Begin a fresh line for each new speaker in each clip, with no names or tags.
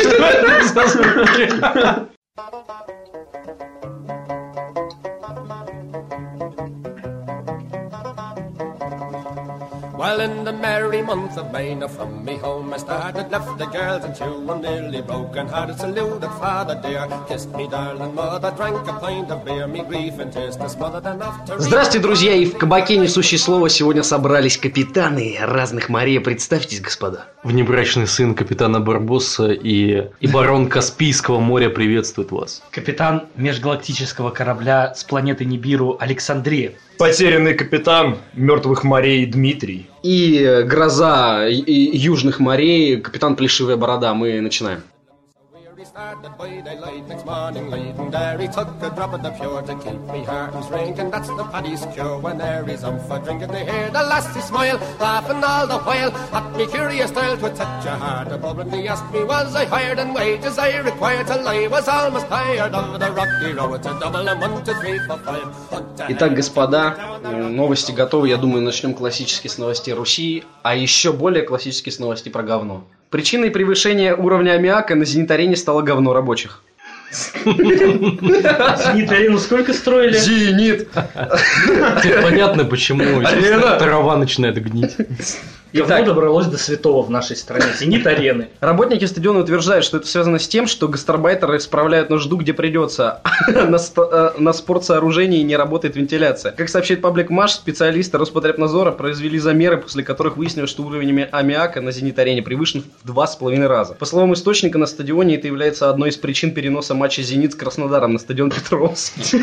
Что это за звуки?
Well, in the merry month of May, now from me home I started, left the girls and two, I'm nearly broken hearted, saluted father dear, kissed me darling mother, drank a pint of beer, me grief and tears to smothered enough to...
Здравствуйте, друзья! И в кабаке «Несущий слово» сегодня собрались капитаны разных морей. Представьтесь, господа.
Внебрачный сын капитана Барбосса и, и барон Каспийского моря приветствует вас.
Капитан межгалактического корабля с планеты Нибиру Александрия.
Потерянный капитан мертвых морей Дмитрий.
И э, гроза и- и южных морей, капитан Плешивая Борода. Мы начинаем.
He started by daylight next morning late, and there he took a drop of the pure to keep me heart and strength, and that's the paddy's cure when there is on for drinking. They hear the lassie smile, laughing all the while at me curious style, 'twould touch a heart above, and he asked me was I hired and wages I required till I was almost tired of the rocky road to double and one, two, three, four, five. Hunt to
Итак,
hell.
господа, э, новости готовы. Я думаю, начнем классически с новостей Руси, а еще более классически с новостей про говно. Причиной превышения уровня аммиака на зенит-арене стало говно рабочих.
Зенит-арену сколько строили?
Зенит!
Теперь понятно, почему собственно, трава начинает гнить.
Итак.
Говно добралось до святого в нашей стране. Зенит арены.
Работники стадиона утверждают, что это связано с тем, что гастарбайтеры справляют нужду, где придется. на, ста- э, на спортсооружении не работает вентиляция. Как сообщает паблик Маш, специалисты Роспотребнадзора произвели замеры, после которых выяснилось, что уровень ами- аммиака на «Зенит-арене» превышен в два с половиной раза. По словам источника, на стадионе это является одной из причин переноса матча «Зенит» с Краснодаром на стадион Петровский.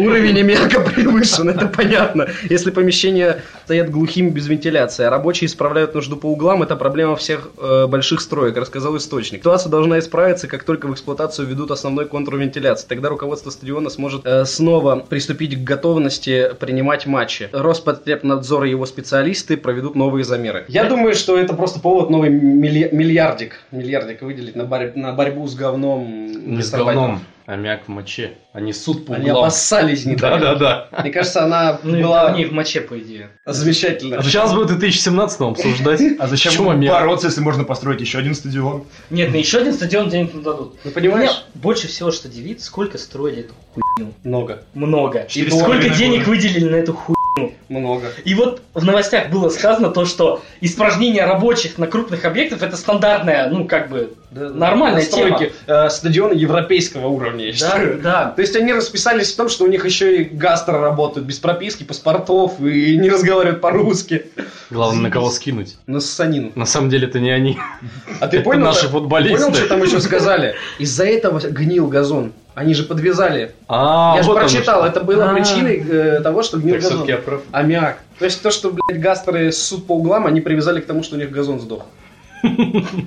Уровень аммиака превышен, это понятно. Если помещения стоят глухими без вентиляции, а рабочие исправляют нужду по углам, это проблема всех э, больших строек, рассказал источник. Ситуация должна исправиться, как только в эксплуатацию ведут основной контур вентиляции. Тогда руководство стадиона сможет э, снова приступить к готовности принимать матчи. Роспотребнадзор и его специалисты проведут новые замеры. Я думаю, что это просто повод новый милли- миллиардик, миллиардик выделить на, борь- на борьбу с говном.
Не с говном, аммиак в моче. Они суд по
Они
углам.
обоссались не
Да-да-да.
Мне кажется, она
Ну, и
была
у них в моче, по идее.
замечательно.
А Сейчас бы в 2017 обсуждать.
А зачем
Почему аммиак?
бороться, если можно построить еще один стадион?
Нет, на еще один стадион денег не дадут.
Ну, понимаешь?
Меня больше всего что удивит, сколько строили эту ху...
Много.
Много. И
Четыре с
сколько
половиной
денег
года.
выделили на эту ху...
Много.
И вот в новостях было сказано то, что испражнение рабочих на крупных объектах это стандартная, ну, как бы, нормальная тема.
Настройки э, стадиона европейского уровня, я
Да,
считаю.
да.
То есть они расписались в том, что у них еще и гастро работают без прописки, паспортов и не разговаривают по-русски.
Главное, на кого скинуть.
На ссанину.
На самом деле это не они.
А ты
Это
понял?
наши футболисты.
Понял, что там еще сказали? Из-за этого гнил газон. Они же подвязали.
А,
я же
вот оно
прочитал,
что.
это было
А.
причиной э, того, что гнил
Так
газон.
все-таки я прав.
Аммиак. То есть то, что, блядь, гастеры суд по углам, они привязали к тому, что у них газон сдох.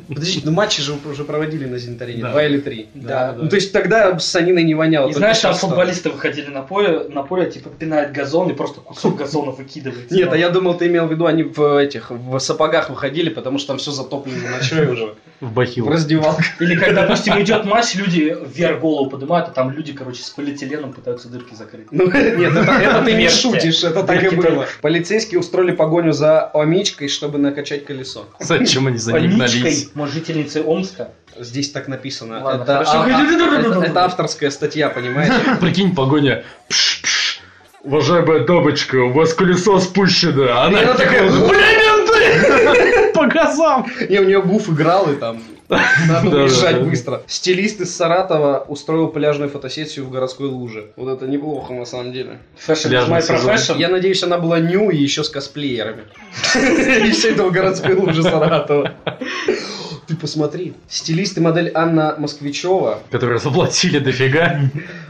Подождите, ну матчи же уже проводили на зенитарене,
Да.
два или три.
Да,
Ну, то есть тогда с Саниной не воняло.
И
А, только
знаешь, там
сейчас
футболисты выходили на поле, на поле, типа, пинают газон и просто кусок газона выкидывает.
стало. Нет, а я думал, ты имел в виду, они в этих, в сапогах выходили, потому что там все затоплено ночой уже.
В
В
бахилах.
раздевалках.
Или когда, допустим, идет матч, люди вверх голову поднимают, а там люди, короче, с полиэтиленом пытаются дырки закрыть.
Ну, нет, это, это ты не
Верьте.
шутишь, это так и
Верьте
было.
только.
Полицейские устроили погоню за омичкой, чтобы накачать колесо.
Зачем они за них
Паничкой,
гнались?
может, жительницы Омска.
Здесь так написано.
Ладно,
это,
хорошо.
а- а- это- это авторская статья, понимаешь?
Прикинь, погоня. Пш, пш. Уважаемая дамочка, у вас колесо спущено. А
И она такая,
по газам.
Не, у нее буф играл, и там надо
Да, да,
уезжать
да.
быстро. Стилист из Саратова устроил пляжную фотосессию в городской луже. Вот это неплохо, на самом деле.
Fashion is
Пляжный
my
сезон.
profession.
Я надеюсь, она была ню и еще с косплеерами. И все это в городской луже Саратова. Ты посмотри. Стилист и модель Анна Москвичева
Которые заплатили дофига.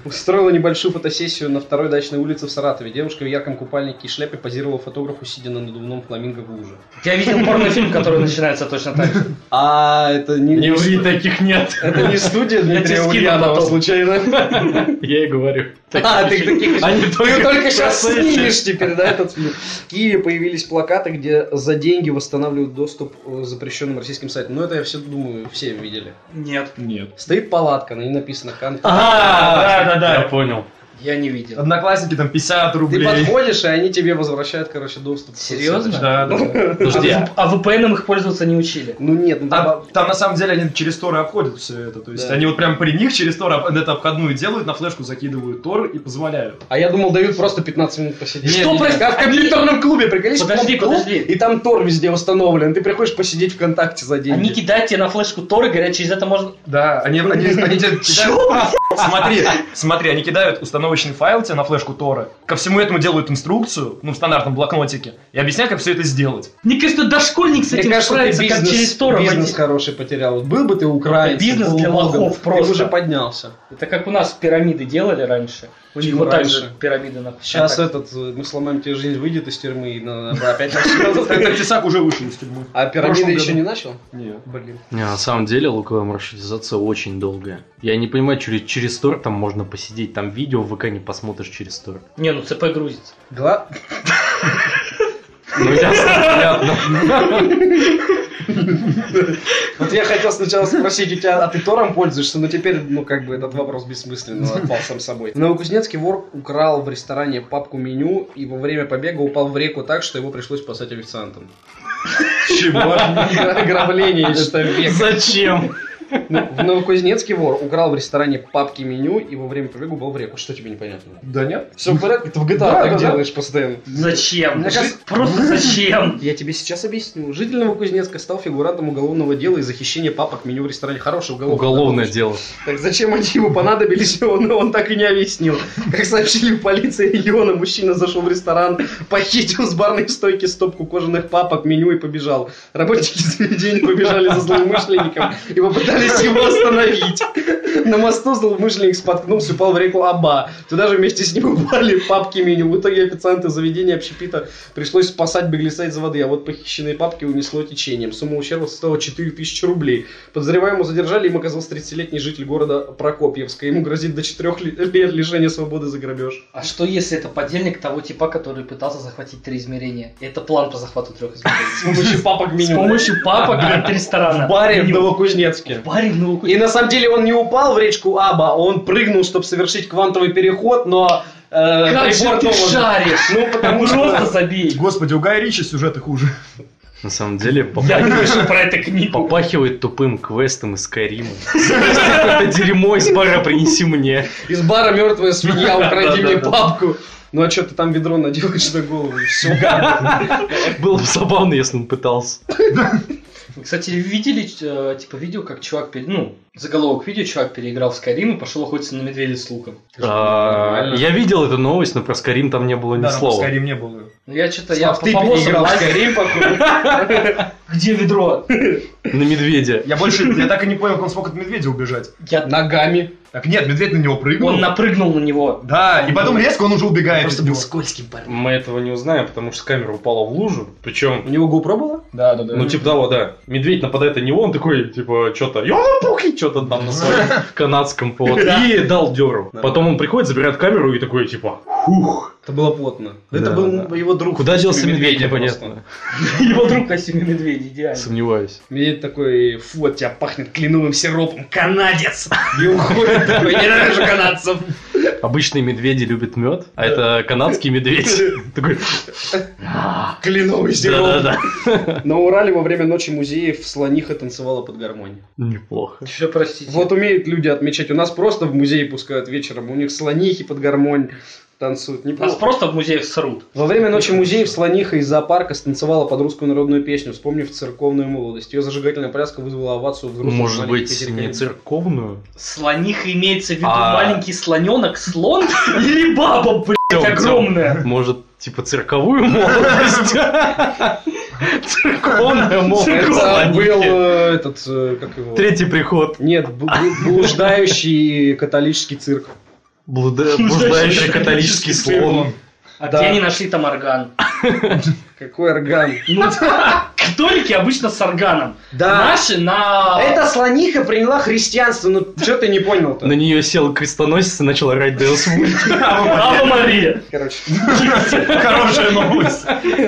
устроила небольшую фотосессию на второй дачной улице в Саратове. Девушка в ярком купальнике и шляпе позировала фотографу, сидя на надувном фламинго в луже.
Я видел порнофильм, который начинается точно так же.
А, это не...
Не ври, таких нет.
Это не студия Дмитрия
тебе скину
Ульянова,
потом.
случайно?
Я и говорю.
А, ты таких
Они
Ты только сейчас
красавчики.
снимешь теперь, да, этот фильм. В Киеве появились плакаты, где за деньги восстанавливают доступ э, запрещенным российским сайтам. Ну, это я все думаю, все видели.
Нет.
Нет.
Стоит палатка, на ней написано «Кан».
А,
да, да, да.
Я понял.
Я не видел.
Одноклассники там 50
Ты
рублей.
подходишь, и они тебе возвращают, короче, доступ. к
А, Серьезно?
соцсетям.
Да, да.
Подожди, а-
А VPN их пользоваться не учили.
Ну нет, ну там-
Там, там на самом деле они через Торы обходят все это. То есть
Да.
они вот прям при них через Торы об- это обходную делают, на флешку закидывают Тор и позволяют.
А я думал, дают просто 15 минут посидеть.
Что происходит?
Как в компьютерном клубе, приколись,
Подожди,
клуб,
подожди.
И там Тор везде установлен. Ты приходишь посидеть ВКонтакте за деньги.
Они кидают тебе на флешку Тор и говорят, через это можно...
Да, они, они, они тебе кидают... Смотри, смотри, они кидают установочный файл тебе на флешку Тора. Ко всему этому делают инструкцию, ну, в стандартном блокнотике, и объясняют, как все это сделать.
Мне кажется, дошкольник с
Мне
этим
кажется, ты
справится,
бизнес,
как через Тор
бизнес
обойти.
хороший потерял. Вот Был бы ты украинец.
Бизнес для лохов просто. А
Ты уже поднялся.
Это как у нас пирамиды делали раньше. У них
Чего
вот так
раньше?
же пирамиды на
Сейчас
так.
этот, э, мы сломаем тебе жизнь, выйдет из тюрьмы и надо опять
Тогда
начнется.
Тесак уже вышел из тюрьмы.
А
В
пирамида
прошлом
еще
году.
не начал?
Нет.
Блин.
Не, на самом деле луковая маршрутизация очень долгая. Я не понимаю, через, через Тор там можно посидеть, там видео в ВК не посмотришь через Тор.
Не, ну ЦП грузится.
Гла-
Ну, ясно, понятно.
Вот я хотел сначала спросить у тебя, а ты Тором пользуешься, но теперь, ну, как бы этот вопрос бессмысленно отпал сам собой. В Новокузнецке вор украл в ресторане папку меню и во время побега упал в реку так, что его пришлось спасать официантам.
Чего?
Ограбление, я считаю, век.
Зачем?
Ну, В Новокузнецке вор украл в ресторане папки меню и во время побега упал в реку. Что тебе непонятно?
Да нет.
Все в порядке? Ты в GTA
Да,
так
да, да.
делаешь постоянно.
Зачем?
Мне
Жи-
кажется-
Просто зачем?
Я тебе сейчас объясню. Житель Новокузнецка стал фигурантом уголовного дела из-за хищения папок меню в ресторане. Хороший уголовный.
Уголовное дело.
Так зачем они ему понадобились, он, он так и не объяснил. Как сообщили в полиции региона, мужчина зашел в ресторан, похитил с барной стойки стопку кожаных папок, меню и побежал. Работники заведения побежали за злоумышленником и попытались его остановить. На мосту злоумышленник споткнулся, упал в реку Аба. Туда же вместе с ним упали папки меню. В итоге официанты заведения общепита пришлось спасать беглеца из воды, а вот похищенные папки унесло течением. Сумма ущерба составила 4000 рублей. Подозреваемого задержали, им оказался 30-летний житель города Прокопьевска. Ему грозит до 4 лет лишения свободы за грабеж.
А что если это подельник того типа, который пытался захватить три измерения? Это план по захвату трех измерений.
помощью папок
С помощью папок от ресторана.
В баре в
Меню.
Новокузнецке.
В баре в Новокузнецке.
И на самом деле он не упал в речку Аба, он прыгнул, чтобы совершить квантовый переход, но... э,
Как же
прибор
ты
дома-
шаришь?
Ну, потому что...
Просто забей.
Господи, у Гая Ричи сюжеты хуже.
На самом деле,
Я
попахивает-
слышал про эту книгу.
попахивает тупым квестом из Карима. Это дерьмо из бара принеси мне.
Из бара мертвая свинья, укради мне
Да-да-да.
папку. Ну а что ты там ведро наделаешь на голову? и Все,
Было бы забавно, если он пытался.
Вы, Кстати, видели, э, типа, видео, как чувак, пере- ну, заголовок видео, чувак переиграл в Скайрим и пошел охотиться на медведя с луком.
А, Я видел эту новость, но про Скарим там не было ни
Да, но
слова.
Скайрим не было.
Ну, я что-то, я
ты
по повозкам
переиграл в
лазил.
Skyrim, походу.
Где ведро?
На медведя.
Я больше, я так и не понял, как он смог от медведя убежать.
Я-
Ногами.
Так нет, медведь на него прыгнул.
Он напрыгнул на него.
Да, и потом резко он уже убегает. от него.
скользким парнем.
Мы этого не узнаем, потому что камера упала в лужу. Причем,
У него GoPro было?
Да, да, да.
ну, типа того, да. Медведь нападает на него, он такой, типа, что-то, ёлопухи, что-то там на своем канадском вот, и дал дёру.
Да.
Потом он приходит, забирает камеру и такой, типа, хух.
Это было плотно.
Да,
это был
да.
его друг.
Куда
в
делся
костюме
медведь,
медведя
непонятно.
просто.
Его друг в костюме медведя, идеально.
Сомневаюсь.
Медведь такой, фу, от тебя пахнет кленовым сиропом, канадец! И уходит такой, ненавижу канадцев!
Обычные медведи любят мед, а это канадский медведь. Такой,
Кленовый сироп!
да-да-да.
На Урале во время ночи музеев слониха танцевала под гармонию.
Неплохо.
Все, простите.
Вот умеют люди отмечать. У нас просто в музее пускают вечером, у них слонихи под гармонь танцуют.
Нас
Неплохо.
просто в музеях срут.
Во время ночи музеев слониха из зоопарка станцевала под русскую народную песню, вспомнив церковную молодость. Ее зажигательная пляска вызвала овацию взрослых.
Может
маленьких
быть,
зрителей.
не церковную?
Слониха имеется в виду
А.
маленький слоненок, слон или баба, блядь, огромная.
Может, типа цирковую молодость? Церковная
Это был
молодость.
э, этот, э, как его?
Третий приход.
Нет, бл- бл- блуждающий католический цирк.
Блуда- Блуждающий католический слон.
А
Да.
где они нашли там орган?
Какой орган.
Ну, Католики обычно с органом.
А.
Да.
Наши на...
Эта слониха приняла христианство, ну что ты не понял-то?
На нее сел крестоносец и начал орать Деус
Ава Мария.
Короче,
Хорошая новость.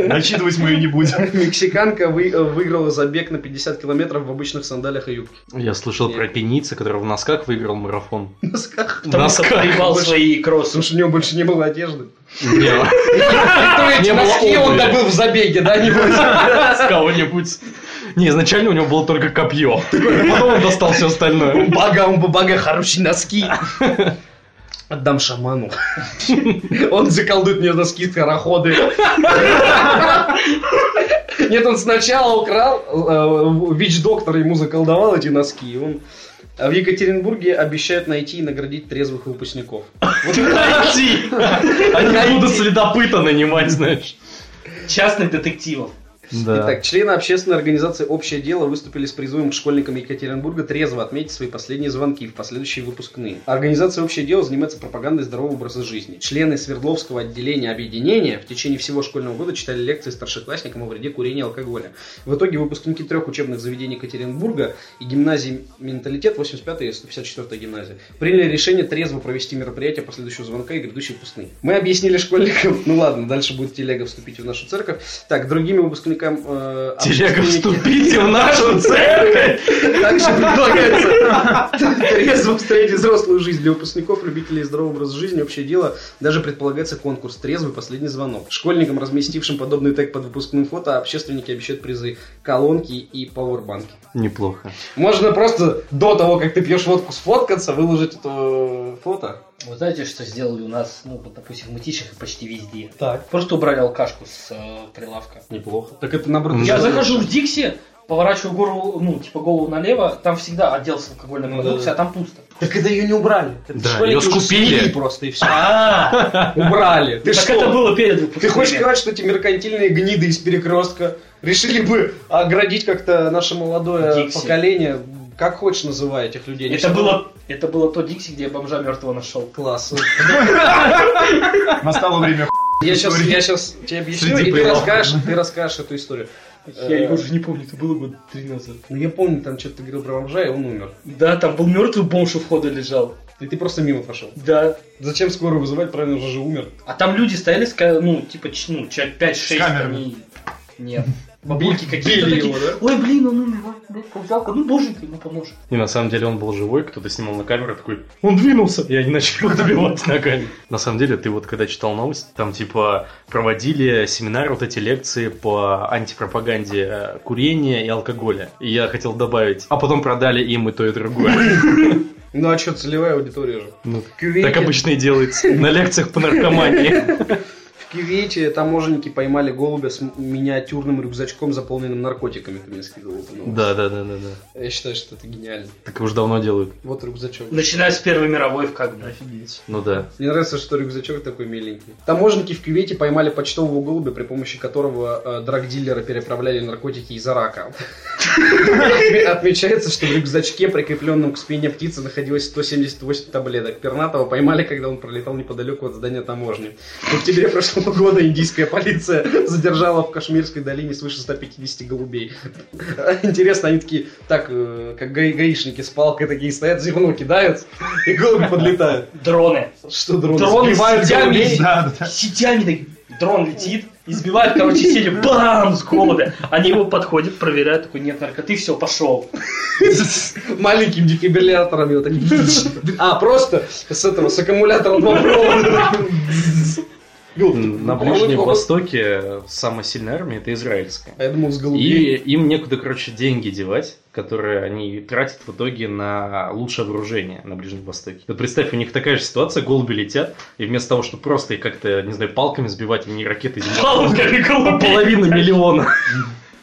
Начитывать мы ее не будем.
Мексиканка вы- э, выиграла забег на 50 километров в обычных сандалях и юбке.
Я слышал про кенийца, который в носках выиграл марафон.
В носках.
В
Потому что
носках.
проебал свои кроссы.
Потому что у него больше не было одежды.
Не,
кто эти
Не было
носки он
обуви.
добыл в забеге, да, не
с кого-нибудь. Не, изначально у него было только копье. Потом он достал все остальное.
Бага, он бага, хорошие носки. Отдам шаману. Он заколдует мне носки скороходы. Нет, он сначала украл, ВИЧ-доктор ему заколдовал эти носки. и Он а в Екатеринбурге обещают найти и наградить трезвых выпускников.
Найти! Они будут следопыта нанимать, знаешь.
Частных детективов.
Да.
Итак, члены общественной организации «Общее дело» выступили с призывом к школьникам Екатеринбурга трезво отметить свои последние звонки в последующие выпускные. Организация «Общее дело» занимается пропагандой здорового образа жизни. Члены Свердловского отделения объединения в течение всего школьного года читали лекции старшеклассникам о вреде курения и алкоголя. В итоге выпускники трех учебных заведений Екатеринбурга и гимназии «Менталитет» 85 и 154 гимназия приняли решение трезво провести мероприятие последующего звонка и грядущие выпускные. Мы объяснили школьникам, ну ладно, дальше будет телега вступить в нашу церковь. Так, другими выпускникам... э,
Телега,
общественники
вступите в нашу церковь!
Также предлагается трезво встретить взрослую жизнь для выпускников, любителей здорового образа жизни. Общее дело, даже предполагается конкурс «Трезвый последний звонок». Школьникам, разместившим подобный тег под выпускным фото, общественники обещают призы колонки и пауэрбанки.
Неплохо.
Можно просто до того, как ты пьешь водку, сфоткаться, выложить это э, фото.
Вы знаете, что сделали у нас, ну, вот, допустим, в мытищах и почти везде? Так. Просто убрали алкашку с э, прилавка.
Неплохо. Так это наоборот.
Я
Да.
захожу в Дикси, поворачиваю голову, ну, типа голову налево, там всегда отдел с алкогольной продукцией, а там пусто.
Так это ее не убрали. Это
Да, её
школьники уже
скупили.
слили просто и все.
А,
Убрали. Ты
так
что?
это было перед выпуском.
Ты хочешь сказать, что эти меркантильные гниды из перекрестка решили бы оградить как-то наше молодое
Дикси.
поколение? Как хочешь называй этих людей. Они
Это
всё
было, это было то Дикси, где я бомжа мертвого нашел.
класс.
Настало время.
Я сейчас, я сейчас тебе объясню,
Среди
и ты
прилавков.
расскажешь, ты расскажешь эту историю.
Я его уже не помню, это было года три назад.
Ну я помню, там что-то ты говорил про бомжа, и он умер.
Да, там был мертвый бомж у входа лежал.
И ты просто мимо прошел.
Да.
Зачем скорую вызывать, правильно, уже же умер.
А там люди стояли, с ка- ну, типа, ч- ну, человек 5-6.
камерами.
Нет. Бабульки какие-то
били
такие.
его, да?
Ой, блин, он умер, ой, блин, как жалко. Ну, боженька, ему поможет.
И на самом деле он был живой, кто-то снимал на камеру такой, он двинулся, и они начали его добивать ногами. На самом деле, ты вот когда читал новость, там типа проводили семинары, вот эти лекции по антипропаганде э, курения и алкоголя. И я хотел добавить, а потом продали им и то, и другое.
Ну а что, целевая аудитория же.
Ну,
В кювете,
Так обычно и делается на лекциях по наркомании.
в кювете таможенники поймали голубя с м- миниатюрным рюкзачком, заполненным наркотиками. Ты мне скидывал. эту новость.
Да, да, да, да, да.
Я считаю, что это гениально.
Так уже давно делают.
Вот рюкзачок.
Начиная с Первой мировой, как бы.
Ну да.
Мне нравится, что рюкзачок такой миленький. Таможенники в кювете поймали почтового голубя, при помощи которого э, драгдилеры переправляли наркотики из Ирака. Отме- Отмечается, что в рюкзачке, прикрепленном к спине птицы, находилось 178 таблеток. Пернатого поймали, когда он пролетал неподалеку от здания таможни. В октябре прошлого года индийская полиция задержала в Кашмирской долине свыше 150 голубей. Интересно, они такие, так, э, как гаи- гаишники с палкой такие стоят, зерно кидают, и голуби подлетают.
Дроны.
Что дрон?
Дроны
сбивает
с сетями.
голубей?
Да, да.
С Сетями так. Дрон летит, избивает, короче, сели, бам, с голубя. Они его подходят, проверяют, такой, нет, наркоты, все, пошел.
Маленьким дефибриллятором его таким. А, просто с этого, с аккумулятором два провода.
На Ближнем Востоке Ну, самая сильная армия это израильская.
А я думал, с
И
голубей.
им некуда, короче, деньги девать, которые они тратят в итоге на лучшее вооружение на Ближнем Востоке. Вот представь, у них такая же ситуация, голуби летят, и вместо того, чтобы просто их как-то, не знаю, палками сбивать, они ракеты зимой.
Палками
По
голубей.
половину миллиона.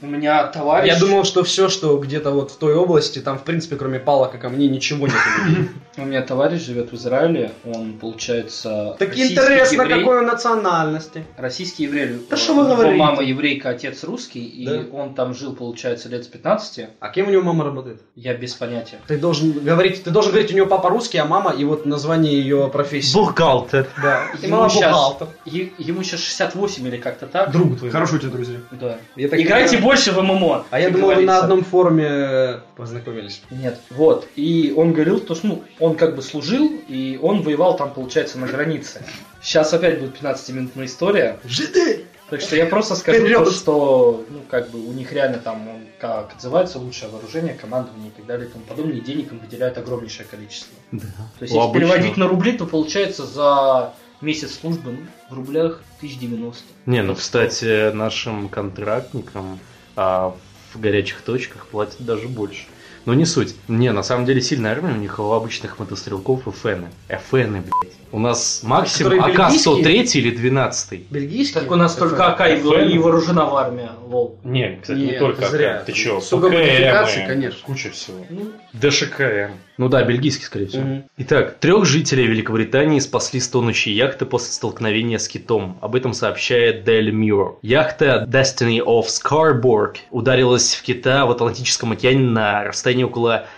У меня товарищ...
Я думал, что все, что где-то вот в той области, там, в принципе, кроме палок и камней, ничего нет.
У меня товарищ живет в Израиле, он, получается,
Так
российский
интересно,
еврей.
какой он национальности.
Российский еврей.
Да что вы
Его
говорите?
Мама еврейка, отец русский, и
Да.
он там жил, получается, лет с 15.
А кем у него мама работает?
Я без понятия.
Ты должен говорить, ты должен говорить, у него папа русский, а мама и вот название ее профессии.
Бухгалтер.
Да. И
Ему
мама
щас-
бухгалтер.
Е- ему сейчас 68 или как-то так.
Друг твой.
Хорошо у тебя, друзья.
Да.
Я так
Играйте
понимаю.
больше в ММО.
А я
как
думал, вы на
говорится.
одном форуме э, познакомились.
Нет, вот. И он говорил, то, что ну, он как бы служил, и он воевал там, получается, на границе. Сейчас опять будет 15-минутная история.
Жиды!
Так что я просто скажу,
Вперед!
то, что ну, как бы у них реально там, он, как отзывается, лучшее вооружение, командование и так далее и тому подобное, и денег им выделяют огромнейшее количество. То есть,
У
если
обычного.
переводить на рубли, то получается за месяц службы ну, в рублях 1090.
Не, ну, кстати, нашим контрактникам а, в горячих точках платят даже больше. Но не суть. Не, на самом деле сильная армия у них а у обычных мотострелков ФНы. ФНы, блядь. У нас максимум
Которые
АК-103 или 12
Бельгийский?
Так у нас только АК и во- и вооружена в армия, лол.
Не, кстати,
не Нет, ну только зря.
Ты чё? э,
Сука, ПКМ, модификации, конечно.
Куча всего.
Ну,
ДШКМ. Ну да, бельгийский, скорее всего.
Мгм.
Итак, трех жителей Великобритании спасли с тонущей яхты после столкновения с китом. Об этом сообщает Дель Мюр. Яхта Destiny of Scarborough ударилась в кита в Атлантическом океане на расстоянии около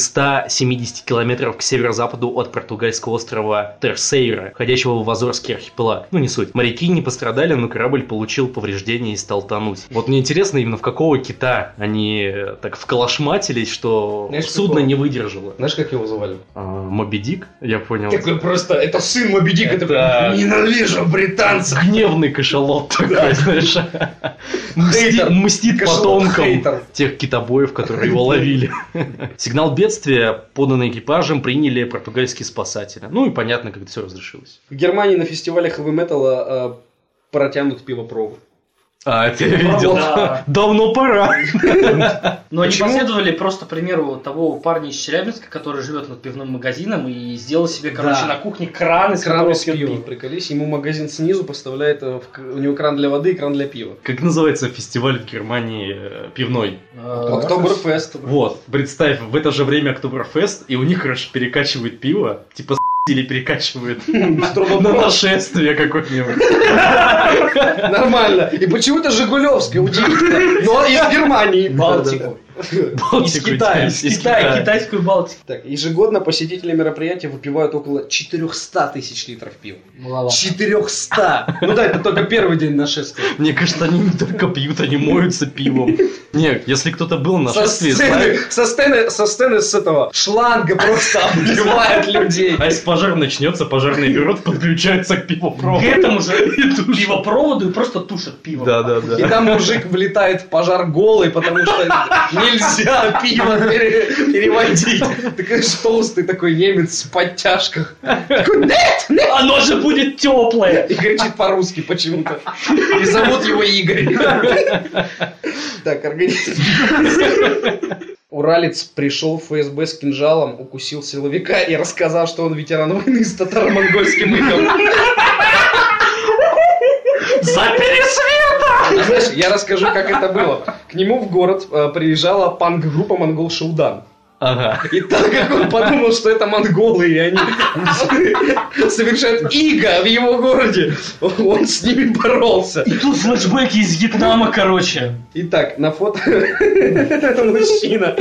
570 километров к северо-западу от португальского острова Терсейра, входящего в Азорский архипелаг. Ну, не суть. Моряки не пострадали, но корабль получил повреждения и стал тонуть. Вот мне интересно, именно в какого кита они э, так вколошматились, что
Знаешь,
судно
какого?
не выдержало.
Знаешь, как его звали?
А, Моби Дик, я понял.
Такой просто, это сын Моби Дик, это...
Это-
Ненавижу британцев!
Гневный кашалот такой, знаешь. Мстит,
Хейтер.
мстит
Кашалот
потомкам
хейтер.
тех китобоев, которые его ловили. Сигнал бедствия, поданный экипажем, приняли португальские спасатели. Ну и понятно, как это все разрешилось.
В Германии на фестивале хэви
а,
металла протянут пивопровод.
А, ты видел?
да.
Давно пора.
Но
Почему?
они последовали просто примеру того парня из Челябинска, который живет над пивным магазином и сделал себе, короче,
Да.
на кухне кран из
Кран
которого
из
пьет
пива,
пиво.
приколись. Ему магазин снизу поставляет, э, в к- у него кран для воды и кран для пива.
Как называется фестиваль в Германии э, пивной?
А,
Октоберфест.
Вот, представь, в это же время Октоберфест, и у них, короче, перекачивают пиво, типа с*** или перекачивают на нашествие какое-нибудь.
Нормально. И почему-то Жигулевская, удивительно. Но из Германии.
Балтику.
Балтику,
Китая,
из
Китай, китайскую Балтику.
Так, ежегодно посетители мероприятия выпивают около 400 тысяч литров пива. 400! Ну да, это только первый день нашествия.
Мне кажется, они не только пьют, они моются пивом. Не, если кто-то был на
Со
шествии,
сцены,
знает,
со, сцены, со сцены с этого шланга просто обливает людей.
а если пожар начнется, пожарный бюро подключается к
К
пивопроводу.
этому же пивопроводу и просто тушат пиво.
Да, да,
И
да.
там мужик влетает в пожар голый, потому что нельзя пиво пере- переводить. Ты, конечно, толстый такой немец в подтяжках. Такой, нет, нет!
«Э, Оно же будет теплое.
И кричит по-русски почему-то. И зовут его Игорь. Так, организм. Уралец пришел в ФСБ с кинжалом, укусил силовика и рассказал, что он ветеран войны с татаро-монгольским игом.
За
Знаешь, я расскажу, как это было. К нему в город э, приезжала панк-группа «Монгол Шаудан».
Ага.
И так как он подумал, что это монголы, и они совершают иго в его городе, он с ними боролся.
И тут флешбеки из Вьетнама, короче.
Итак, на фото мужчина,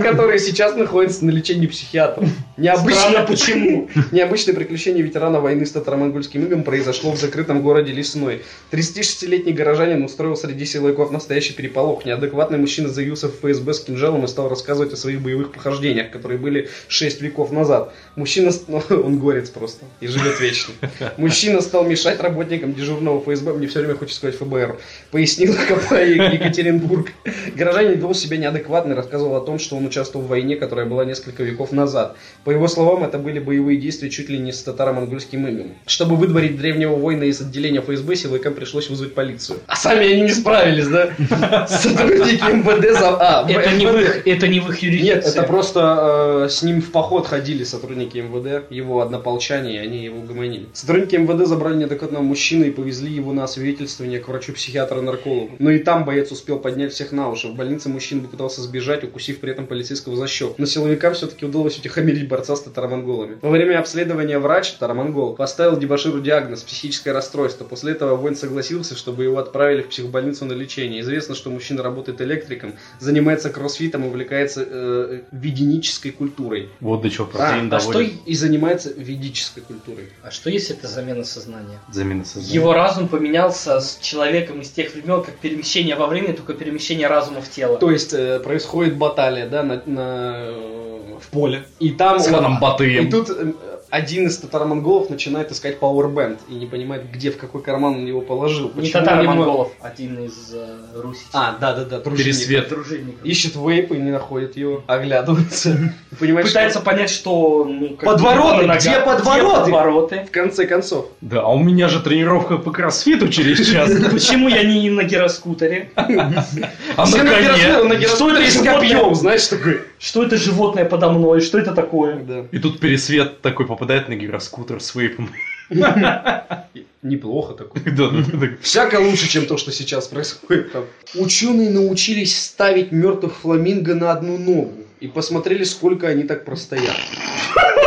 который сейчас находится на лечении психиатра.
Странно,
Необычное,
почему?
необычное приключение ветерана войны с татаро-монгольским игом произошло в закрытом городе Лесной. 36-летний горожанин устроил среди силовиков настоящий переполох. Неадекватный мужчина заявился в ФСБ с кинжалом и стал рассказывать о своих боевых похождениях, которые были 6 веков назад. Мужчина... ст- ну, он горец просто и живет вечно. Мужчина стал мешать работникам дежурного ФСБ, мне все время хочется сказать ФБР, пояснила КП Екатеринбург. Горожанин вел себя неадекватно и рассказывал о том, что он участвовал в войне, которая была несколько веков назад. По его словам, это были боевые действия чуть ли не с татаро-монгольским именем. Чтобы выдворить древнего воина из отделения ФСБ, силовикам пришлось вызвать полицию. А сами они не справились, да? Сотрудники МВД за... А,
Это не в их, это не в их юрисдикции.
Нет, это просто э, с ним в поход ходили сотрудники МВД, его однополчане, и они его угомонили. Сотрудники МВД забрали неадекватного мужчины и повезли его на освидетельствование к врачу-психиатру-наркологу. Но и там боец успел поднять всех на уши. В больнице мужчина попытался сбежать, укусив при этом полицейского за щеку. Но силовикам все-таки удалось утихомирить борца с татаромонголами. Во время обследования врач, татаромонгол, поставил дебаширу диагноз психическое расстройство. После этого воин согласился, чтобы его отправили в психбольницу на лечение. Известно, что мужчина работает электриком, занимается кроссфитом и увлекается э, веденической культурой.
Вот до чего
А,
протеин
а что
доводит.
и занимается ведической культурой?
А что если это замена сознания?
Замена сознания.
Его разум поменялся с человеком из тех времен, как перемещение во времени, только перемещение разума в тело.
То есть э, происходит баталия, да, на, на, э, в поле. И там
С
он-
ханом Батыем.
И тут э, один из татаро-монголов начинает искать пауэрбенд и не понимает, где, в какой карман он его положил. Почему
Не
он не может-
татаро-монголов, один из э, руси. Э,
А, да, да, да, дружинник.
Пересвет.
дружинников.
Ищет вейп и не находит его, оглядывается. И Понимает, что-
Пытается понять, что... Ну, как
Подвороты,
бы нога.
где подвороты?
подвороты?
в конце концов.
Да, а у меня же тренировка по кроссфиту через час.
Почему я не на гироскутере?
А
Все
на
на гироскутер- на
коне.
гироскутер
это
с
животное?
копьем, знаешь, такой.
Что это животное подо мной? Что это такое?
Да.
И тут пересвет такой попадает на гироскутер с вейпом.
Неплохо такое.
Да, да, да.
Всяко лучше, чем то, что сейчас происходит там. Ученые научились ставить мертвых фламинго на одну ногу. И посмотрели, сколько они так простоят.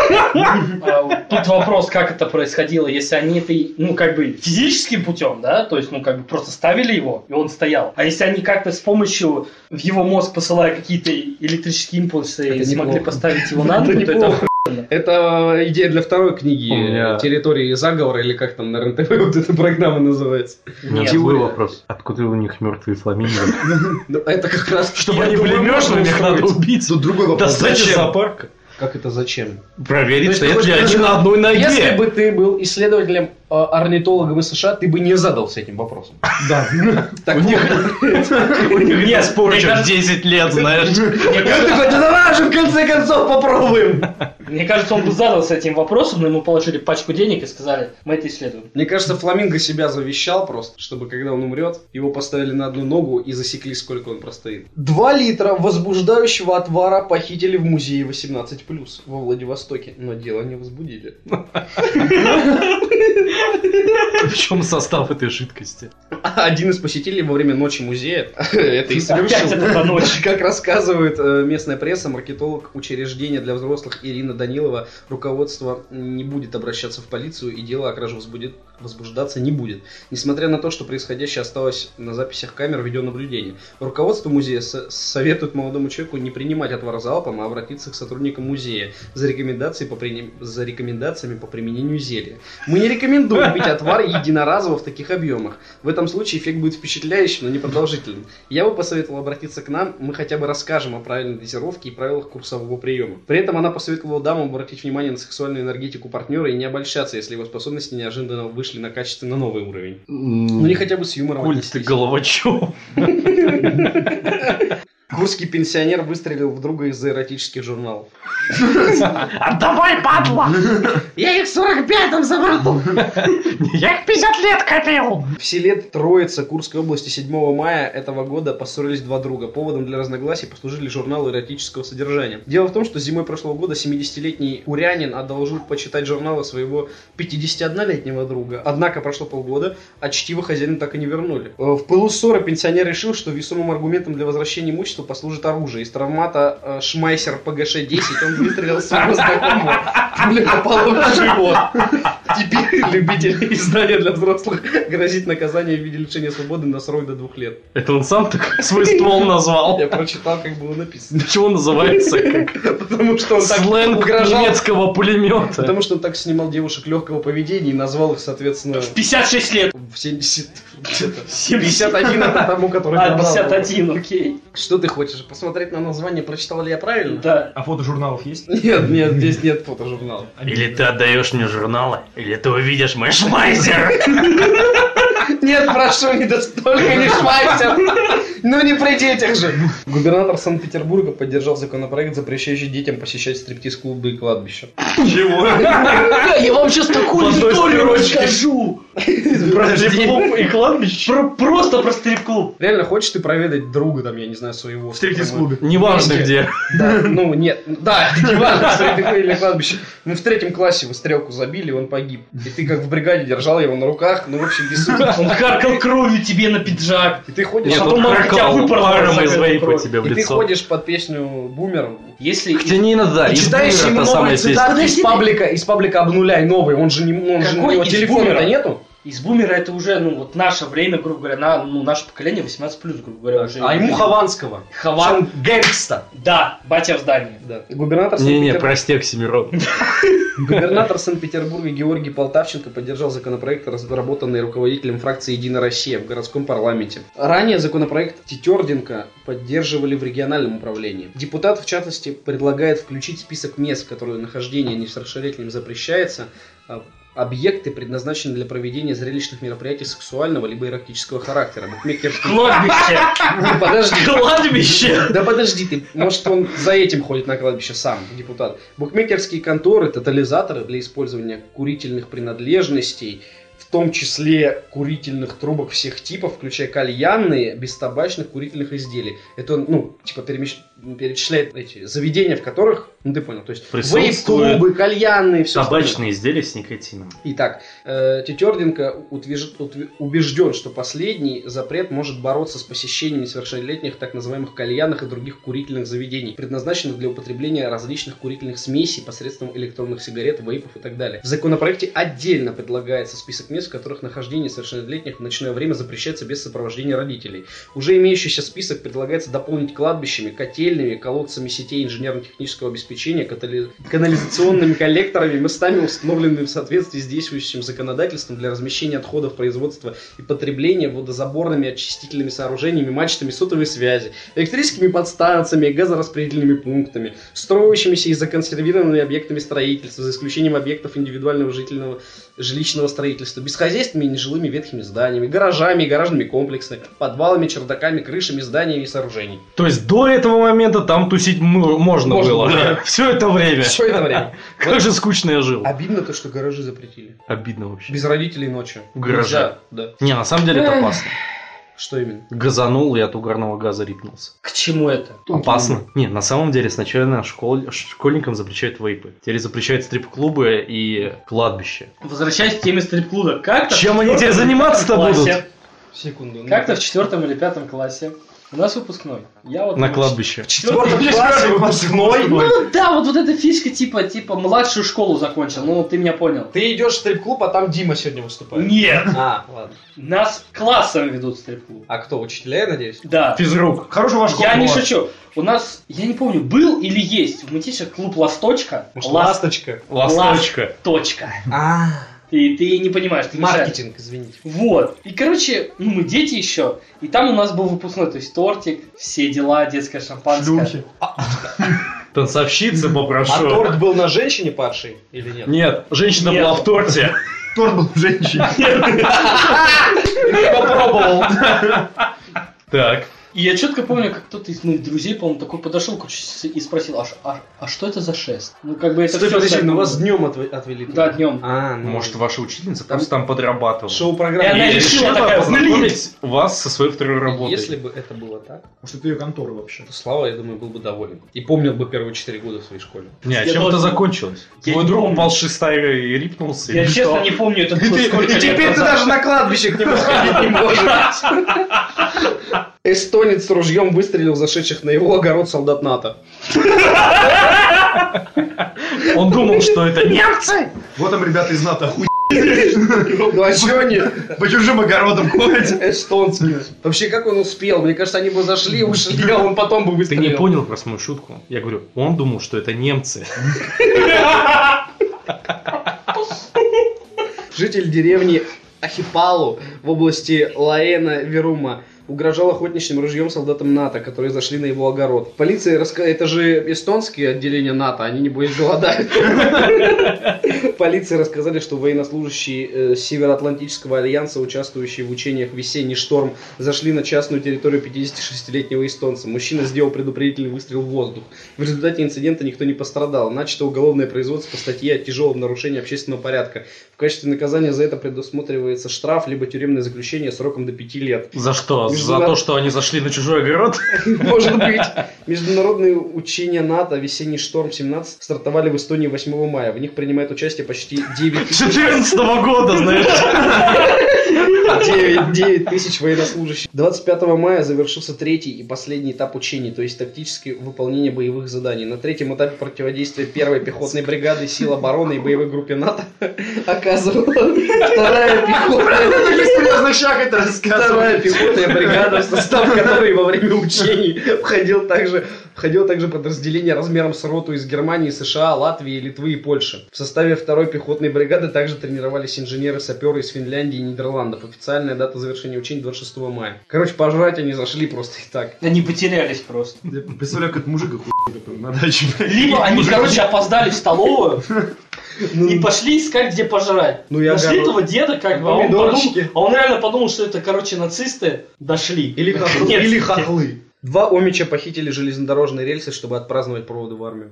А, Тут вопрос, как это происходило, если они это, ну, как бы физическим путем, да, то есть, ну, как бы просто ставили его, и он стоял. А если они как-то с помощью, в его мозг посылая какие-то электрические импульсы,
Это
смогли
неплохо.
поставить его на
Это
ногу, то это
неплохо. Это идея для второй книги
У меня-
«Территории заговора» или как там на РНТВ вот эта программа называется.
У меня
Нет.
свой вопрос. Откуда у них мертвые фламинго?
Ну, Это как раз...
Чтобы
Я
они были
думаю, можно
мертвыми, их надо
устроить.
убить.
Тут другой вопрос.
Достать из
Зачем?
зоопарка.
Как это зачем?
Проверить,
То есть,
стоят ли
ты
они на одной
Если
ноге.
бы ты был исследователем, э, орнитологом из США, ты бы не задался этим вопросом.
Да.
Так
У
вот.
них у них не спорчат
кажется-
10 лет, знаешь.
Мне
Ну, ты
кажется,
хоть раз же, в конце концов попробуем.
мне кажется, он бы задался этим вопросом, но ему положили пачку денег и сказали, мы это исследуем.
Мне кажется, Фламинго себя завещал просто, чтобы когда он умрет, его поставили на одну ногу и засекли, сколько он простоит. Два литра возбуждающего отвара похитили в музее 18+, во Владивостоке, но дело не возбудили.
В чем состав этой жидкости?
Один из посетителей во время ночи музея это и
Опять
совершил.
это за ночь.
Как рассказывает э, местная пресса, маркетолог учреждения для взрослых Ирина Данилова, руководство не будет обращаться в полицию и дело о краже возбудит- возбуждаться не будет. Несмотря на то, что происходящее осталось на записях камер видеонаблюдения. Руководство музея со- советует молодому человеку не принимать отвар залпом, а обратиться к сотрудникам музея за, рекомендации по приним- за рекомендациями по применению зелья. Мы не рекомендуем пить отвар единоразово в таких объемах. В этом случае эффект будет впечатляющим, но не продолжительным. Я бы посоветовал обратиться к нам, мы хотя бы расскажем о правильной дозировке и правилах курсового приема. При этом она посоветовала дамам обратить внимание на сексуальную энергетику партнера и не обольщаться, если его способности неожиданно вышли на качественно новый уровень. Ну не хотя бы с юмором.
Коль ты
отнеслись.
головачев.
Курский пенсионер выстрелил в друга из-за эротических журналов.
Отдавай, падла! Я их в 45-м забрал! Я их 50 лет копил!
В селе Троица Курской области 7 мая этого года поссорились два друга. Поводом для разногласий послужили журналы эротического содержания. Дело в том, что зимой прошлого года 70-летний урянин одолжил почитать журналы своего 51-летнего друга. Однако прошло полгода, а чтиво хозяина так и не вернули. Э, В пылу ссоры пенсионер решил, что весомым аргументом для возвращения имущества послужит оружие. Из травмата э, Шмайсер ПГШ-10 он выстрелил своего знакомого. Пуля попала в живот. Теперь любителям издания для взрослых грозит наказание в виде лишения свободы на срок до двух лет.
Это он сам так свой ствол назвал.
Я прочитал, как было написано.
Чего называется? Как
Потому что он так
сленг
угрожал.
немецкого пулемета.
Потому что он так снимал девушек легкого поведения и назвал их, соответственно,
56 лет.
в 70... где-то.
70.
51 это тому, который
А,
набрал.
51, окей.
Что ты хочешь? Посмотреть на название, прочитал ли я правильно?
Да.
А фото журналов есть?
Нет, нет, здесь нет фотожурнала.
Или ты отдаешь мне журналы, или ты увидишь мой шмайзер.
Нет, прошу, не до- только не шмайсер. Ну не при детях же! Губернатор Санкт-Петербурга поддержал законопроект, запрещающий детям посещать стриптиз-клубы и кладбища. А
Бля, А, я вам сейчас такую историю расскажу. Про стрип-клуб и кладбище. Про- Просто про стрип-клуб.
Реально, хочешь ты проведать друга, там, я не знаю, своего? В
стриптиз-клубе.
Неважно где.
Да, ну нет, да, не важно, стрельбы или кладбище. Мы в третьем классе его стрелку забили, он погиб. И ты как в бригаде держал его на руках, ну в общем без суда.
Он харкал кровью тебе на пиджак.
И ты ходишь,
Нет,
Потом
он
он хотя
кракал
бы порвал
паром
закрытый
из вейпа
кровь.
тебе в
и ты
лицо.
ходишь под песню «Бумер».
Если...
Хотя не иногда,
И
из
читаешь
Бумера
ему
та самая
новые
песня.
цитаты из паблика, из паблика обнуляй новый, он же не, он же у
Какой
него
из
телефона-то
«Бумера»?
нету.
Из бумера это уже, ну, вот наше время, грубо говоря, на, ну, наше поколение 18+, грубо говоря, уже.
А ему Хованского.
Хаван.
Гэнгста.
Да, батя в здании.
Да. Губернатор
Не-не,
Санкт-Петербурга-
прости, Оксимирон.
Губернатор Санкт-Петербурга Георгий Полтавченко поддержал законопроект, разработанный руководителем фракции «Единая Россия» в городском парламенте. Ранее законопроект Тетерденко поддерживали в региональном управлении. Депутат, в частности, предлагает включить в список мест, в которые нахождение несовершеннолетним запрещается, а, объекты, предназначенные для проведения зрелищных мероприятий сексуального либо эротического характера. Букмекерский...
Кладбище.
Подожди.
Кладбище.
Да подожди ты, может он за этим ходит на кладбище сам, депутат. Букмекерские конторы, тотализаторы для использования курительных принадлежностей, в том числе курительных трубок всех типов, включая кальянные, бестабачных курительных изделий. Это он, ну, типа перемещ- перечисляет эти заведения, в которых, ну ты понял, то есть
Присутствует
вейп-клубы, кальянные, все
Табачные изделия с никотином.
Итак, э, Тетерденко утвержд- утв- убежден, что последний запрет может бороться с посещением несовершеннолетних так называемых кальянных и других курительных заведений, предназначенных для употребления различных курительных смесей посредством электронных сигарет, вейпов и так далее. В законопроекте отдельно предлагается список мест, в которых нахождение совершеннолетних в ночное время запрещается без сопровождения родителей. Уже имеющийся список предлагается дополнить кладбищами, котельными, колодцами сетей инженерно-технического обеспечения, катали- канализационными коллекторами, мостами, установленными в соответствии с действующим законодательством для размещения отходов производства и потребления водозаборными очистительными сооружениями, мачтами сотовой связи, электрическими подстанциями, газораспределительными пунктами, строящимися и законсервированными объектами строительства, за исключением объектов индивидуального жительного жилищного строительства, бесхозяйственными и нежилыми ветхими зданиями, гаражами и гаражными комплексами, подвалами, чердаками, крышами зданиями и сооружений.
То есть до этого момента там тусить м- можно
Можно,
было.
да.
Все это время.
Все это время.
Как же скучно я жил.
Обидно то, что гаражи запретили.
Обидно вообще.
Без родителей ночью.
В гараже.
Нельзя, Да.
Не, на самом деле это опасно.
Что именно?
Газанул и от угарного газа рипнулся.
К чему это?
Опасно. Не, на самом деле сначала школ- школьникам запрещают вейпы. Теперь запрещают стрип-клубы и кладбище.
Возвращаясь к теме стрип-клуда. Как-то... в
Чем они тебе
четвертом
заниматься-то
классе-
будут?
Секунду. ну.
Как-то в четвертом или пятом классе у нас выпускной. Я вот
На
в
кладбище.
четвертом классе Ну да, вот, вот эта фишка типа, типа, младшую школу закончил. Ну, ты меня понял.
Ты идешь в стрип-клуб, а там Дима сегодня выступает.
Нет.
А, ладно.
Нас классом ведут в стрип-клуб.
А кто, учителя, я надеюсь?
Да.
Физрук.
Хорошего вашего
Я не шучу. У нас, я не помню, был или есть в мытише клуб «Ласточка».
Может,
Лас-
ласточка?
Ласточка.
«Ласточка».
А,
Ты, ты не понимаешь, ты не шаришь.
маркетинг, извините.
Вот. И, короче, ну, мы дети еще. И там у нас был выпускной, то есть тортик, все дела, детское шампанское.
Танцовщица
А
попрошу.
торт был на женщине падшей или нет?
Нет, женщина
Нет.
была в торте.
Торт был женщине.
Попробовал.
Так.
И я четко помню, как кто-то из моих друзей, по-моему, такой подошел короче, с- и спросил, а, ш- а- а что это за шест? Ну, как бы это
Стой,
всё
подожди,
так-
ну вас днем отв- отвели. туда.
Да, днем.
А, ну.
Может, ваша учительница просто там подрабатывала.
И она
шоу-программа.
И
решила
решила
такая,
познакомить вас со своей второй работой.
Если бы это было так,
Может, это ее контора вообще.
то Слава, я думаю, был бы доволен. И помнил бы первые четыре года в своей школе.
Не, а
Я
чем это
должен-
закончилось?
Я
Твой
не
друг
помню.
упал с шестая и рипнулся?
Я
или
честно
что?
не помню, это
И
было
ты-
сколько
и
лет
теперь ты
назад.
даже на кладбище к нему сходить не можешь. Эстонец с ружьем выстрелил зашедших на его огород солдат НАТО.
Он думал, что это не...
Вот там ребята из НАТО охуенно
Ну а чё нет?
по чужим огородам ходят.
Эстонский. Вообще, как он успел? Мне кажется, они бы зашли, ушли, а он потом бы
Ты
выстрелил.
не понял просто мою шутку. Я говорю, он думал, что это немцы.
Житель деревни Ахипалу в области Лаэна Верума угрожал охотничьим ружьем солдатам НАТО, которые зашли на его огород. Полиция рассказала, это же эстонские отделения НАТО, они небось голодают. Полиции рассказали, что военнослужащие э, Североатлантического альянса, участвующие в учениях «Весенний шторм», зашли на частную территорию 56-летнего эстонца. Мужчина сделал предупредительный выстрел в воздух. В результате инцидента никто не пострадал. Начато уголовное производство по статье о тяжелом нарушении общественного порядка. В качестве наказания за это предусматривается штраф либо тюремное заключение сроком до 5 лет.
За что? За
Международ-
то, что они зашли на чужой огород?
Может быть. Международные учения НАТО «Весенний шторм-17» стартовали в Эстонии 8 мая. В них принимает участие почти 9 тысяч
14 года, знаешь.
9, 9 тысяч военнослужащих. 25 мая завершился третий и последний этап учений, то есть тактическое выполнение боевых заданий. На третьем этапе противодействия первой пехотной бригады сил обороны и боевой группе НАТО оказывала вторая пехотная
бесполезно шаг это
Вторая
рассказывать.
пехотная бригада, в состав которой во время учений входил также, входило также подразделение размером с роту из Германии, США, Латвии, Литвы и Польши. В составе второй пехотной бригады также тренировались инженеры-саперы из Финляндии и Нидерландов. Официальная дата завершения учений 26 мая. Короче, пожрать они зашли просто и так.
Они потерялись просто.
Я представляю, как мужик охуел там на даче.
Либо они, короче, опоздали в столовую и пошли искать, где пожрать.
Ну, я
Нашли
говорю,
этого деда, как бы, а он,
помидорчики.
подумал- а он реально подумал, что это, короче, нацисты дошли.
Или, хохлы-
Нет.
или хохлы. Два Омича похитили железнодорожные рельсы, чтобы отпраздновать проводы в армию.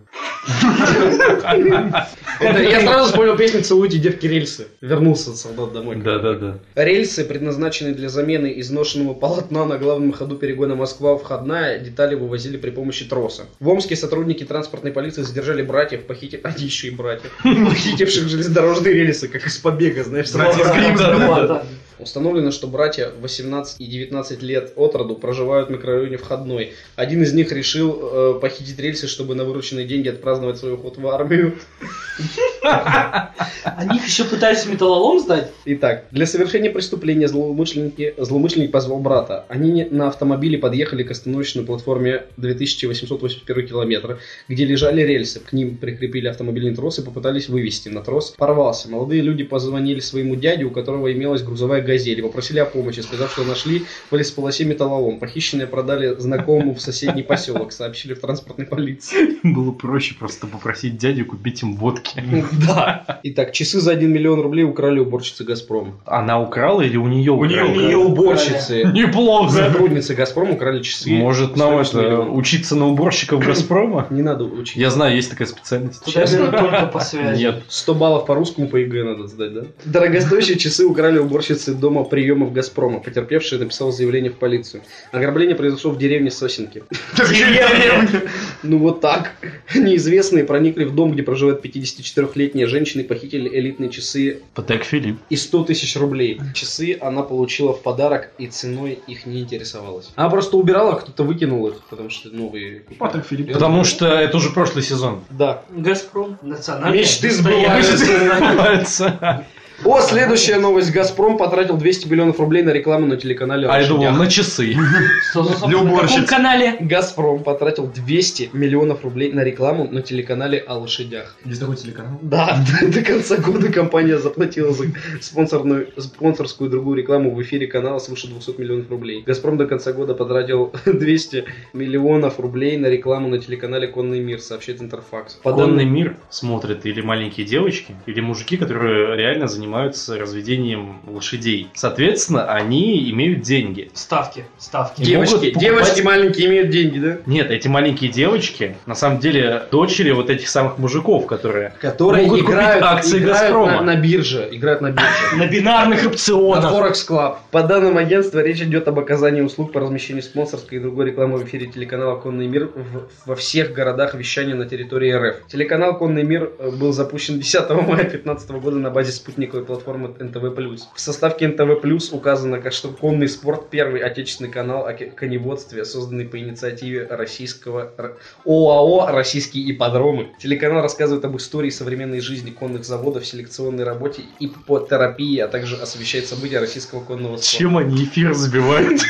Это Я сразу вспомнил песню «Целуйте девки рельсы». Вернулся солдат домой.
Да-да-да.
Рельсы предназначены для замены изношенного полотна на главном ходу перегона Москва-Входная. Детали вывозили при помощи троса. В Омске сотрудники транспортной полиции задержали братьев, похити... Они еще и братья. Похитивших железнодорожные рельсы, как из побега, знаешь. сразу
Да,
разгреб.
да, да, да.
Установлено, что братья 18 и 19 лет от роду проживают в микрорайоне Входной. Один из них решил э, похитить рельсы, чтобы на вырученные деньги отпраздновать свой уход в армию.
Они их еще пытались металлолом сдать.
Итак, для совершения преступления злоумышленники, злоумышленник позвал брата. Они не- на автомобиле подъехали к остановочной платформе 2881 километра, где лежали рельсы. К ним прикрепили автомобильный трос и попытались вывести. На трос порвался. Молодые люди позвонили своему дяде, у которого имелась грузовая газель, и попросили о помощи, сказав, что нашли в лесополосе металлолом. Похищенные продали знакомому в соседний поселок, сообщили в транспортной полиции.
Было проще просто попросить дядю купить им водки.
Итак, часы за 1 миллион рублей украли уборщицы «Газпрома».
Она украла или у нее украли?
уборщицы.
Неплохо.
Сотрудницы Газпрома украли часы.
Может, нам
Стоимость
это,
миллион.
учиться на уборщиков Газпрома?
Не надо учить.
Я знаю, есть такая специальность.
Туда берут только по связи.
Нет.
100 баллов по русскому по ЕГЭ надо сдать, да? Дорогостоящие часы украли уборщицы дома приемов «Газпрома». Потерпевший написал заявление в полицию. Ограбление произошло в деревне Сосенки. Ну вот так. Неизвестные проникли в дом, где проживает 54-летняя женщина и похитили элитные часы
Патек Филипп.
и 100 тысяч рублей. Часы она получила в подарок и ценой их не интересовалась. Она просто убирала, а кто-то выкинул их, потому что новые... купили.
Потому что это уже прошлый сезон.
Да.
Газпром. Ну, Национальный.
Мечты
достояние.
Нравится.
О, следующая новость. «Газпром» потратил 200 миллионов рублей на рекламу на телеканале
А я
«Раш».
думал, на часы.
Что за-
Для
На каком
уборщиц.
канале?
«Газпром» потратил 200 миллионов рублей на рекламу на телеканале о лошадях.
Есть такой телеканал.
Да, до конца года компания заплатила за спонсорную, спонсорскую и другую рекламу в эфире канала свыше 200 миллионов рублей. «Газпром» до конца года потратил 200 миллионов рублей на рекламу на телеканале «Конный мир», сообщает Интерфакс. По
Подонный
данным-
мир смотрят или маленькие девочки, или мужики, которые реально занимаются разведением лошадей. Соответственно, они имеют деньги.
Ставки. Ставки.
И могут
Девочки,
покупать-
девочки маленькие имеют деньги, да?
Нет, эти маленькие девочки, на самом деле, дочери вот этих самых мужиков, которые...
Которые
Могут купить
играют,
акции
играют
«Газпрома».
на- на бирже. Играют на бирже.
На бинарных
На
опционах.
Forex Club. По данным агентства, речь идет об оказании услуг по размещению спонсорской и другой рекламы в эфире телеканала «Конный мир» в- во всех городах вещания на территории РФ. Телеканал «Конный мир» э, был запущен 10 мая 2015 года на базе спутниковой платформы НТВ+. В составке НТВ+, указано, как что «Конный спорт» – первый отечественный канал о ке- коневодстве, созданный по инициативе российского Р- ОАО «Российские ипподромы». Телеканал рассказывает об истории современной жизни конных заводов, селекционной работе и терапии, а также освещает события российского конного спорта.
Чем они эфир забивают?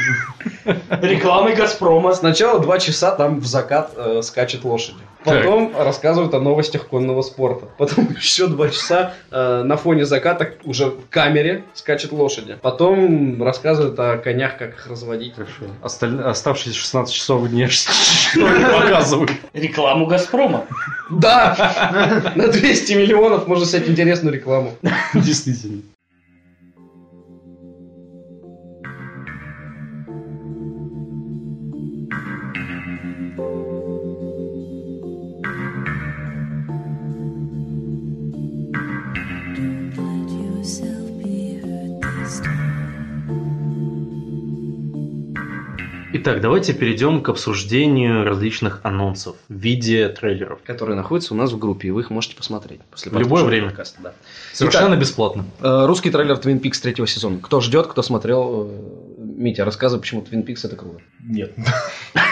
Рекламой Газпрома.
Сначала два часа там в закат э, скачет лошади. Потом рассказывают о новостях конного спорта. Потом еще два часа э, на фоне заката уже в камере скачет лошади. Потом рассказывают о конях, как их разводить.
Хорошо. Осталь- Оставшиеся 16 часов дня что они показывают.
Рекламу Газпрома.
Да! На 200 миллионов можно снять интересную рекламу.
Действительно.
Let yourself be hurt this time.
Итак, давайте перейдем к обсуждению различных анонсов в виде трейлеров.
Которые находятся у нас в группе, и вы их можете посмотреть. После
В любое
прослушивания
время.
подкаста, да.
Совершенно бесплатно.
Э, Русский трейлер Twin Peaks третьего сезона. Кто ждет, кто смотрел, э, Митя, рассказывай, почему Twin Peaks это круто.
Нет.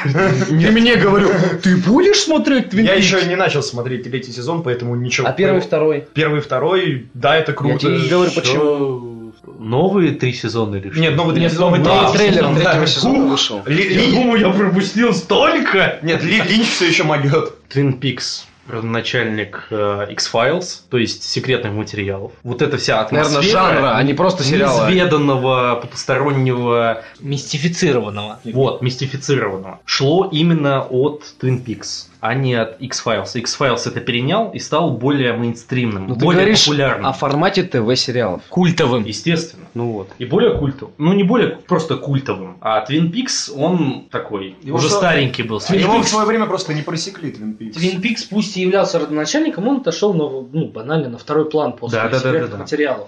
Ты мне говорю, ты будешь смотреть Twin
Я еще не начал смотреть третий сезон, поэтому ничего.
А первый, второй?
Первый, второй, да, это круто.
Я тебе не говорю, почему.
Новые три сезона или что?
Нет, новый третий
Нет,
сезон.
новый
да,
трейлер
да.
третьего сезона
Фух,
вышел.
Ли- Ли-
думаю, я пропустил столько!
Нет, Ли- Линч все еще могет.
Twin Peaks родоначальник э, X-Files, то есть секретных материалов. Вот эта вся
Наверное,
атмосфера
жанра, а не просто сериала.
неизведанного, потустороннего,
Мистифицированного.
вот, мистифицированного, шло именно от Twin Peaks, а не от X-Files. X-Files это перенял и стал более мейнстримным,
Ну, ты
более
говоришь
популярным.
о формате ТВ-сериалов.
Культовым. Естественно.
Ну вот.
И более культовым. Ну, не более просто культовым. А Twin Peaks, он такой,
Его
уже
что-
старенький был.
А Его в
Twin Peaks-
свое время просто не просекли, Твин Пикс.
Твин Пикс пусть и являлся родоначальником, он отошел на, ну, банально на второй план после
Да, да, да,
секретных
да, да.
материалов.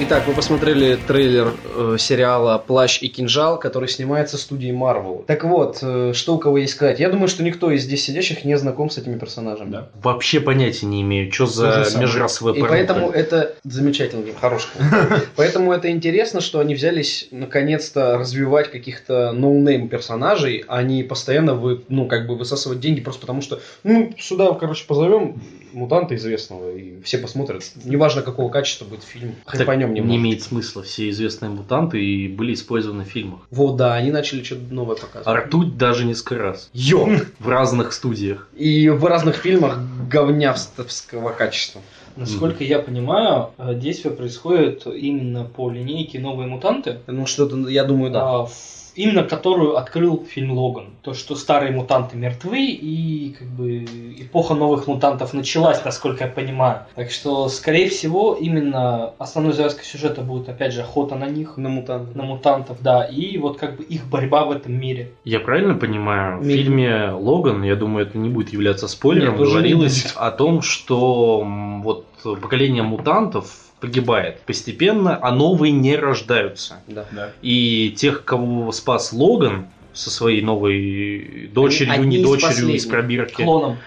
Итак, вы посмотрели трейлер э, сериала «Плащ и кинжал», который снимается студией Marvel. Так вот, э, что у кого есть сказать? Я думаю, что никто из здесь сидящих не знаком с этими персонажами.
Да.
Вообще понятия не имею, что
То
за
же самое.
межрасовая
И
порка.
поэтому это замечательно, Гим, хороший. комментарий. Поэтому это интересно, что они взялись наконец-то развивать каких-то ноунейм персонажей, а не постоянно вы, ну, как бы высасывать деньги просто потому, что ну, сюда, короче, позовем мутанта известного, и все посмотрят. Неважно, какого качества будет фильм,
Так
хайпанем
не
немного.
имеет смысла. Все известные мутанты и были использованы в фильмах.
Вот, да, они начали что-то новое показывать.
А ртуть даже несколько раз.
Йо!
В разных студиях.
И в разных фильмах говнявского качества.
Насколько я понимаю, э, действие происходит именно по линейке «Новые мутанты»,
Ну, что-то, я думаю, да.
а, в- именно которую открыл фильм «Логан». То, что старые мутанты мертвы, и как бы эпоха новых мутантов началась, насколько я понимаю. Так что, скорее всего, именно основной завязкой сюжета будет, опять же, охота на них,
На мутанта.
на мутантов, да, и вот как бы их борьба в этом мире.
Я правильно понимаю, в
Ми-
фильме Логан, я думаю, это не будет являться спойлером,
Нет, уже не
говорилось о том, что м, вот поколение мутантов погибает постепенно, а новые не рождаются.
Да.
Да.
И тех, кого спас Логан со своей новой дочерью,
Они-
не
они из
дочерью из
последних.
пробирки,
Клоном.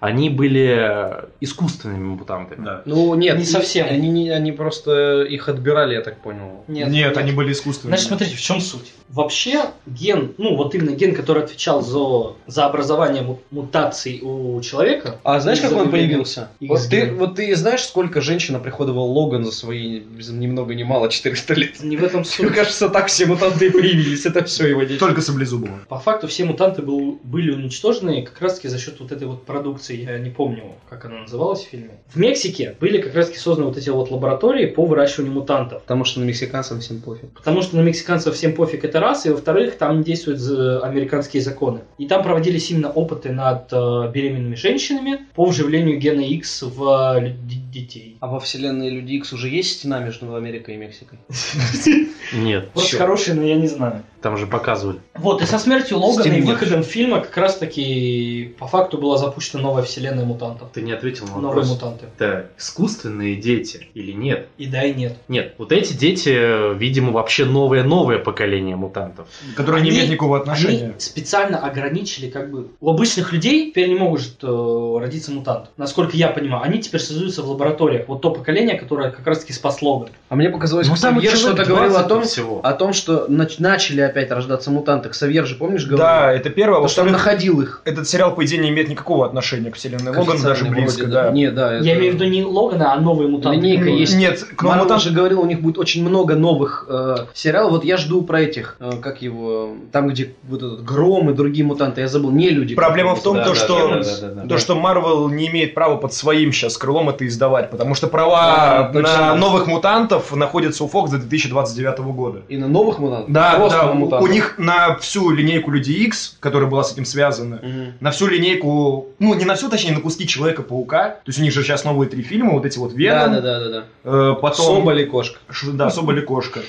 они были э, искусственными мутантами.
Да.
Ну, нет.
Не
и-
совсем.
Они, не- они просто их отбирали, я так понял.
Нет,
Нет, они были искусственными.
Значит, смотрите, в чем суть? Вообще ген, ну вот именно ген, который отвечал за, за образование му- мутаций у человека.
А знаешь,
из-за
как он
выявления-
появился? Вот
Из-за-
ты, вот ты знаешь, сколько женщин оприходовал Логан за свои ни много ни мало 400 лет?
Не в этом
Мне
суть.
кажется, так все мутанты и появились. Это все его дети.
Только саблезубого.
По факту все мутанты был- были уничтожены как раз таки за счет вот этой вот продукции, я не помню, как она называлась в фильме. В Мексике были как раз таки созданы вот эти вот лаборатории по выращиванию мутантов.
Потому что на мексиканцам всем пофиг.
Потому что на мексиканцев всем пофиг это раз, и во-вторых, там не действуют за- американские законы. И там проводились именно опыты над э, беременными женщинами по вживлению гена X в э, лю- д- детей.
А во вселенной Люди Икс уже есть стена между Америкой и Мексикой?
Нет,
Просто
Чё?
хорошие, но я не знаю.
там же показывали.
Вот, и со смертью Логана и
Стимулируешь.
выходом фильма как раз-таки по факту была запущена новая вселенная мутантов.
Ты не ответил на
Новые
вопрос.
мутанты.
Это искусственные дети или нет?
И да, и нет.
Нет, вот эти дети, э, видимо, вообще новое-новое поколение мутантов.
Который не
Они-
имеет никакого отношения.
Они специально ограничили, как бы, у обычных людей теперь не может э, родиться мутант. Насколько я понимаю, они теперь создаются в лабораториях. Вот то поколение, которое как раз-таки спас Логан.
А мне показалось,
Ну,
что
человек
Савьер что-то говорил о
20
том,
всего.
о том, что нач- начали опять рождаться мутанты. Савьер же, помнишь, говорил?
Да, это первое.
Потому что он
Во-вторых,
находил их.
этот сериал, по идее, не имеет никакого отношения не вселенной Логан, даже близко, да.
Не, да.
Я
это-
имею в виду не Логана, а новые мутанты.
Линейка
Ну,
есть.
Нет, к
Марвел
новому там...
же говорил, у них будет очень много новых э, сериалов. Вот я жду про этих, э, как его, там, где вот этот Гром и другие мутанты, я забыл, не люди.
Проблема в том,
Да,
то,
да,
что,
да, да, да, да.
то, что Marvel не имеет права под своим сейчас крылом это издавать, потому что права
Да, точно.
на новых мутантов находятся у Fox до 2029 года.
И на новых мутантов?
Да,
Просто
да,
на
у-
мутантов.
у них на всю линейку Людей X, которая была с этим связана,
Мгм.
на всю линейку, ну не на всю, точнее, на куски Человека-паука, то есть у них же сейчас новые три фильма, вот эти вот
Да,
Веном,
да, да, да, да.
э, потом...
Соболь и кошка.
Ш- Да, Соболь и Кошка.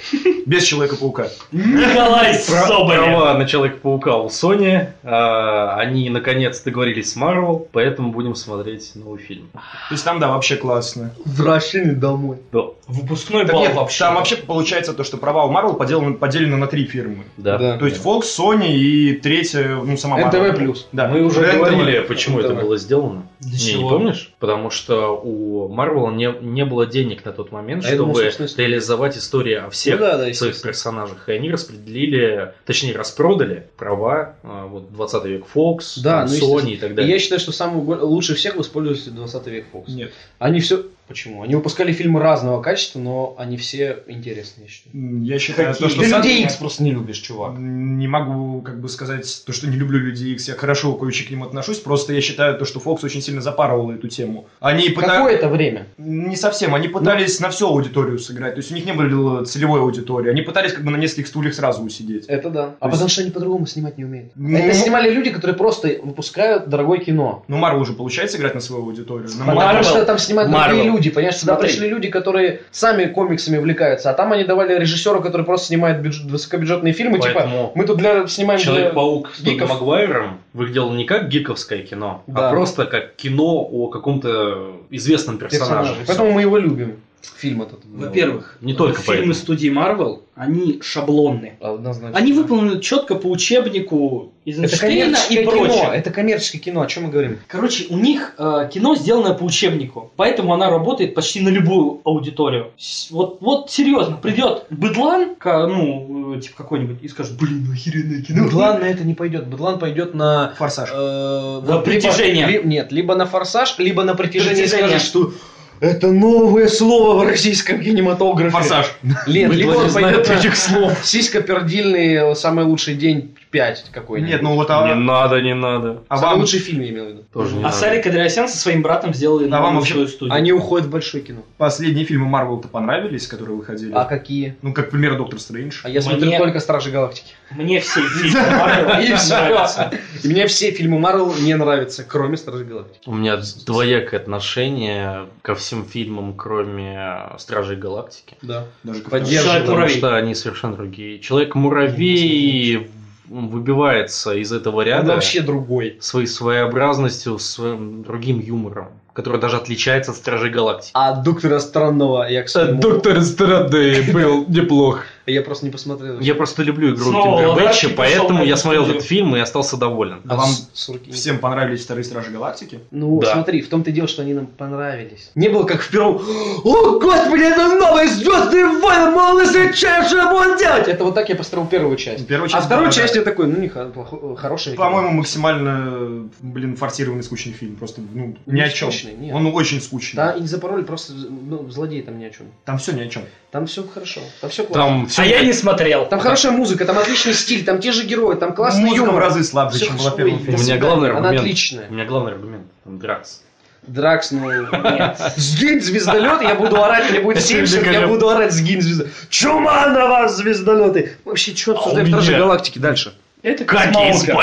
Без Человека-паука.
Николай Соболев.
Права на Человека-паука у Sony. а, они наконец договорились с Marvel, поэтому будем смотреть новый фильм.
То есть там, да, вообще классно.
Возвращение домой.
Да.
Выпускной
Так
бал
нет,
вообще.
там вообще получается то, что права у Marvel поделаны- поделены на три фирмы.
Да.
То есть Fox, Sony и третья, ну, сама Marvel.
НТВ плюс.
Да.
Мы уже
НТВ.
говорили, почему это
Давай.
было сделано.
Для
Не,
чего?
не помнишь? Потому что у Марвела не, не было денег на тот момент,
А я думал,
чтобы
собственно, что-
реализовать историю о всех
Ну да, да,
своих
естественно.
персонажах. И они распределили, точнее, распродали права а, вот 20 век Fox,
Да,
там,
ну,
Sony и так
И
далее.
я считаю, что самый бо- лучше всех воспользовались 20 век Фокс.
Нет.
Они все... Почему? Они выпускали фильмы разного качества, но они все интересные, я считаю.
М, Я считаю, то,
Ты
что... сам-
людей Икс просто не любишь, чувак.
Не могу, как бы сказать, то, что не люблю людей Икс. Я хорошо кое-что к ним отношусь. Просто я считаю, то, что Fox очень сильно запарывал эту тему. Они пытались...
Какое это Ну. время?
Не совсем. Они пытались на всю аудиторию сыграть. То есть у них не было целевой аудитории. Они пытались как бы на нескольких стульях сразу усидеть.
Это да. А
есть-
потому что они по-другому снимать не умеют.
Ну-
Это снимали люди, которые просто выпускают дорогое кино.
Но Marvel уже получается играть на свою аудиторию. На
Потому
Marvel.
что там снимают другие
Marvel.
люди. Понимаешь, сюда
Смотри.
пришли люди, которые сами комиксами увлекаются. А там они давали режиссеру, который просто снимает бюджет- высокобюджетные фильмы. Типа,
Поэтому
мы тут для, снимаем... для-
Человек-паук с Тобey
гиков.
Магуайром выглядел не как гиковское кино,
Да.
а просто как кино о каком-то известном персонаже.
персонажей. Поэтому мы его любим. Фильм этот.
Ну, Во-первых,
Не только
фильмы
поэтому.
студии Marvel, они шаблонные.
Однозначно.
Они выполнены четко по учебнику
Это
Эйзенштейна
коммерческое
и
кино.
прочее.
Это коммерческое кино. О чем мы говорим?
Короче, у них э, кино сделанное по учебнику, поэтому она работает почти на любую аудиторию. С- Вот, вот серьезно, придет быдлан, ка- ну, э, типа какой-нибудь, и скажет, блин, ну охеренное кино.
Бедлан на это не пойдет. Бедлан пойдет на...
Форсаж.
На
притяжение.
нет, либо на форсаж, либо на притяжение,
Притяжение.
скажет, что это новое слово в российском кинематографе.
Форсаж.
Нет, либо он пойдет на
слов.
сиська пердильный, самый лучший день 5 какой-нибудь.
Нет, ну вот
Не
а,
надо, не надо.
а
Самый
вам...
лучший фильм я имел в виду.
Тоже не
А
надо.
Сарик Андреасян со своим братом сделали
Да, вам
новую
вообще-
свою студию.
А Они уходят в большое кино.
Последние фильмы Марвел-то понравились, которые выходили?
А какие?
Ну, как, к примеру, Доктор Стрэндж.
А я смотрю
Мне-
только Стражи Галактики.
Мне все фильмы Marvel
И всё.
нравятся.
И мне все фильмы Марвел не нравятся, кроме Стражи Галактики.
У меня двоякое отношение ко всем фильмам, кроме Стражей Галактики.
Да.
Даже как
Поддерживаю.
Потому
Человек-муравей.
что они совершенно другие. Человек-муравей выбивается из этого
Он
ряда
вообще другой.
своей своеобразностью, своим другим юмором, который даже отличается от Стражей Галактики.
А Доктора Странного
Э,
я, кстати, ему-
Доктор Страды был неплох.
я просто не посмотрел.
Я просто люблю игру
Снова
Кимбербэтча,
Лавровский
поэтому
пришел на
я
эту
смотрел
студию.
этот фильм и остался доволен.
А
вам
с- с руки не-
Всем понравились вторые Стражи Галактики?
Ну,
Да.
смотри, в том-то и дело, что они нам понравились. Не было как в первом «О, господи, это новые звездные войны, мало встречаем, что я буду делать!» Это вот так я построил первую часть.
Первую
а
часть
вторую
была, да.
часть я такой, ну, не хо- плохо- хорошая.
По-моему, максимально, блин, форсированный скучный фильм. Просто, ну, ни
Не
о чем.
скучный, нет.
Он очень скучный.
Да, и не запороли, просто ну, злодей там ни о чем.
Там все ни о чем.
Там все хорошо, там все классно.
Там все
А я не смотрел.
Там хорошая музыка, там отличный стиль, там те же герои, там классный
Музыка
юмор.
в разы слабже,
Всё
чем
хорошо.
была в первом
Ой,
У
фильме.
да.
меня
свидания.
главный
Она
аргумент.
отличная.
У меня главный аргумент. Там Дракс.
Дракс, ну...
Нет.
Сгинь, звездолет, я буду орать, мне будет
Это
сельшер, я
великолепно.
буду орать, сгинь, звездолет. Чума на вас, звездолеты! Вообще, что обсуждаем Стражи Галактики дальше?
Это космонавка.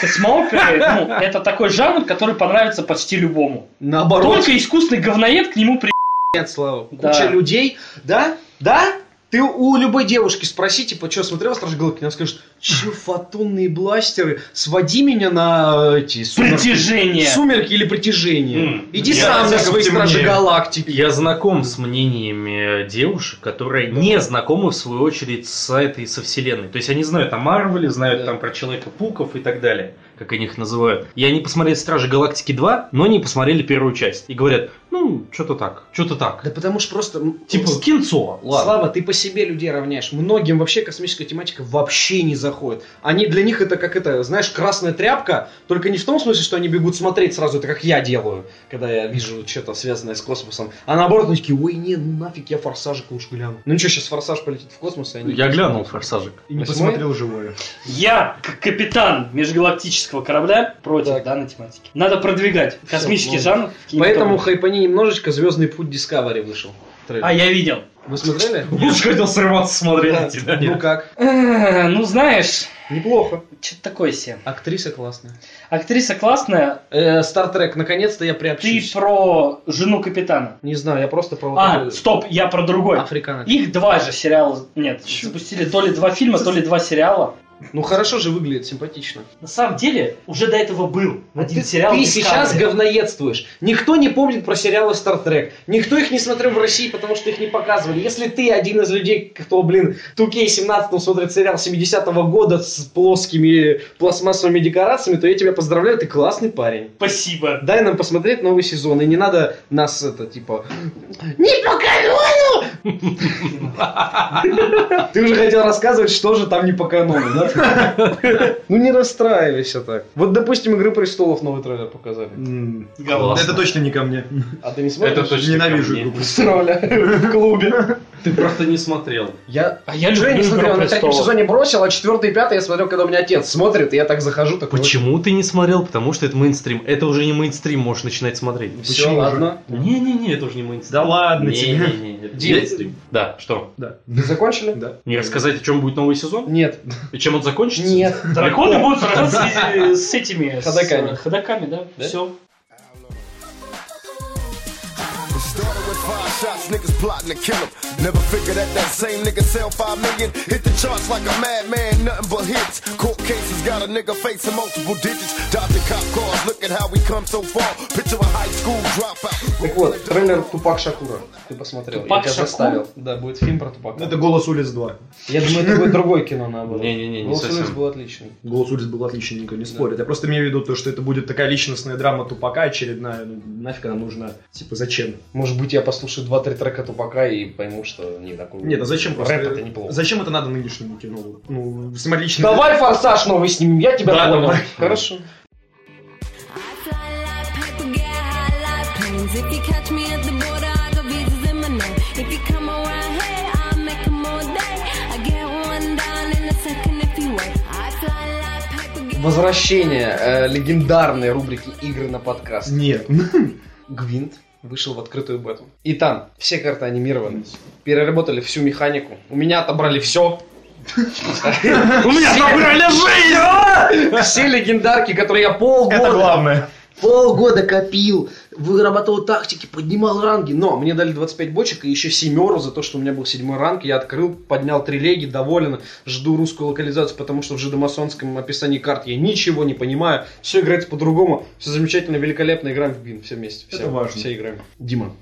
Космонавка, ну, это такой жанр, который понравится почти любому.
Наоборот,
Только искусный говноед к нему при...
Нет, Слава.
Да.
Куча людей. Да? Да? Ты у любой девушки спроси, типа, что смотрела «Стражи Галактики», она скажет, че фотонные бластеры, своди меня на э, эти... сумерки».
Притяжение.
Сумерки или притяжение.
М,
Иди
я
сам на
хотя бы
свои «Стражи
темнее.
Галактики».
Э, Я знаком с мнениями девушек, которые не знакомы, в свою очередь, с этой, со вселенной. То есть они знают о Марвеле, знают
Да.
там про Человека-пуков и так далее, как они их называют. И они посмотрели «Стражи Галактики 2», но не посмотрели первую часть. И говорят, Ну, что-то так. Что-то так.
Да потому что просто... м,
Типа
вот,
кинцо. Ладно.
Слава, ты по себе людей равняешь. Многим вообще космическая тематика вообще не заходит. Они для них это как это, знаешь, красная тряпка, только не в том смысле, что они бегут смотреть сразу, это как я делаю, когда я вижу что-то связанное с космосом. А наоборот, они такие, ой, не, ну нафиг, я форсажик лучше гляну. Ну ничего, сейчас форсаж полетит в космос, и они...
Я глянул форсажик.
И не
Восьмой?
посмотрел живое.
Я, как капитан межгалактического корабля, против данной тематики. Надо продвигать космический жанр. в кинематографе.
Поэтому хайпани немножечко «Звездный путь Discovery» вышел. трейлер.
А, я видел.
Вы смотрели?
Лучше хотел срываться смотреть типа.
Да.
на тебя.
Ну как?
Э, Ну, знаешь,
Неплохо.
что-то такое себе.
Актриса классная.
Актриса классная.
Э, Стартрек, наконец-то я
Ты
приобщусь.
про жену капитана.
Не знаю, я просто про вот А,
А,
эту
стоп, я про другой.
африканок.
Их два же сериала. Нет, запустили то ли два фильма, то ли два сериала.
Ну хорошо же выглядит, симпатично.
На самом деле, уже до этого был один сериал.
Ну, Ты
Discovery.
сейчас говноедствуешь. Никто не помнит про сериалы Star Trek. Никто их не смотрел в России, потому что их не показывали. Если ты один из людей, кто, блин, в 2К17 смотрит сериал 70-го года с плоскими пластмассовыми декорациями, то я тебя поздравляю, ты классный парень.
Спасибо.
Дай нам посмотреть новый сезон, и не надо нас это, типа, не по канону! Ты уже хотел рассказывать, что же там не по канону, да? Ну не расстраивайся так. Вот, допустим, «Игры престолов» новый трейлер показали.
Говно.
Это точно не ко мне.
А ты не смотришь?
Это точно
Ненавижу
ко мне.
игру.
Тролля в клубе.
Ты просто не смотрел.
Я
А я
уже
люблю
не смотрел,
«Игру
на третьем
престолов».
сезоне бросил, а четвертый и пятый я смотрел, когда у меня отец смотрит, и я так захожу, такой...
Почему ты не смотрел? Потому что это мейнстрим. Это уже не мейнстрим, можешь начинать смотреть.
Все, ладно.
Не-не-не, это уже не мейнстрим.
Да ладно тебе.
Не-не-не, это не
Дим.
мейнстрим. Да, что?
Закончили?
Да.
Не рассказать, о чем будет новый сезон?
Нет.
И чем он закончится?
Нет.
Драконы будут сражаться и- с этими... с-
Ходоками.
Ходоками, да. Все.
It started with five shots, niggas plotting to kill him. Never figured that that same nigga sell five million. Hit the charts like a madman, nothing but hits. Court cases got a nigga facing multiple digits. Dodging cop cars, look at how we come so far. Picture a high school dropout.
Так вот, трейлер Тупак Шакура. Ты посмотрел,
Тупак
я тебя
Шакур?
заставил. Да, будет фильм про Тупака.
Это «Голос улиц 2».
Я думаю, это будет другое кино, наоборот.
Не-не-не, не
«Голос улиц»
совсем.
был отличный.
«Голос улиц» был отличный, никто не спорит. Я просто имею в виду то, что это будет такая личностная драма Тупака очередная. Ну, нафиг она нужна? Типа, зачем?
Может быть, я послушаю 2-3 трека Тупака и пойму, что не такой...
Нет, а зачем просто...
Рэп это неплохо.
Зачем это надо нынешнему кино? Ну, самолично...
Давай «Форсаж» новый снимем, я тебя
Да,
понял.
давай.
Хорошо.
I fly like people get high like planes. If you catch me at the border, I got visas in my name. If you come around here, I'll make 'em all day. I get one down in a second if you wait. I fly like people get
Возвращение э, легендарной рубрики «Игры на подкаст».
Нет.
Гвинт вышел в открытую бету. И там все карты анимированы. Переработали всю механику. У меня отобрали все.
У меня забрали жизнь!
Все легендарки, которые я полгода
главное.
Полгода копил, вырабатывал тактики, поднимал ранги. Но мне дали 25 бочек и еще семеру за то, что у меня был седьмой ранг. Я открыл, поднял три леги, доволен. Жду русскую локализацию, потому что в жидомасонском описании карт я ничего не понимаю. Все играется по-другому. Все замечательно, великолепно. Играем в бин. Все вместе. Все,
Это важно.
Все играем. Дима.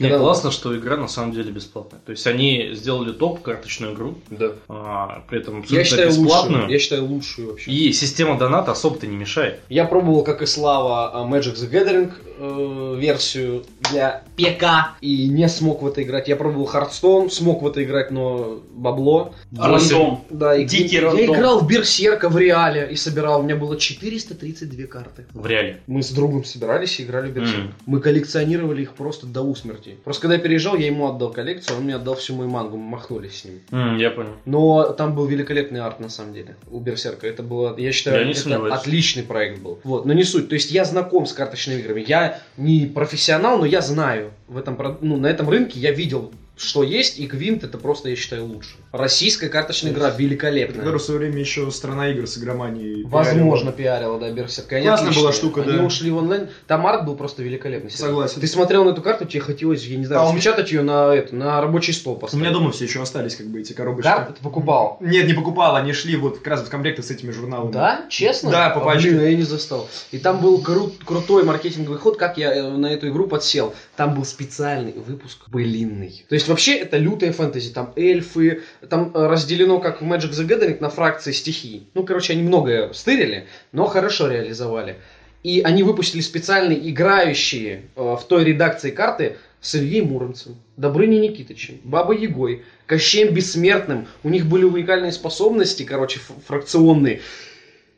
Мне
Да.
классно, что игра на самом деле бесплатная. То есть они сделали топ карточную игру,
Да.
а, при этом абсолютно
Я считаю
бесплатную.
лучшую. Я считаю лучшую вообще.
И система доната особо-то не мешает.
Я пробовал, как и Слава, а, Magic the Gathering э, версию для ПК и не смог в это играть. Я пробовал Хардстоун, смог в это играть, но бабло.
Рандом.
Да, и
Дикий
я
рандом.
играл в Берсерка в реале и собирал. У меня было 432 карты.
В реале.
Мы с другом собирались и играли в Берсерка.
М.
Мы коллекционировали их просто до усмерти. Просто когда я переезжал, я ему отдал коллекцию, он мне отдал всю мою мангу, мы махнулись с ним.
М, я понял.
Но там был великолепный арт, на самом деле, у Берсерка. Это было, я считаю,
Я не
это
сомневаюсь.
отличный проект был. Вот, но не суть. То есть я знаком с карточными играми. Я не профессионал, но я знаю. В этом, про- ну, на этом рынке я видел, что есть, и Квинт это просто, я считаю, лучше. Российская карточная игра
Которую
великолепная.
в свое время еще страна игр с игроманией.
Возможно, пиарила, да, Берсерка. Они
Классная была
отличные.
штука,
Они
да.
ушли в онлайн. Там арт был просто великолепный. Серёж.
Согласен.
Ты смотрел на эту карту, тебе хотелось, я не знаю,
А у меня-
распечатать ее на, это, на рабочий стол
У
поставить.
меня дома все еще остались, как бы, эти коробочки.
Карты ты покупал.
Нет, не покупал, они шли вот как раз в комплекты с этими журналами.
Да, честно?
Да,
А,
по пачке.
Блин, я не застал. И там был кру- крутой маркетинговый ход, как я э, на эту игру подсел. Там был специальный выпуск блинный. То есть вообще это лютая фэнтези. Там эльфы, там э, разделено, как в Magic the Gathering, на фракции стихий. Ну, короче, они многое стырили, но хорошо реализовали. И они выпустили специальные играющие э, в той редакции карты с Ильей Муромцем, Добрыней Никитычем, Бабой Ягой, Кощеем Бессмертным. У них были уникальные способности, короче, ф- фракционные.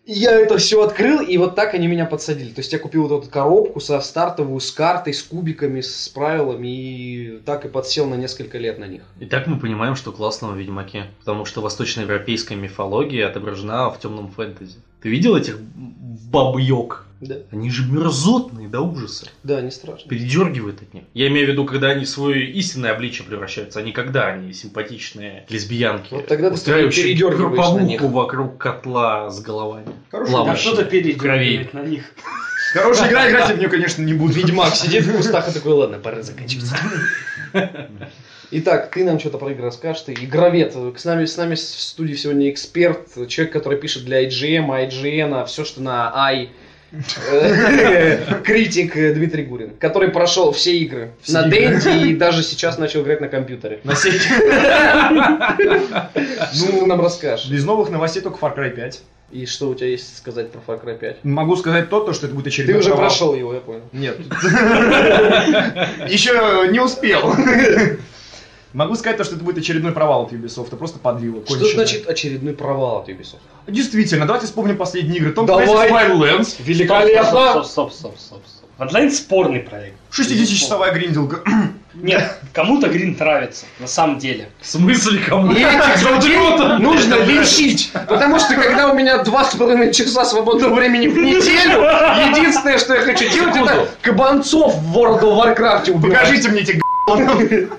И Я это все открыл, и вот так они меня подсадили. То есть я купил вот эту коробку со стартовую, с картой, с кубиками, с правилами, и так и подсел на несколько лет на них.
Итак, мы понимаем, что классного в Ведьмаке, потому что восточноевропейская мифология отображена в темном фэнтези. Ты видел этих бабьёк?
Да.
Они же мерзотные до ужаса.
Да, не страшно.
Передергивают от них. Я имею в виду, когда они в свое истинное обличие превращаются, а не когда они симпатичные лесбиянки,
Вот тогда ты
устраивающие
передергиваешь на
групповуху
них. а
вокруг котла с головами.
Хорошая
Да
Плавающие.
что-то
Крови.
передергивает на них.
Хорошая игра, играть я в нее, конечно, не буду.
Ведьмак сидит в кустах и такой, ладно, пора заканчиваться. Итак, ты нам что-то про игры расскажешь, ты игровед. С нами, с нами в студии сегодня эксперт, человек, который пишет для IGM, IGN, все, а что на I. Э, Критик э, Дмитрий Гурин, который прошел все игры на Денте и даже сейчас начал играть на компьютере.
На сей-
Что ты нам расскажешь?
Из новых новостей только Far Cry 5.
И что у тебя есть сказать про Far Cry 5?
Могу сказать то, то, что это будет очередной
Ты уже
провал.
прошел его, я понял.
Нет. Еще не успел. Могу сказать то, что это будет очередной провал от Ubisoft, а просто подлива.
Что значит очередной провал от Ubisoft?
Действительно, давайте вспомним последние игры. Том
Давай.
Clancy's Wildlands,
Великолепно! Стоп, стоп, стоп, стоп, стоп. Bloodline спорный проект.
60-часовая гринделка.
Нет, кому-то Грин нравится, на самом деле.
В смысле кому?
И этих людей нужно лечить. Потому что когда у меня два с половиной часа свободного времени в неделю, единственное, что я хочу делать, это кабанцов в World of Warcraft убивать.
Покажите мне эти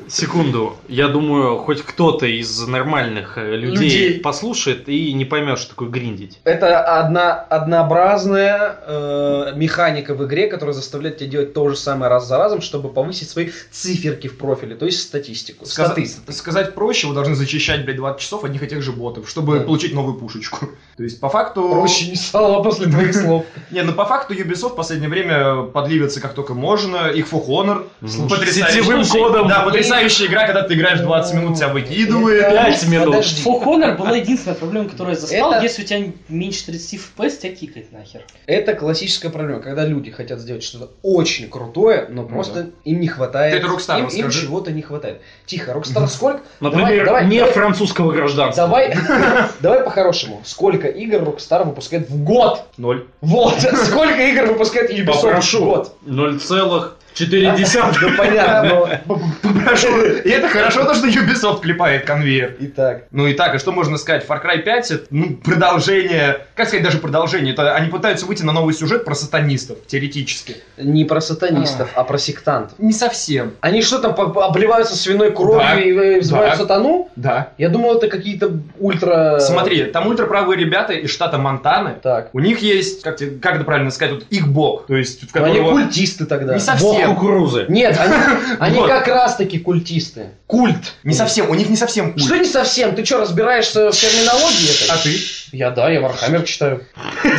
Секунду. Я думаю, хоть кто-то из нормальных э, людей,
Людей.
послушает и не поймет, что такое гриндить.
Это одна, однообразная э, механика в игре, которая заставляет тебя делать то же самое раз за разом, чтобы повысить свои циферки в профиле, то есть статистику.
Сказать,
Статы.
сказать проще, вы должны зачищать, блядь, 20 часов одних и тех же ботов, чтобы
Да.
получить новую пушечку. То есть, по факту...
не стало после твоих слов.
Не, ну по факту Ubisoft в последнее время подливится как только можно. Их For Honor.
Слушай,
потрясающая-
сетевым кодом.
Да, потрясающая игра, когда ты играешь 20 минут, тебя выкидывает.
Пять минут.
Подожди.
For Honor была единственная проблема, которую я застал.
Это-
Если у тебя меньше 30 FPS, тебя кикает нахер.
Это классическая проблема, когда люди хотят сделать что-то очень крутое, но просто им не хватает.
Ну Ты это Rockstar
им, им
расскажи.
чего-то не хватает. Тихо, Рокстар сколько?
Например,
давай,
не
давай.
французского гражданства.
Давай, давай по-хорошему. Сколько игр Rockstar выпускает в год?
Ноль.
Вот, сколько игр выпускает Ubisoft в год?
Ноль целых четыре
Да
десятых.
понятно, но...
Хорошо. И это хорошо, то, что Ubisoft клепает конвейер.
Итак,
Ну и так, и что можно сказать? Far Cry 5 это ну, продолжение, как сказать, даже продолжение. Это они пытаются выйти на новый сюжет про сатанистов, теоретически.
не про сатанистов, а про сектантов.
Не совсем.
Они что там, по- по- обливаются свиной кровью
Да,
и э, взывают
да.
сатану?
Да.
Я думал, это какие-то ультра...
Смотри, там ультраправые ребята из штата Монтаны.
Так.
У них есть, как, тебе- как это правильно сказать, вот их бог. То есть, в
Ну, Они
которого-
культисты тогда.
Не
Бог
совсем.
кукурузы.
Нет, они, они
Вот.
как раз таки культисты.
Культ. Не совсем, у них не совсем культ.
Что не совсем? Ты что, разбираешься в терминологии этой?
А ты?
Я, да, я Вархаммер читаю.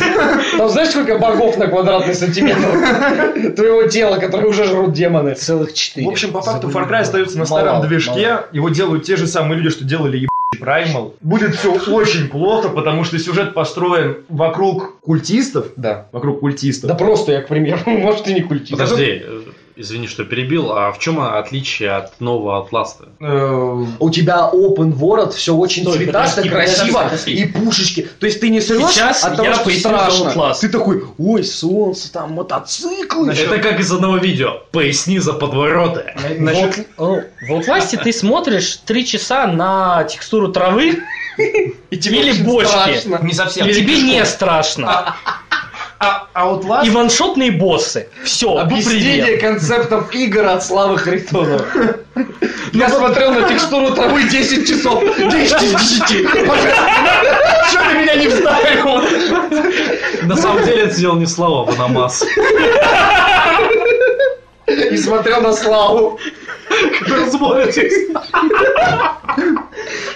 Там знаешь, сколько богов на квадратный сантиметр твоего тела, которые уже жрут демоны? Целых четыре.
В общем, по факту Far Cry остается на
Маловато,
старом движке. Его делают те же самые люди, что делали ебучий Primal. Будет все очень плохо, потому что сюжет построен вокруг культистов.
Да.
Вокруг культистов.
Да просто я, к примеру. Может, и не культист.
Подожди, э, извини, что перебил. А в чем отличие от нового Атласта?
Э,
У тебя open world, все очень
Стой,
цветасто,
подожди,
красиво
подожди, подожди.
и пушечки. То есть ты не срешь
Сейчас
от того,
я
что
поясню за
страшно.
Outlast.
Ты такой, ой, солнце, там мотоциклы.
Это как из одного видео. Поясни за подвороты.
э, Вот- о, В Outlast ты смотришь 3 часа на текстуру травы
И
или бочки.
Не совсем.
И тебе не страшно.
А Outlast
И ваншотные боссы. Все,
Объяснение концептов игр от Славы Харитонова.
Ну,
Я смотрел на текстуру травы 10 часов. 10 из 10.
Чё ты меня не вставил?
На самом деле это сделал не а слова Банамас.
И смотрел на Славу.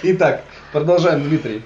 Итак, продолжаем, Дмитрий.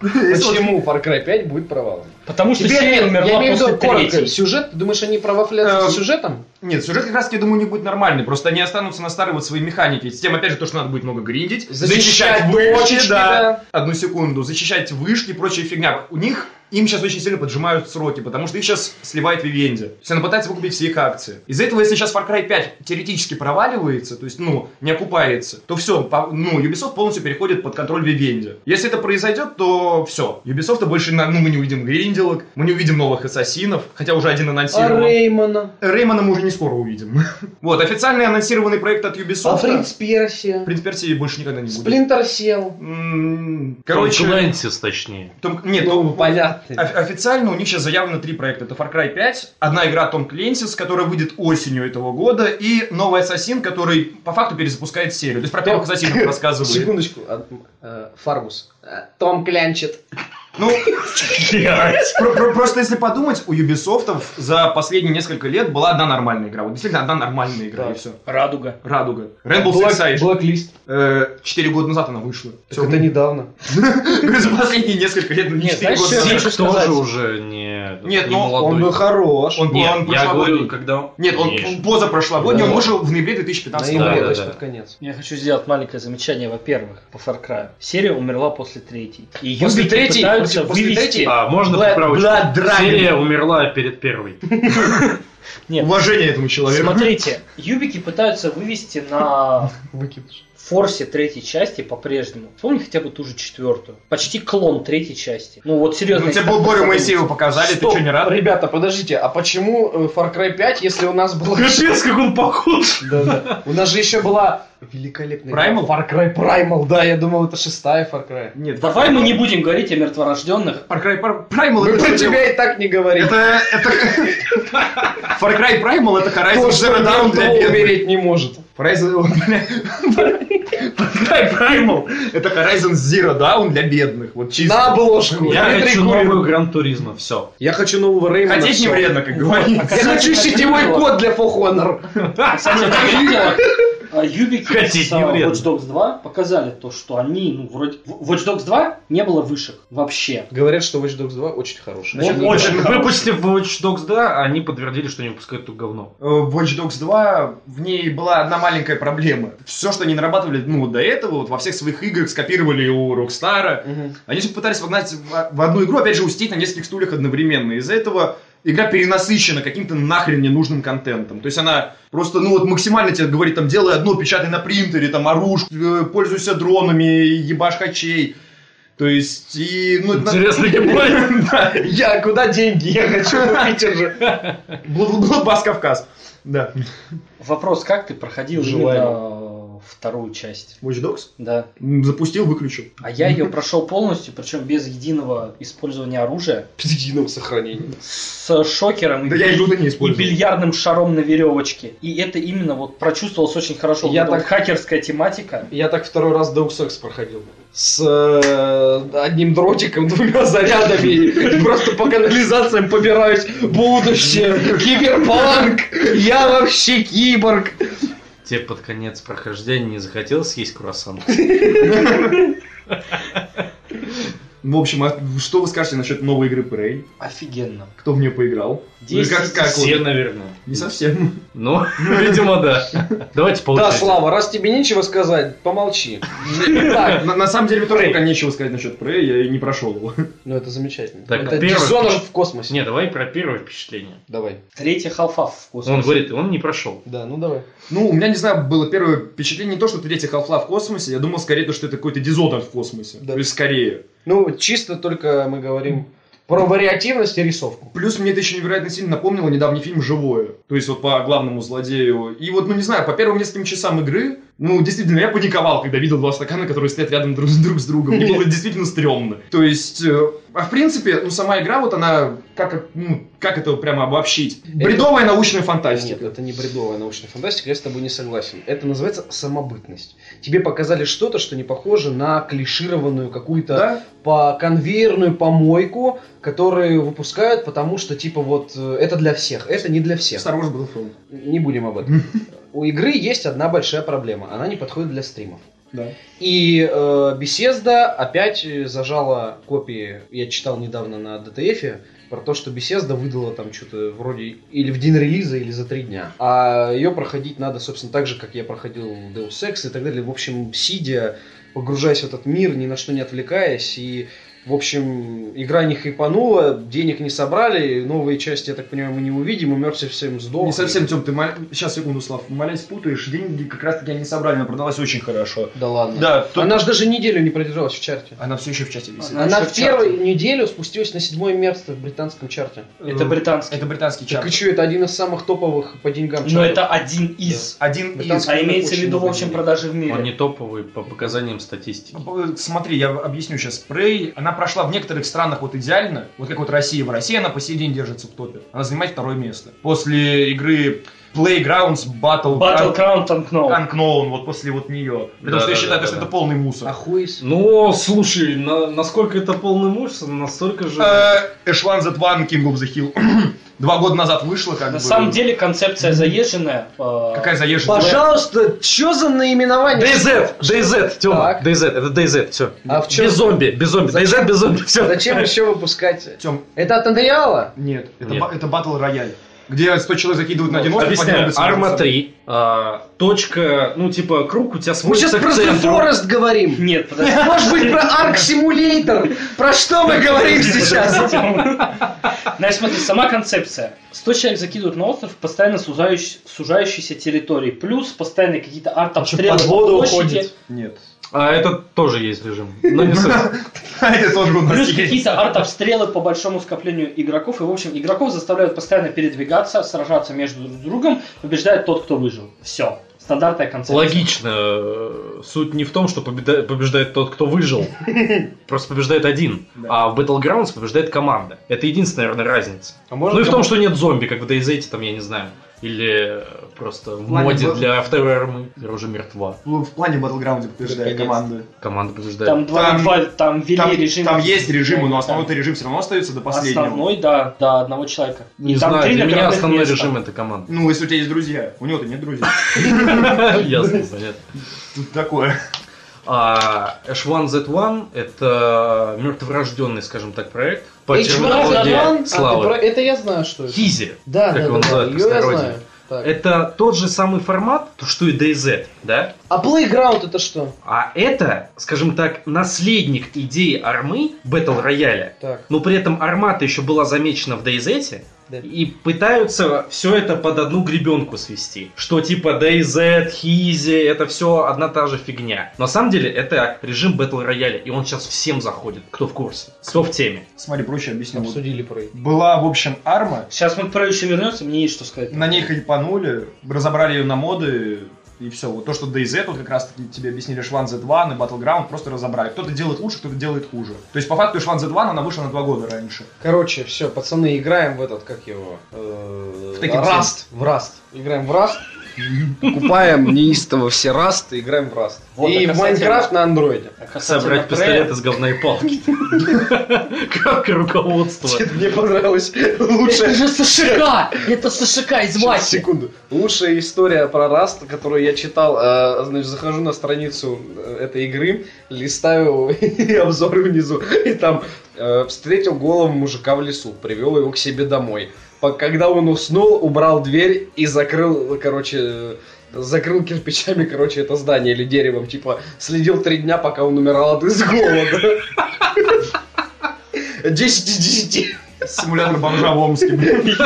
Почему Far Cry 5 будет провалом?
Потому что
Тебе-
серия
я
умерла
имею в виду
после
коротко. Э,
третьей.
Сюжет? Ты думаешь, они провафлятся с
Эм,
сюжетом?
Нет, сюжет как раз, я думаю, не будет нормальный. Просто они останутся на старой вот своей механике. С тем, опять же, то, что надо будет много гриндить.
Защищать
вышки,
точечки, да.
Одну секунду. Зачищать вышки и прочая фигня. У них Им сейчас очень сильно поджимают сроки, потому что их сейчас сливает Вивенди. То есть она пытается выкупить все их акции. Из-за этого, если сейчас Far Cry 5 теоретически проваливается, то есть, ну, не окупается, то все, ну, Ubisoft полностью переходит под контроль Вивенди. Если это произойдет, то все. Ubisoft больше, на- ну, мы не увидим гринделок, мы не увидим новых ассасинов, хотя уже один
А
анонсирован.
Реймона?
Реймана мы уже не скоро увидим. Вот, официальный анонсированный проект от Ubisoft.
А Принц Персия?
Принц Персии больше никогда не будет.
Сплинтер Сел?
М,
Короче,
Короче,
точнее.
Том- нет,
Ну,
Том-
понятно.
оф- официально у них сейчас заявлено три проекта. Это Far Cry 5, одна игра Том Кленсис, которая выйдет осенью этого года, и новый Ассасин, который по факту перезапускает серию. То есть про первых Ассасинов рассказывали.
Секундочку. а, э, Фаргус. Э, Том клянчит.
Ну, про- про- просто если подумать, у Ubisoft за последние несколько лет была одна нормальная игра. Вот действительно одна нормальная игра, и все.
Радуга.
Радуга. Rainbow Six
Блэк-
Siege.
Блэклист.
Э, Четыре года назад она вышла.
Так
Всё,
это
ну,
недавно.
За последние несколько лет, ну не
Нет,
четыре
знаешь,
года
что я
назад.
хочу сказать?
Тоже уже не,
Нет,
не
но он
молодой.
хорош.
Он,
Нет,
он
я
прошлогодний.
говорю, когда...
Нет, он,
Конечно.
он позапрошлогодний, он
Да.
вышел в ноябре
На
2015
ему
да,
года.
да,
точно
да.
под конец.
Я хочу сделать маленькое замечание, во-первых, по Far Cry. Серия умерла после третьей. И
После
Юбики
третьей?
пытаются
После
вывести-
третьей?
А, можно
Blood-
поправочку?
Blood Dragon.
Серия умерла перед первой.
Нет.
Уважение этому человеку.
Смотрите, Юбики пытаются вывести на
Выкидыш.
форсе третьей части по-прежнему. Вспомни хотя бы ту же четвертую. Почти клон третьей части. Ну вот серьезно.
Ну, тебе Бо- Борю Моисееву показали, ты
Стоп,
что, не рад?
Ребята, подождите, а почему э, Far Cry 5, если у нас была...
Капец, как он похож!
Да-да. У нас же еще была великолепная...
Primal?
Far Cry Primal, да, я думал, это шестая Far Cry.
Нет,
Давай мы не будем говорить о мертворожденных.
Far Cry Par- Primal
Мы Ну, про
это... что делать?
тебя и так не говорим.
Это... это... Far Cry Primal это Horizon
То, что
Zero Dawn
никто
для бедных.
умереть не может.
Horizon... Far Cry Primal это Horizon Zero Dawn для бедных. Вот чисто.
На обложку.
Я
Не
хочу
дрейкуй.
новую Гран-Туризма, все.
Я хочу нового Реймона.
Хотеть не
всё.
вредно, как говорится.
Я хочу сетевой код для For Honor.
Кстати, это видела. а, Юбики
Хотеть
с
не
а,
вредно.
Watch Dogs 2 показали то, что они, ну, вроде... В Watch Dogs 2 не было вышек вообще.
Говорят, что Watch Dogs 2 очень хороший.
Очень выпустив Watch Dogs 2, они подтвердили, что не выпускают тут говно.
Э, Watch Dogs 2, в ней была одна маленькая проблема. Все, что они нарабатывали, ну, до этого, вот во всех своих играх скопировали у Рокстара.
Мгм.
Они все пытались вогнать в в одну игру, опять же, усидеть на нескольких стульях одновременно. Из-за этого игра перенасыщена каким-то нахрен ненужным контентом. То есть она просто, ну вот максимально тебе говорит, там, делай одно, печатай на принтере, там, оружь, э, пользуйся дронами, ебашь хачей. То есть, и... Ну, это на-
Интересно, ебать.
Да.
Я куда деньги? Я хочу на Питер же.
Бла-бла-бла, Бас Кавказ. Да.
Вопрос, как ты проходил
Желаю.
именно э, вторую часть?
Watch Dogs?
Да.
М, Запустил, выключил.
А я ее прошел полностью, причем без единого использования оружия,
Едином сохранении.
с шокером и,
Да я
биль-
игру не
и
использую.
бильярдным шаром на веревочке. И это именно вот прочувствовалось очень хорошо.
Я
Я так...
так-
хакерская тематика.
Я так второй раз Deus Ex проходил. С э, одним дротиком, двумя зарядами. И Просто по канализациям побираюсь. Будущее. Киберпанк. Я вообще киборг.
Тебе под конец прохождения не захотелось съесть круассан?
В общем, а что вы скажете насчет новой игры Prey?
Офигенно.
Кто в нее поиграл? Ну,
10
как, как
Все,
вот?
наверное.
Не совсем.
Ну, видимо, да. Давайте
Да,
получать.
Слава, раз тебе нечего сказать, помолчи. Так,
На, на самом деле, мне тоже пока нечего сказать насчет Prey, я и не прошел его.
ну это замечательно.
Так,
это
первый-
Dishonored в космосе.
Не, давай про первое впечатление.
Давай.
Третья халфа в космосе.
Он говорит, он не прошел.
Да, ну давай.
Ну, у меня, не знаю, было первое впечатление не то, что третья Half-Life в космосе, я думал скорее то, что это какой-то дизотер в космосе.
Да.
То есть скорее.
Ну, чисто только мы говорим про вариативность и рисовку.
Плюс мне это еще невероятно сильно напомнило недавний фильм «Живое». То есть вот по главному злодею. И вот, ну не знаю, по первым нескольким часам игры, ну действительно, я паниковал, когда видел два стакана, которые стоят рядом друг, с- друг с другом. Мне было действительно стрёмно. То есть, э, а в принципе, ну сама игра, вот она, как, ну, как это прямо обобщить? Бредовая научная фантастика.
Нет, это не бредовая научная фантастика, я с тобой не согласен. Это называется самобытность. Тебе показали что-то, что не похоже на клишированную какую-то
Да?
по конвейерную помойку, которую выпускают, потому что типа вот э, это для всех, это не для всех.
Star Wars Battlefront.
Не будем об этом. У игры есть одна большая проблема. Она не подходит для стримов.
Да.
И э, Бесезда опять э, зажала копии. Я читал недавно на ДТФе про то, что Бесезда выдала там что-то вроде или в день релиза, или за три дня. А ее проходить надо, собственно, так же, как я проходил Deus Ex и так далее. В общем, сидя, погружаясь в этот мир, ни на что не отвлекаясь и В общем, игра не хайпанула, денег не собрали, новые части, я так понимаю, мы не увидим, и Мерси всем сдох.
Не совсем, Тем, ты моля... Сейчас, секунду, Слав, молясь путаешь, деньги как раз таки они собрали, она продалась очень хорошо.
Да ладно.
Да, то-
Она же даже неделю не продержалась в чарте.
Она все еще в чате висит.
Она, в первую неделю спустилась на седьмое место в британском чарте.
Это британский.
Э, Это британский чат.
Так и чё, это один из самых топовых по
Ну,
деньгам
Но
чартов.
это один из.
Один из...
А имеется в виду в
много
общем
денег.
продажи в
Он
мире.
не топовый по показаниям статистики.
Э, Смотри, я объясню сейчас. Prey, она прошла в некоторых странах вот идеально, вот как вот Россия. В России она по сей день держится в топе. Она занимает второе место. После игры Playgrounds Battle,
Battle Crown Tanknow.
Unknown, вот после вот нее. Потому
Да,
что я
да,
считаю,
да,
что
да.
это полный мусор.
Охуеть.
Ну, слушай, на- насколько это полный мусор, настолько же...
А,
Эшлан Z1 King of the Hill. Два года назад вышла, как
На
бы.
самом деле концепция заезженная. э,
Какая заезженная.
Пожалуйста, чё за наименование?
DayZ! DayZ, Тёма,
Так.
DayZ, это DayZ, все.
А в чём-
Без зомби, без зомби, DayZ без зомби, Э, все.
Зачем еще выпускать?
Тём,
Это от Андреала?
нет, это,
Нет. Ну,
ба- это батл рояль. Где 100 человек закидывают на один остров,
Объясняю,
поднимаются на
Арма
остров.
3, а, точка, ну, типа, круг у тебя
Мы сейчас
сводится
про
к
The
центру.
Forest говорим.
Нет, подожди.
Может быть, про Ark Simulator? Про что мы говорим сейчас?
Знаешь, смотри, сама концепция. 100 человек закидывают на остров, постоянно сужающий- сужающейся территории. Плюс постоянные какие-то арт-обстрелы.
Под воду
площади.
уходит. Нет.
А это тоже есть режим, но не суть.
Это тоже у нас
Плюс
есть.
какие-то арт-обстрелы по большому скоплению игроков. И, в общем, игроков заставляют постоянно передвигаться, сражаться между друг другом. Побеждает тот, кто выжил. Все. Стандартная концепция.
Логично. э, Суть не в том, что победа- побеждает тот, кто выжил. Просто побеждает один. А в Battlegrounds побеждает команда. Это единственная, наверное, разница.
А
Ну и в том, что нет зомби, как в DayZ, там, я не знаю. Или э, просто в
Ладно,
моде
было-
для второй армы. Игра уже мертва.
Ну, В плане батлграунда побеждает команды.
Команда побеждает.
Там, два-
Там-
два- там ввели
Там,
режим.
там есть режимы, но
Там
основной режим все равно остается до последнего.
Основной, да, да, одного человека.
не
И там
знаю,
три
для меня
наградных
основной
места.
режим это команда.
Ну, если у тебя есть друзья. У него-то нет друзей.
Ясно, понятно.
Тут такое.
А H1Z1 это мертворожденный, скажем так, проект. По терминологии
H1Z1? А, ты про-
Славы.
Это я знаю, что это.
Хизи.
Да,
Как
да,
его
да, да,
называют в
её я
простонародье.
знаю. Так.
Это тот же самый формат, то, что и DayZ, да?
А Playground это что?
А это, скажем так, наследник идеи армы Battle рояля.
Так.
Но при этом армата еще была замечена в DayZ,
Да.
и пытаются все это под одну гребенку свести. Что типа DayZ, Хизи, это все одна та же фигня. Но на самом деле это режим Battle рояля, и он сейчас всем заходит, кто в курсе, кто в теме.
Смотри, проще
Ну,
объясню. Вот
Обсудили про это.
Была, в общем, арма.
Сейчас мы про еще вернемся, мне есть что сказать.
На ней хайпанули, разобрали ее на моды, и все. Вот то, что DayZ, вот как раз таки тебе объяснили Шван Z1 и Battleground, просто разобрали. Кто-то делает лучше, кто-то делает хуже. То есть, по факту, Шван Z1, она вышла на два года раньше.
Короче, все, пацаны, играем в этот, как его? э,
такие
Раст. В Раст. Играем в Раст. Покупаем неистово все Раст и играем в Раст.
Вот,
и
а
в Майнкрафт на андроиде.
А касательно
Собрать
Prey,
пистолет из говна и палки. Как руководство.
Мне понравилось.
Это
Лучшая
же СШК! Это СШК из
Сейчас,
Васи!
секунду. Лучшая история про Раст, которую я читал, э, значит, захожу на страницу э, этой игры, листаю и обзоры внизу, и там э, встретил голову мужика в лесу, привел его к себе домой. По- Когда он уснул, убрал дверь и закрыл, короче, э, закрыл кирпичами, короче, это здание или деревом, типа, следил три дня, пока он умирал от изголода. 10 из 10.
Симулятор бомжа в Омске, блядь.
Нет,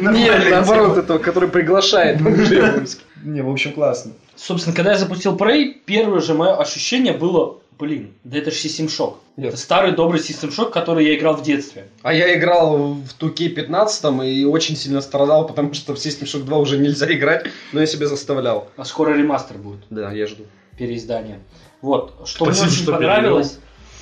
Нормальная
наоборот,
тема.
этого, который приглашает. мужей в Омск.
Не, в общем, классно.
Собственно, когда я запустил Prey, первое же мое ощущение было, блин, да это же System Shock.
Нет.
Это старый добрый System Shock, который я играл в детстве.
А я играл в Туке 15 и очень сильно страдал, потому что в System Shock 2 уже нельзя играть, но я себя заставлял.
А скоро ремастер будет,
Да, я жду.
переиздание. Вот, что
Спасибо,
мне очень
что
понравилось,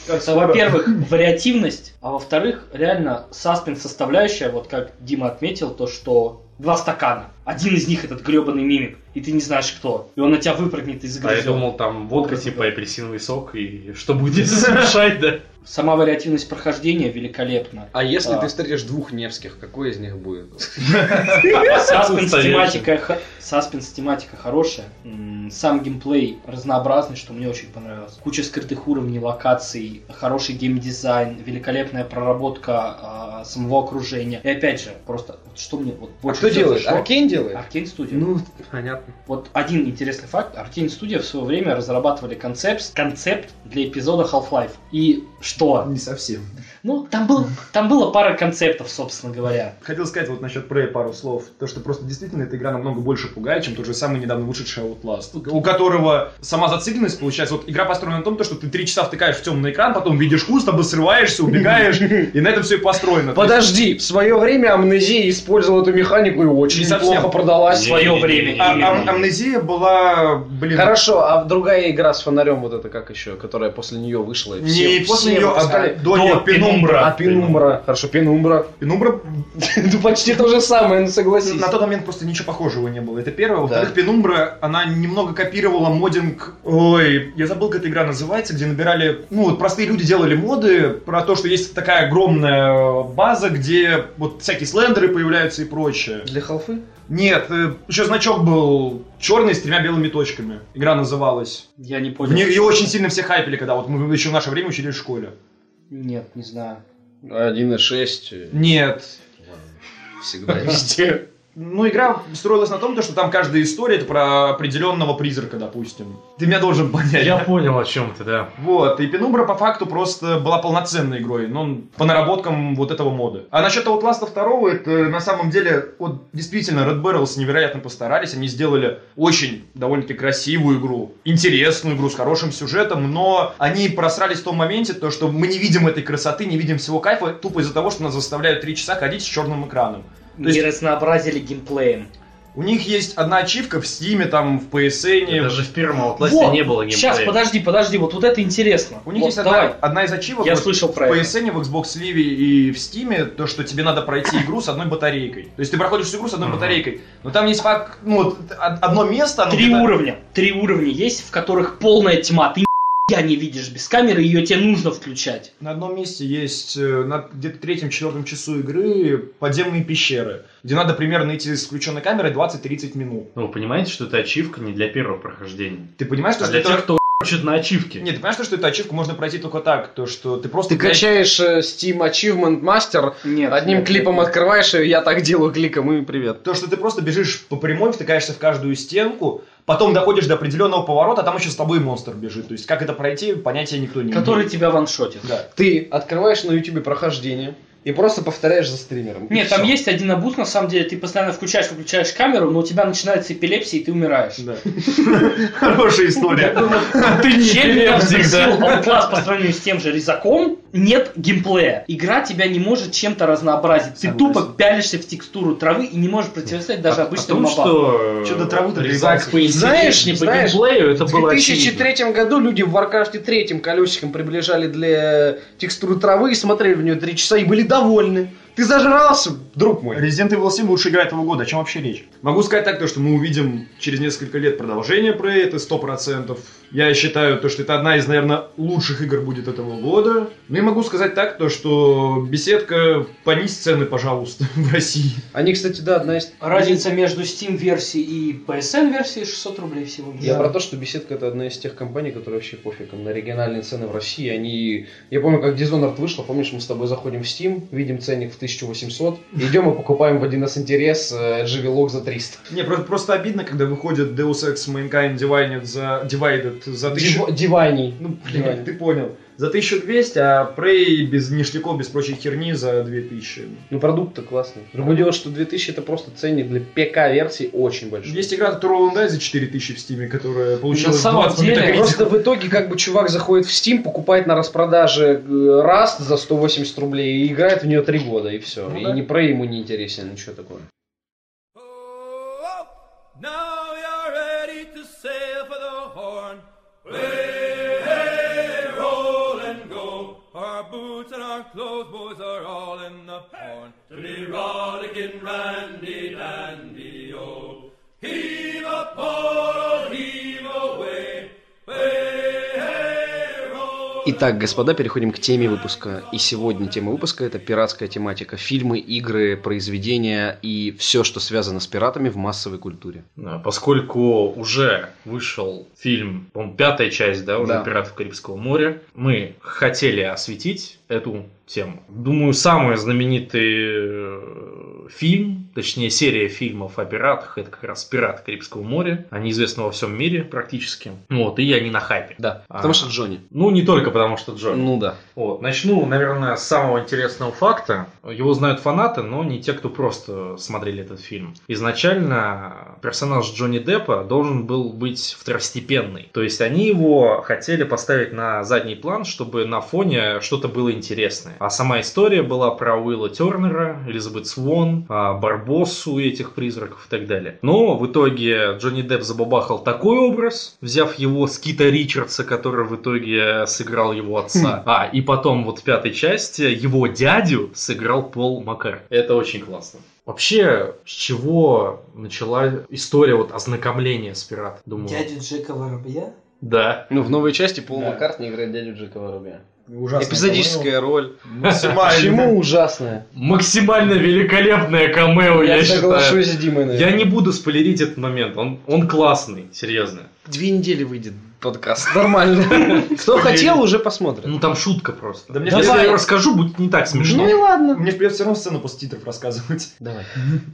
это, во-первых, вариативность, а во-вторых, реально саспенс составляющая, вот как Дима отметил, то что два стакана. Один из них этот гребаный мимик, и ты не знаешь кто. И он на тебя выпрыгнет из
А
игры.
я думал, там водка типа апельсиновый сок, и что будет, если смешать, да?
Сама вариативность прохождения великолепна.
А если
А.
ты встретишь двух Невских, какой из них будет?
А, Саспенс
Советчик.
тематика, х- саспенс тематика хорошая. М, Сам геймплей разнообразный, что мне очень понравилось. Куча скрытых уровней, локаций, хороший геймдизайн, великолепная проработка а, самого окружения. И опять же, просто вот что мне вот
А
больше
кто
всего
делает?
зашло-
А Аркейн делает?
Arcane Studio.
Ну, понятно.
Вот один интересный факт. Arcane Studio в свое время разрабатывали концепт, концепт для эпизода Half-Life. И что?
Не совсем.
Ну, там, был, там было пара концептов, собственно говоря.
Хотел сказать вот насчет Prey пару слов. То, что просто действительно эта игра намного больше пугает, чем тот же самый недавно вышедший Outlast. У которого сама зацикленность получается. Вот игра построена на том, то, что ты три часа втыкаешь в темный экран, потом видишь куст, тобой срываешься, убегаешь, и на этом все и построено. То есть-
Подожди, в свое время амнезия использовала эту механику и очень
Не совсем.
плохо продалась.
В свое время.
А- ам- Амнезия была, блин,
Хорошо, а другая игра с фонарем вот это как еще, которая после нее вышла? и все-
не после
все
нее, а
выпускали.
до нее Пенумбра.
А Пенумбра. Хорошо, Пенумбра.
Пенумбра
Ну почти то же самое, ну согласись.
на тот момент просто ничего похожего не было. Это первое. Во-вторых, Пенумбра, она немного копировала модинг... Ой, я забыл, как эта игра называется, где набирали... Ну, вот простые люди делали моды про то, что есть такая огромная база, где вот всякие слендеры появляются и прочее.
Для халфы?
Нет, э, еще значок был черный с тремя белыми точками. Игра называлась.
Я не
В
понял.
ней- ее очень сильно все хайпили, когда вот мы еще в наше время учились в школе.
Нет, не знаю. э,
1.6
Нет,
всегда везде.
Ну, игра строилась на том, то, что там каждая история это про определенного призрака, допустим. Ты меня должен понять.
Я понял, о чем ты, да.
Вот, и Пенумбра по факту просто была полноценной игрой, но по наработкам вот этого мода. А насчет Outlast 2, это на самом деле, вот действительно, Red Barrels невероятно постарались, они сделали очень довольно-таки красивую игру, интересную игру с хорошим сюжетом, но они просрались в том моменте, то что мы не видим этой красоты, не видим всего кайфа, тупо из-за того, что нас заставляют три часа ходить с черным экраном. То есть-
Не разнообразили геймплеем.
У них есть одна ачивка в Стиме, там, в PSN.
Даже в первом Outlast
Вот,
не было
Сейчас,
геймплея.
подожди, подожди, вот, вот это интересно.
У них
Вот,
есть одна,
давай.
одна из ачивок
Я
вот
слышал
в
про это.
PSN, в Xbox Live и в Steam, то, что тебе надо пройти игру с одной батарейкой. То есть ты проходишь всю игру с одной
Мгм.
батарейкой. Но там есть факт, ну, вот, од- одно место... оно
Три
где-то-
уровня. Три уровня есть, в которых полная тьма. Ты я не видишь без камеры, ее тебе нужно включать.
На одном месте есть э, на где-то третьем-четвертом часу игры подземные пещеры, где надо примерно идти с включенной камерой 20-30 минут.
Ну, вы понимаете, что это ачивка не для первого прохождения.
Ты понимаешь, то,
А
что
для
это...
тех, кто хочет на ачивке.
Нет, ты понимаешь, то, что эту ачивку можно пройти только так, то что ты просто...
Ты качаешь э, Steam Achievement Master,
Нет.
одним
нет,
клипом
нет, нет.
открываешь ее, я так делаю кликом и привет.
То, что ты просто бежишь по прямой, втыкаешься в каждую стенку, потом доходишь до определенного поворота, а там еще с тобой монстр бежит. То есть, как это пройти, понятия никто не
Который
имеет.
тебя ваншотит.
Да.
Ты открываешь на YouTube прохождение и просто повторяешь за стримером. И
Нет, там
всё.
есть один абуз, на самом деле, ты постоянно включаешь, выключаешь камеру, но у тебя начинается эпилепсия, и ты умираешь.
Хорошая история.
А Ты не Чем меня
эпилепсик,
взбесил Outlast по сравнению с тем же Резаком, нет геймплея. Игра тебя не может чем-то разнообразить. Ты
Согласен.
тупо пялишься в текстуру травы и не можешь противостоять даже
О- о
обычным
том,
мобам.
А что...
Чё до травы-то
Резак
дорезался?
пояснил,
Знаешь,
не по
знаешь,
геймплею, это
В
было очевидно.
2003 году люди в Warcraft 3 колесиком приближали для текстуры травы и смотрели в нее 3 часа и были довольны. Ты зажрался, друг мой.
Resident Evil 7 лучшая игра этого года, о чем вообще речь? Могу сказать так, то, что мы увидим через несколько лет продолжение про это, 100%. Я считаю, то, что это одна из, наверное, лучших игр будет этого года. Ну и могу сказать так, то, что беседка, понизь цены, пожалуйста, в России.
Они, кстати, да, одна из...
Разница между Steam-версией и PSN-версией 600 рублей всего.
Я про то, что беседка это одна из тех компаний, которые вообще пофигом на региональные цены в России. Они. Я помню, как Dishonored вышла, помнишь, мы с тобой заходим в Steam, видим ценник в 1800, идем и покупаем в 1С интерес э, LG Velox за 300.
Не, про- просто обидно, когда выходит Deus Ex Mankind Divided за, Divided за тысячу...
Див- Дивайней.
Ну, блин,
Divided.
ты понял. За 1200, а Prey без ништяков, без прочей херни за 2000.
Ну, продукт-то классный. Другое дело, что 2000 это просто ценник для ПК-версии очень большой.
Есть игра Turtle and Die за 4000 в Стиме, которая получила
На самом
20
деле,
метакритиков.
Просто в итоге, как бы, чувак заходит в Steam, покупает на распродаже Раст за 180 рублей и играет в нее 3 года, и все.
Ну
и
да.
не про ему не интересен, ничего такого.
Now you're ready to sail for the horn. Play, roll and go. Our boots and our clothes, boys, are all in the pawn to be rollicking randy dandy. Oh, heave a port, oh, heave away. Play, roll.
Итак, господа, переходим к теме выпуска. И сегодня тема выпуска это пиратская тематика. Фильмы, игры, произведения и все, что связано с пиратами в массовой культуре.
Да, Поскольку уже вышел фильм, по-моему, пятая часть, да, уже
Да.
«Пиратов Карибского моря», мы хотели осветить эту тему. Думаю, самый знаменитый э, фильм, точнее серия фильмов о пиратах, это как раз «Пираты Карибского моря», они известны во всем мире практически, вот, и они на хайпе.
Да,
А.
потому что Джонни.
Ну, не только потому, что Джонни.
Ну да.
Вот. Начну, наверное, с самого интересного факта. Его знают фанаты, но не те, кто просто смотрели этот фильм. Изначально персонаж Джонни Деппа должен был быть второстепенный. То есть они его хотели поставить на задний план, чтобы на фоне что-то было интересное. А сама история была про Уилла Тернера, Элизабет Свон, а, Барбоссу и этих призраков и так далее. Но в итоге Джонни Депп забабахал такой образ, взяв его с Кита Ричардса, который в итоге сыграл его отца. А, и потом вот в пятой части его дядю сыграл Пол Маккар. Это очень классно. Вообще, с чего начала история вот ознакомления с пиратом? Думаю.
Дядю Джека Воробья?
Да.
Ну, в новой части Пол
Да.
Маккартни играет дядю Джека Воробья.
Ужасно.
Эпизодическая роль.
А,
Максимально.
Почему ужасная?
Максимально великолепное камео, Ну, я,
Я
считаю.
соглашусь с Димой,
Я
наверное.
не буду спойлерить этот момент. Он, он классный, серьезно.
Две недели выйдет подкаст. Нормально. Кто хотел, уже посмотрит.
Ну там шутка просто.
Да мне
Если я
кажется-
ее расскажу, будет не так смешно.
Ну и ладно.
Мне придется все равно сцену после титров рассказывать.
Давай.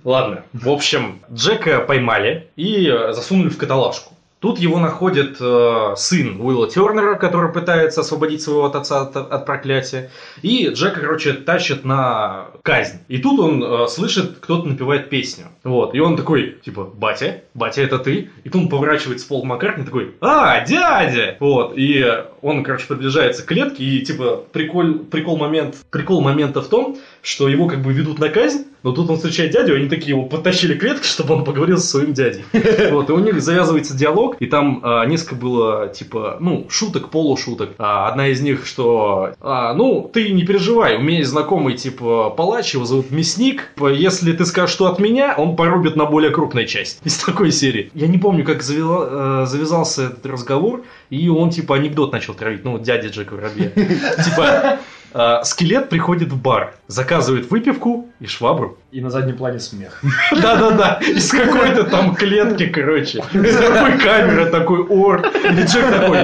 Ладно. В общем, Джека поймали и э, засунули в каталажку. Тут его находит э, сын Уилла Тернера, который пытается освободить своего от отца от, от проклятия. И Джека, короче, тащит на казнь. И тут он э, слышит, кто-то напевает песню. Вот. И он такой, типа, батя, батя, это ты? И тут он поворачивается Пол Маккартни такой, а, дядя! Вот. И э, он, короче, приближается к клетке. И, типа, приколь, прикол, момент, прикол момента в том, что его как бы ведут на казнь, но тут он встречает дядю, и они такие его подтащили к клетке, чтобы он поговорил со своим дядей. Вот, и у них завязывается диалог, и там а, несколько было, типа, ну, шуток, полушуток. А, одна из них, что, а, ну, ты не переживай, у меня есть знакомый, типа, палач, его зовут Мясник, Типа, если ты скажешь, что от меня, он порубит на более крупной часть. Из такой серии. Я не помню, как завела- э, завязался этот разговор, и он, типа, анекдот начал травить, ну, дядя Джека Воробья. Типа, а, Скелет приходит в бар, заказывает выпивку и швабру.
И на заднем плане смех.
Да-да-да, из какой-то там клетки, короче. Из такой камеры, такой ор. И Джек такой,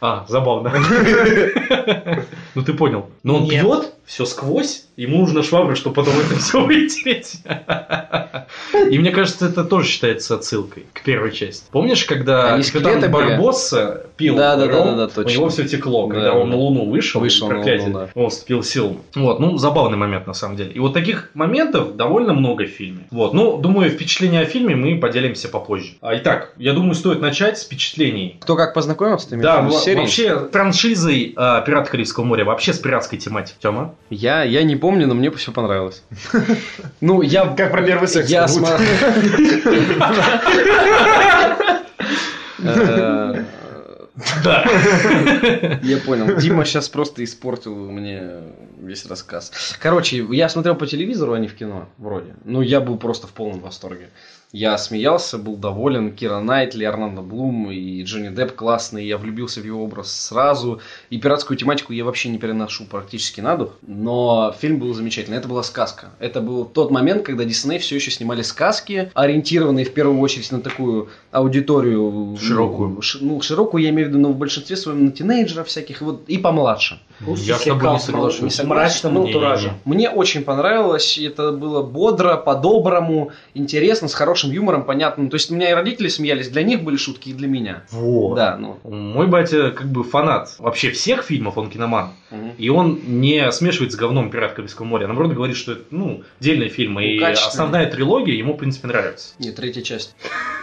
а, забавно. Ну ты понял. Но он
Нет.
пьет все сквозь, ему нужно швабры, чтобы потом это все вытереть. И мне кажется, это тоже считается отсылкой к первой части. Помнишь, когда
Они
капитан
скелеты были?
Барбосса пил
Да-да-да-да,
ром,
да,
у
точно.
него все текло, когда
Да,
он на
да.
Луну вышел,
Вышел на
проклятие,
Луну,
он вступил в силу. Вот, ну, забавный момент на самом деле. И вот таких моментов довольно много в фильме. Вот, ну, думаю, впечатления о фильме мы поделимся попозже. А, итак, я думаю, стоит начать с впечатлений.
Кто как познакомился, ты имеешь в
Да,
виду,
во-
с серией?
вообще франшизой э, «Пираты Карибского моря», вообще с пиратской тематикой. Тёма?
Я, я не помню, но мне все понравилось. Ну, я...
Как про первый секс.
Я
как будто.
смотрел... Э,
Да.
Я понял. Дима сейчас просто испортил мне весь рассказ. Короче, я смотрел по телевизору, а не в кино, вроде. Ну, я был просто в полном восторге. Я смеялся, был доволен. Кира Найтли, Орландо Блум и Джонни Депп классные. Я влюбился в его образ сразу. И пиратскую тематику я вообще не переношу практически на дух. Но фильм был замечательный. Это была сказка. Это был тот момент, когда Дисней все еще снимали сказки, ориентированные в первую очередь на такую аудиторию. ну,
Широкую.
ши- ну, широкую я имею в виду, но в большинстве своем на тинейджеров всяких, вот, и помладше.
Я с тобой не соглашусь.
согласен.
мрачному
Не-не-не.
антуражу.
Мне очень понравилось, и это было бодро, по-доброму, интересно, с хорошим юмором, понятно. Ну, То есть у меня и родители смеялись, для них были шутки, и для меня.
Вот.
Да, ну.
Мой батя как бы фанат вообще всех фильмов, он киноман.
Мгм.
И он не смешивает с говном «Пират Карибского моря», а наоборот говорит, что это, ну, отдельный фильм, и
Ну, качественный.
основная трилогия ему, в принципе, нравится.
Не, третья часть.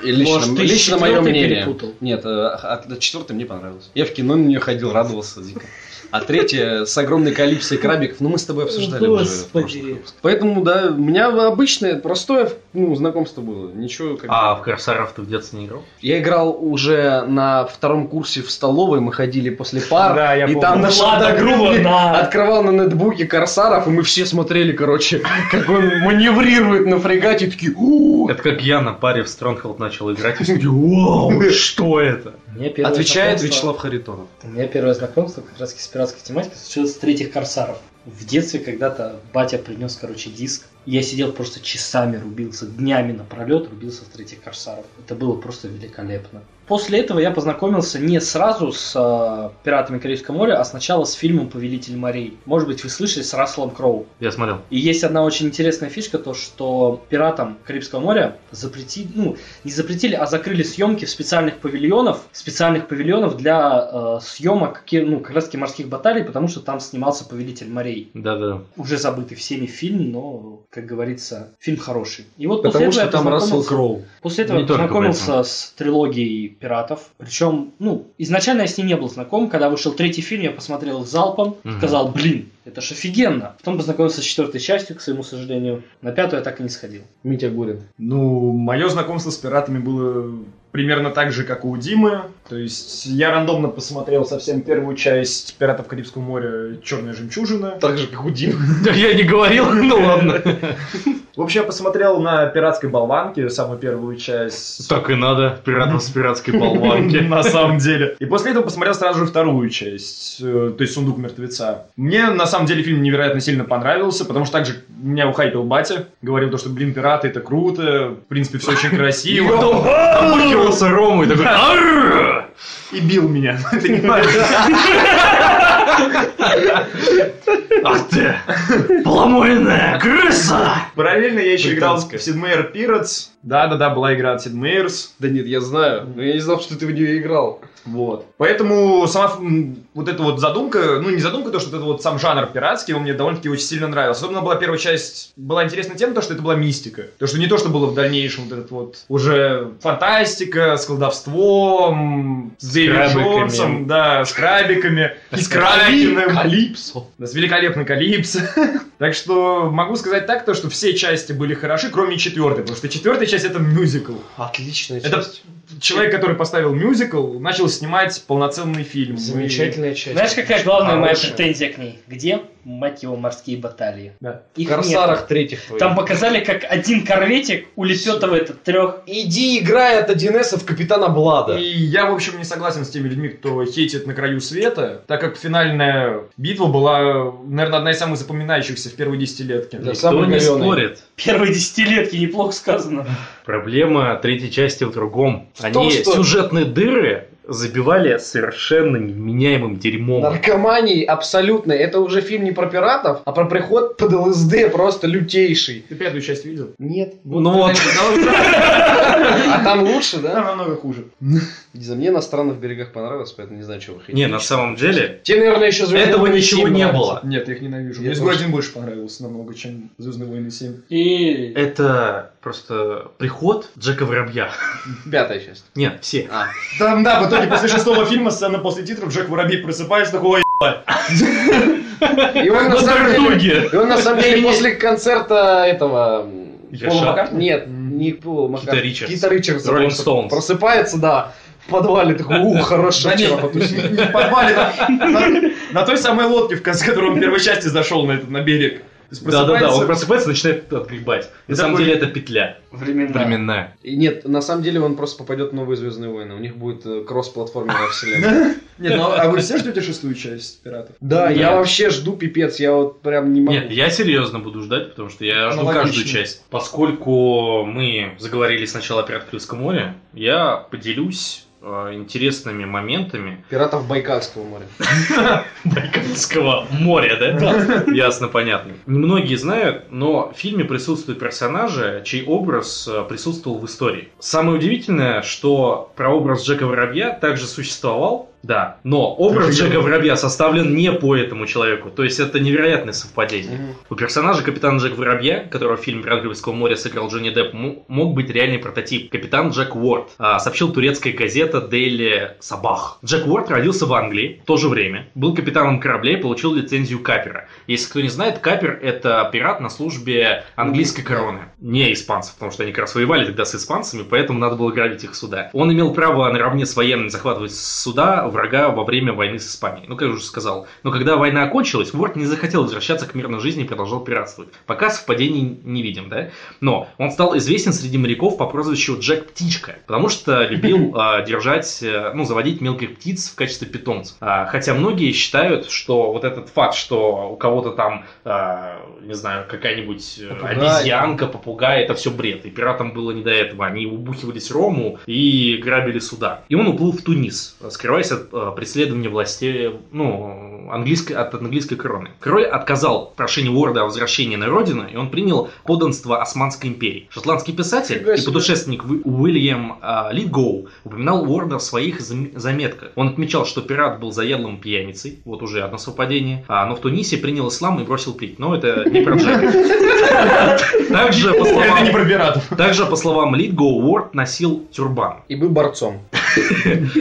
И лично,
Может, ты
лично
с
мое
четвертой
мнение.
перепутал?
Нет, э, от, от четвертой мне понравилось. Я в кино на нее ходил, радовался дико. А третья с огромной коллипсией крабиков, ну мы с тобой обсуждали уже в прошлых
Господи.
выпусках. Поэтому, да, у меня обычное, простое ну, знакомство было. Ничего как бы-
А в «Корсаров» ты в детстве не играл?
Я играл уже на втором курсе в столовой, мы ходили после пар,
Да, я
и
помню.
там наш
Ладно,
одногруппник
грубо, да.
открывал на ноутбуке Корсаров, и мы все смотрели, короче, как он маневрирует на фрегате, и такие, «У-у-у».
Это как я на паре в Стронгхолд начал играть, и все такие, «Вау, что это?
У меня первое
Отвечает
знакомство-
Вячеслав Харитонов.
У меня первое знакомство как раз с пиратской тематикой случилось с третьих корсаров. В детстве когда-то батя принес, короче, диск Я сидел просто часами рубился, днями напролет рубился в третьих корсаров. Это было просто великолепно. После этого я познакомился не сразу с э, «Пиратами Карибского моря», а сначала с фильмом «Повелитель морей». Может быть, вы слышали, с Расселом Кроу.
Я смотрел.
И есть одна очень интересная фишка, то что пиратам Карибского моря запретили, ну, не запретили, а закрыли съемки в специальных павильонов, специальных павильонов для э, съемок, ки- ну, как раз таки морских баталий, потому что там снимался Повелитель морей.
Да-да.
Уже забытый всеми фильм, но, как говорится, фильм хороший. И вот после
Потому
этого
что
я
там Рассел
познакомился-
Кроу.
После этого
Не
я
только
познакомился с трилогией пиратов. Причем, ну, изначально я с ней не был знаком. Когда вышел третий фильм, я посмотрел их залпом,
Мгм.
сказал, блин, это ж офигенно. Потом познакомился с четвертой частью, к своему сожалению. На пятую я так и не сходил.
Митя Горин.
Ну, мое знакомство с пиратами было примерно так же, как и у Димы. То есть я рандомно посмотрел совсем первую часть «Пиратов Карибского моря. Черная жемчужина».
Так же, как у Димы.
Да я не говорил, ну ладно.
В общем, я посмотрел на «Пиратской болванке» самую первую часть.
Так и надо, пиратов с пиратской болванки.
На самом деле. И после этого посмотрел сразу же вторую часть, э, то есть «Сундук мертвеца». Мне, на самом деле, фильм невероятно сильно понравился, потому что также меня ухайпил батя. Говорил то, что, блин, пираты — это круто, в принципе, все очень
И
красиво.
потом обухивался Рому и такой «Аррр!»
И бил меня. Это не надо.
Ах ты! Поломойная крыса!
Параллельно я еще играл в
Британская.
Sid Meier Pirates. Да-да-да, была игра от Sid Meier's.
Да нет, я знаю. Но я не знал, что ты в нее играл.
Вот. Поэтому сама м, вот эта вот задумка, ну не задумка, то, что вот этот вот сам жанр пиратский, он мне довольно-таки очень сильно нравился. Особенно была первая часть, была интересна тем, то, что это была мистика. То, что не то, что было в дальнейшем вот этот вот уже фантастика с колдовством, с Дэвидом
крабиками.
Джонсом, да, с крабиками, и с Кракеном.
Калипсо.
Да, с великолепный Калипс. так что могу сказать так, то, что все части были хороши, кроме четвертой, потому что четвертая часть это мюзикл.
Отличная
Это
часть.
человек, который поставил мюзикл, начал снимать полноценный фильм.
Замечательная часть.
Знаешь, какая главная моя
Хорошая.
претензия к ней? Где, мать его, морские баталии?
Да.
Их
В Корсарах третьих
нет.
твоих.
Там показали, как один корветик улетет в этот трех.
Иди играй от 1С в Капитана Блада.
И я, в общем, не согласен с теми людьми, кто хейтит на краю света, так как финальная битва была, наверное, одна из самых запоминающихся в первой десятилетке.
Да,
Кто
самый
не
говёный.
спорит.
Первые десятилетки, неплохо сказано.
Проблема третьей части в другом. Они
том, что-
сюжетные дыры забивали совершенно неменяемым дерьмом.
Наркомании абсолютно. Это уже фильм не про пиратов, а про приход под ЛСД просто лютейший.
Ты пятую часть видел?
Нет.
Ну вот.
А там лучше,
Да,
да?
намного хуже.
Не знаю, мне на странных берегах понравилось, поэтому не знаю, чего вы хотите.
Не, на самом деле,
Тебе, наверное, еще «Звездные
этого
войны»
ничего
семь
не
нравится.
было.
Нет, я их ненавижу.
Я
Мне
тоже.
«Изгой один» больше понравился намного, чем «Звездные войны 7».
И...
Это просто приход Джека Воробья.
Пятая часть.
Нет, все.
Там, да, в итоге после шестого фильма, сцена после титров, Джек Воробей просыпается, такой, «Ой,
И он, на
На
самом деле,
дороге.
и он, на самом деле, после концерта этого... м,
Я
Пола
шаг.
Маккартни? Нет, не Пола Маккартни.
Ричардс.
Кита Ричардса.
Rolling
просто
Stones.
Просыпается, да, в подвале такой, ух, хорошо
Да
вчера
нет, ну,
потусили».
не в подвале, на, на- на той самой лодке, в конце которой он в первой части зашел на этот на берег. То есть
Да-да-да,
просыпается-
он просыпается и начинает отгребать. На
И
самом
такой-
деле это петля. Временная.
И Нет, на самом деле он просто попадет в новые Звездные войны. У них будет э, кросс-платформенная вселенная.
Не, ну а вы все ждете шестую часть пиратов?
Да,
Нет.
я вообще жду пипец, я вот прям не могу.
Нет, я серьезно буду ждать, потому что я жду
Аналогично.
каждую часть. Поскольку мы заговорили сначала о «Пират Карибского моря», я поделюсь э, интересными моментами,
Пиратов Байкальского моря.
Байкальского моря, да? Ясно, понятно. Немногие знают, но в фильме присутствуют персонажи, чей образ э, присутствовал в истории. Самое удивительное, что прообраз Джека Воробья также существовал, да, но образ Джека Воробья составлен не по этому человеку, то есть это невероятное совпадение. У персонажа капитана Джек Воробья, которого в фильме «Пират Карибского моря» сыграл Джонни Депп, м- мог быть реальный прототип. Капитан Джек Уорд, а, сообщил турецкая газета Daily Сабах. Джек Уорд родился в Англии в то же время, был капитаном корабля и получил лицензию капера. Если кто не знает, капер — это пират на службе английской короны. Не испанцев, потому что они как раз воевали тогда с испанцами, поэтому надо было грабить их суда. Он имел право наравне с военными захватывать суда, врага во время войны с Испанией. Ну, как я уже сказал. Но когда война окончилась, Уорд не захотел возвращаться к мирной жизни и продолжал пиратствовать. Пока совпадений не видим, да? Но он стал известен среди моряков по прозвищу Джек Птичка, потому что любил а, держать, э, ну, заводить мелких птиц в качестве питомцев. А, хотя многие считают, что вот этот факт, что у кого-то там, а, не знаю, какая-нибудь э,
Попугай.
обезьянка, попугай, это все бред. И пиратам было не до этого. Они убухивались рому и грабили суда. И он уплыл в Тунис, скрываясь от э, преследования властей, ну, английской, от английской короны. Король отказал прошению Уорда о возвращении на родину, и он принял подданство Османской империи. Шотландский писатель
Фига
и
себе.
путешественник Уи- Уильям э, Литгоу упоминал Уорда в своих зам- заметках. Он отмечал, что пират был заядлым пьяницей, вот уже одно совпадение, а, но в Тунисе принял ислам и бросил пить. Но это не про Джека. Также, по
Это
словам-
не про пиратов.
также, по словам Литгоу, Уорд носил тюрбан.
И был борцом.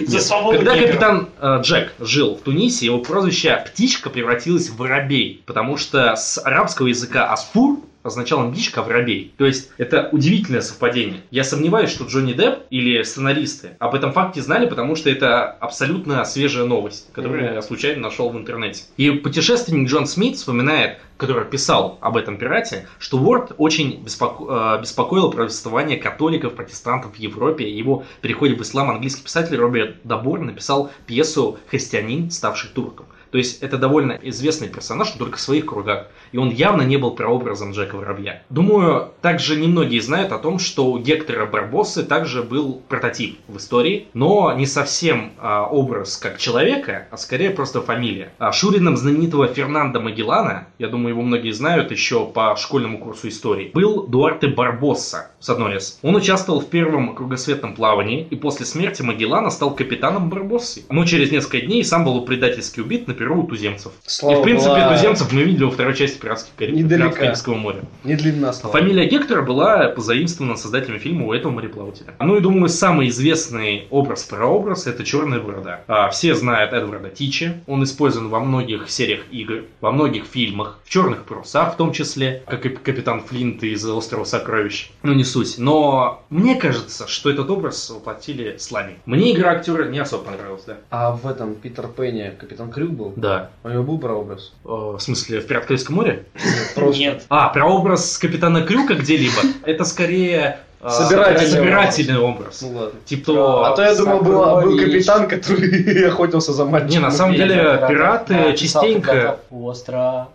За свободу
Когда
негров.
капитан э, Джек жил в Тунисе, его прозвище «птичка» превратилось в «воробей», потому что с арабского языка «асфур» означало «птичка», а «воробей». То есть это удивительное совпадение. Я сомневаюсь, что Джонни Депп или сценаристы об этом факте знали, потому что это абсолютно свежая новость, которую я случайно нашел в интернете. И путешественник Джон Смит вспоминает, который писал об этом пирате, что Уорд очень беспоко- э, беспокоило протестование католиков, протестантов в Европе. и Его переходе в ислам английский писатель Роберт Добор написал пьесу «Христианин, ставший турком». То есть это довольно известный персонаж, но только в своих кругах. И он явно не был прообразом Джека Воробья. Думаю, также немногие знают о том, что у Гектора Барбосы также был прототип в истории, но не совсем а, образ как человека, а скорее просто фамилия. А Шурином знаменитого Фернандо Магеллана, я думаю, его многие знают еще по школьному курсу истории, был Дуарте Барбосса с одной «С». Он участвовал в первом кругосветном плавании и после смерти Магеллана стал капитаном Барбоссы. Но через несколько дней сам был предательски убит на перу у туземцев.
Слава
и в принципе
была
туземцев мы видели во второй части «Пиратских Кариб...
Недалека.
«Пиратов Карибского моря».
Не длинна слава.
Фамилия Гектора была позаимствована создателями фильма у этого мореплавателя. Ну и думаю, самый известный образ прообраз это черная борода. А, все знают Эдварда Тичи. Он использован во многих сериях игр, во многих фильмах, в черных парусах, в том числе, как и капитан Флинт из острова сокровищ. Ну не суть. Но мне кажется, что этот образ воплотили слами. Мне игра актера не особо понравилась, да.
А в этом Питер Пенни капитан Крюк был?
Да.
У него был прообраз?
Э, в смысле, в Пиратском море?
Нет.
А, прообраз капитана Крюка где-либо. Это скорее э,
Собирательный
собирательный образ.
Ну ладно.
Типа...
а то я думал, был, был
Сокровищ.
капитан, который охотился за мальчиком.
Не, на самом деле, пираты частенько...
Остров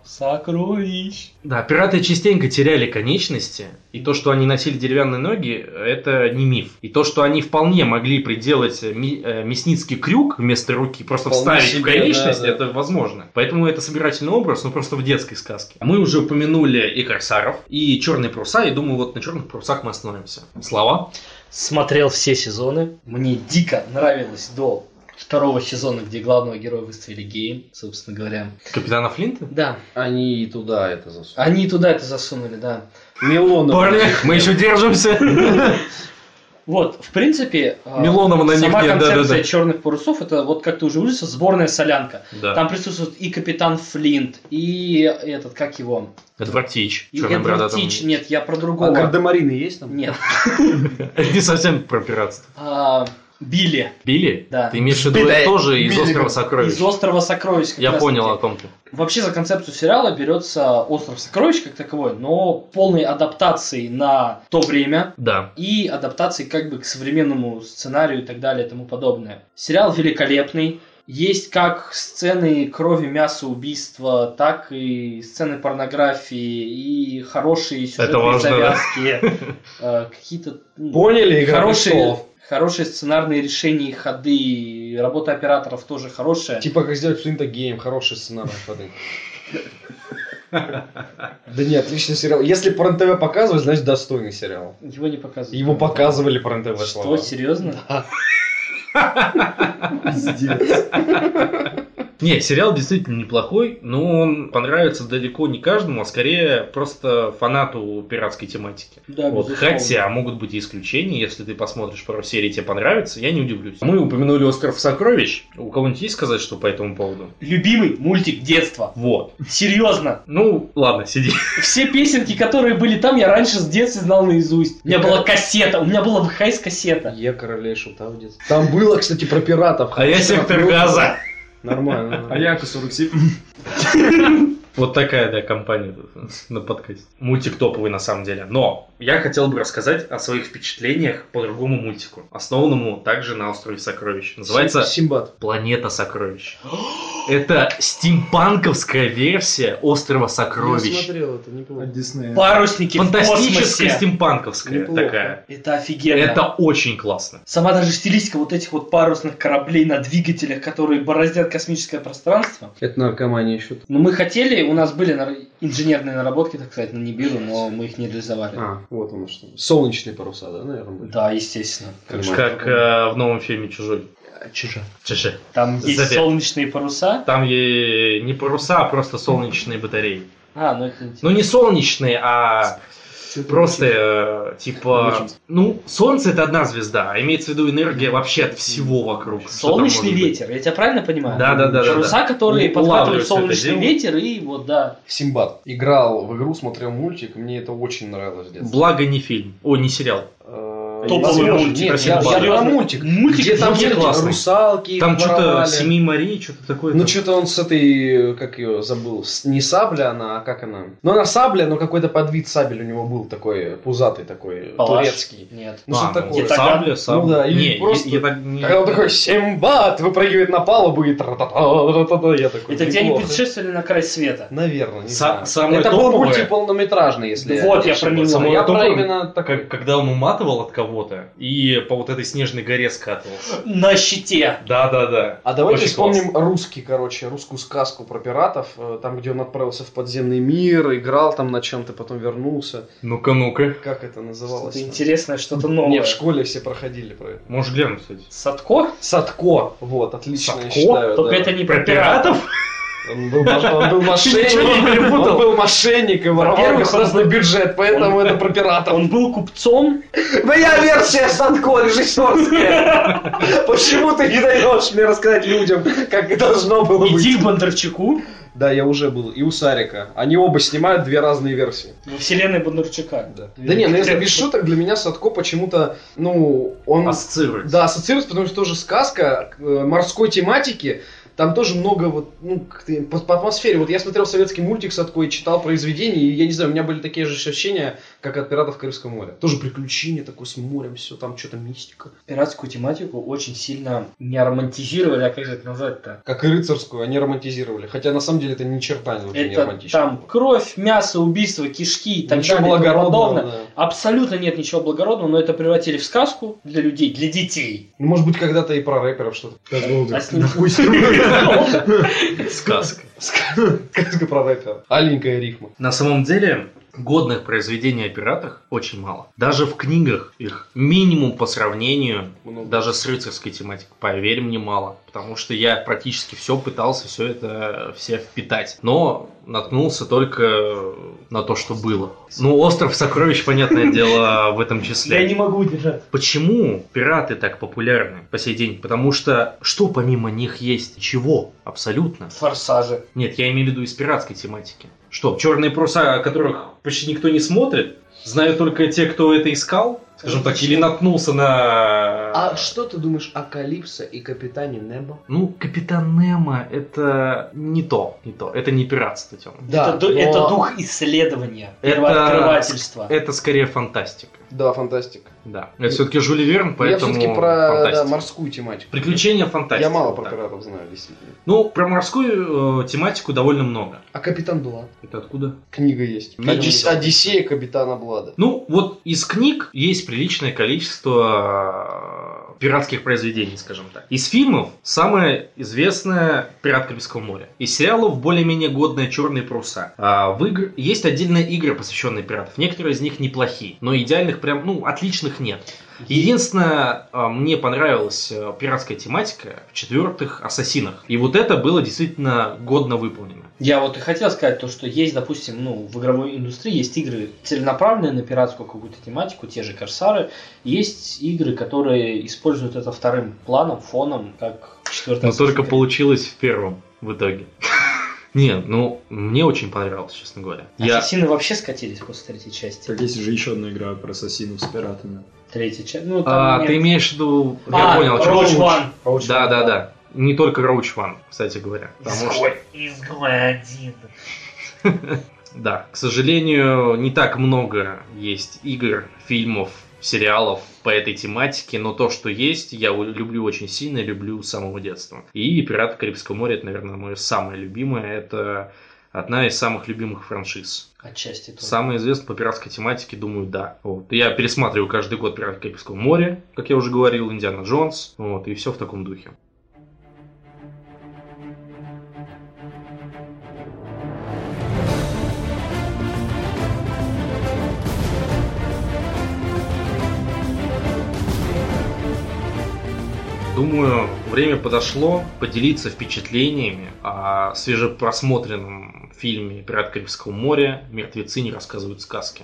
сокровищ.
Да, пираты частенько теряли конечности, и то, что они носили деревянные ноги, это не миф. И то, что они вполне могли приделать ми- э, мясницкий крюк вместо руки, просто
Вполне
вставить в
себе,
конечность,
да, да.
это возможно. Поэтому это собирательный образ, но просто в детской сказке. Мы уже упомянули и корсаров, и черные паруса, и думаю, вот на черных парусах мы остановимся. Слова?
Смотрел все сезоны. Мне дико нравилось до второго сезона, где главного героя выставили геем, собственно говоря.
Капитана Флинта?
Да,
Они и туда это засунули.
они туда это засунули, да.
Милонов.
Парни, мы еще держимся.
Вот, в принципе, э,
Милонова на них
сама
нет, да-да-да.
концепция черных парусов, это вот как ты уже выразился, сборная солянка.
Да.
Там присутствует и капитан Флинт, и этот, как его?
Эдвард Тич.
И
Чёрная борода
Эдвард
там.
Тич, нет, я про
А
другого.
Гардемарины есть там?
Нет.
Это не совсем про пиратство.
А, Билли
Билли?
Да.
Ты имеешь в виду это тоже из острова сокровищ.
из острова Сокровищ. как
Я
раз
понял а о
таки.
ком ты.
Вообще за концепцию сериала берется остров Сокровищ как таковой, но полной адаптацией на то время
Да.
и адаптацией как бы к современному сценарию и так далее и тому подобное. Сериал великолепный. Есть как сцены крови, мяса, убийства, так и сцены порнографии, и хорошие сюжетные
важно, да.
завязки, э, какие-то ну,
Поняли, игра
хорошие,
престолов?
хорошие сценарные решения и ходы, и работа операторов тоже хорошая.
Типа, как сделать Флинта геем, хороший сценарий ходы. Да нет, отличный сериал. Если по РНТВ показывают, значит достойный сериал.
Его не показывают.
Его показывали по РНТВ
Что,
слова.
серьезно?
Не, сериал действительно неплохой, но он понравится далеко не каждому, а скорее просто фанату пиратской тематики.
Да,
Вот,
безусловно.
хотя могут быть и исключения, если ты посмотришь пару серий, тебе понравится, я не удивлюсь. Мы упомянули остров сокровищ. У кого-нибудь есть сказать, что по этому поводу?
Любимый мультик детства.
Вот.
Серьезно.
Ну, ладно, сиди.
Все песенки, которые были там, я раньше с детства знал наизусть. У меня была кассета, у меня была ВХС кассета.
Я королей шута в детстве. Там было, кстати, про пиратов.
А я сектор газа.
Нормально.
А я К-47.
Вот такая, да, компания тут на подкасте. Мультик топовый на самом деле. Но я хотел бы рассказать о своих впечатлениях по другому мультику, основанному также на острове Сокровищ. Называется
Симбат.
Планета Сокровищ. Это стимпанковская версия острова
Я
Сокровищ.
смотрел это, неплохо.
Дисней.
Парусники Ну, в
Фантастическая
космосе.
стимпанковская
Неплохо.
такая.
Это офигенно.
Это очень классно.
Сама даже стилистика вот этих вот парусных кораблей на двигателях, которые бороздят космическое пространство.
Это наркомания еще.
Но мы хотели, у нас были нар- инженерные наработки, так сказать, на Нибиру, но мы их не реализовали.
А, вот оно что. Солнечные паруса, да, наверное, были?
Да, естественно.
Как, э, в новом фильме «Чужой».
Чижа.
Чужой.
Там есть
Завет.
солнечные паруса.
Там е- не паруса, а просто солнечные батареи.
А, ну это интересно.
Ну не солнечные, а просто э, типа... Ну, солнце это одна звезда, а имеется в виду энергия вообще от всего вокруг. что там
Солнечный
может быть.
ветер, я тебя правильно понимаю?
Да, да, да, да,
Паруса,
да.
которые
Ну, улавливают
подхватывают
это
солнечный
дело.
ветер и вот, да.
Симбат. Играл в игру, смотрел мультик, мне это очень нравилось в детстве.
Благо не фильм. О, не сериал.
Э,
Топовый
я-
мультик,
Нет, я,
Симбат.
я про мультик.
Мультик
где там
вообще
эти
классный.
русалки
Там
их
что-то
воровали.
Семи Марии, что-то такое.
Ну
там.
что-то он с этой, как ее забыл, с- не сабля она, а как она? Ну она сабля, но какой-то подвид сабель у него был такой, пузатый такой,
Палаш?
турецкий.
Нет.
Ну
А,
что
ну,
такое?
так-
Сабля, сабля.
Ну да, или
не,
просто-
я- я так не-
Когда он такой «Симбад!» выпрыгивает на палубу и тра-та-та-та-та-та, я такой
Это тебя не
«Неплохо».
путешествовали на край света.
Наверное, не
Са-
знаю.
самое
Это был
топовое-
мультик полнометражный, если
Вот, я
не
про него.
ошибаюсь.
Самое
Я про
топовое-
именно такой.
Как- когда он уматывал от кого-то и по вот этой снежной горе скатывался.
На щите.
Да, да, да.
А давайте
Очень
вспомним русский, короче, русскую сказку про пиратов, э, там, где он отправился в подземный мир, играл там на чем-то, потом вернулся.
Ну-ка, ну-ка.
Как это называлось?
Что-то интересное, что-то
Не,
новое.
в школе все проходили про это.
Можешь глянуть, кстати.
Садко?
Садко, вот, отлично, я
Садко?
считаю.
Только
да.
это не про пиратов.
Он был, маш- он был
ничего не
мошенник,
перепутал?
он был мошенник и воровал
Во-первых,
государственный бюджет, поэтому это про пиратов.
Он был купцом.
Моя версия Садко режиссерская. Почему ты не даешь мне рассказать людям, как должно было
Иди
быть?
к Бондарчуку
Да, я уже был. И у Сарика. Они оба снимают две разные версии.
во вселенной Бондарчука.
Да, не, ну если без шуток, для меня Садко почему-то, ну, он...
Ассоциируется.
Да, ассоциируется, потому что тоже сказка э, морской тематики. Там тоже много вот, ну, как-то по, по атмосфере. Вот я смотрел советский мультик Садко и читал произведения, и я не знаю, у меня были такие же ощущения, как от «Пиратов Карибского моря». Тоже приключения такое с морем, все там что-то мистика.
Пиратскую тематику очень сильно не романтизировали, а как же это назвать-то?
Как и рыцарскую, они романтизировали. Хотя на самом деле это ни черта не очень не
Это
романтично.
там кровь, мясо, убийство, кишки и так
Ничего
далее. и тому
благородного.
подобное.
да.
Абсолютно нет ничего благородного, но это превратили в сказку для людей, для детей.
Ну, может быть, когда-то и про рэперов что-то.
А с ним-
Сказка.
Сказка про рэпера. Аленькая рифма.
На самом деле, годных произведений о пиратах очень мало. Даже в книгах их минимум по сравнению даже с рыцарской тематикой. Поверь мне, мало. Потому что я практически все пытался все это все впитать. Но наткнулся только на то, что было. Ну, остров сокровищ, понятное дело, в этом числе.
Я не могу удержаться.
Почему пираты так популярны по сей день? Потому что что помимо них есть? Чего? Абсолютно.
Форсажи.
Нет, я имею в виду из пиратской тематики. Что, черные паруса, о которых почти никто не смотрит, знают только те, кто это искал, скажем так, или наткнулся на...
А что ты думаешь о Калипсо и Капитане Немо?
Ну, Капитан Немо это не то, не то. Это не пиратство, Тёма.
это, ду- это дух исследования,
Это-
первооткрывательства.
Это скорее фантастика.
Да, фантастика.
Да. Это все-таки Жюли Верн, поэтому
Я все-таки про да,
фантастика.
морскую тематику.
Приключения фантастики.
Я мало про
да.
пиратов знаю, действительно.
Ну, про морскую э, тематику довольно много.
А Капитан Блад?
Это откуда?
Книга есть.
Книга
Одис-
есть.
Одиссея Капитана Блада.
Ну, вот из книг есть приличное количество пиратских произведений, скажем так. Из фильмов самое известное «Пират Карибского моря». Из сериалов более-менее годные «Черные паруса». А в игр... Есть отдельные игры, посвященные пиратов. Некоторые из них неплохие, но идеальных прям, ну, отличных нет. Единственное, а, мне понравилась а, пиратская тематика в четвертых «Ассасинах». И вот это было действительно годно выполнено.
Я вот и хотел сказать то, что есть, допустим, ну, в игровой индустрии есть игры, целенаправленные на пиратскую какую-то тематику, те же корсары. Есть игры, которые используют это вторым планом, фоном, как четвертая.
Но только
ассасинка.
получилось в первом в итоге. Не, ну, мне очень понравилось, честно говоря. Я...
Ассасины вообще скатились после третьей части.
Так есть же еще одна игра про ассасинов с пиратами.
Третья часть. Ну,
А,
там нет.
ты имеешь в виду... Я
А,
понял, о чем
Rogue
ты.
One.
А
Rogue
Да,
One.
да, да. Не только Роуч Ван, кстати говоря. Потому что...
Изгой один.
Да, к сожалению, не так много есть игр, фильмов, сериалов по этой тематике, но то, что есть, я у- люблю очень сильно, люблю с самого детства. И «Пираты Карибского моря» — это, наверное, мое самое любимое, это одна из самых любимых франшиз.
Отчасти тоже.
Самое известное по пиратской тематике, думаю, да. Вот. Я пересматриваю каждый год «Пираты Карибского моря», как я уже говорил, «Индиана Джонс», вот, и все в таком духе. Думаю, время подошло поделиться впечатлениями о свежепросмотренном фильме «Пират Карибского моря. Мертвецы не рассказывают сказки».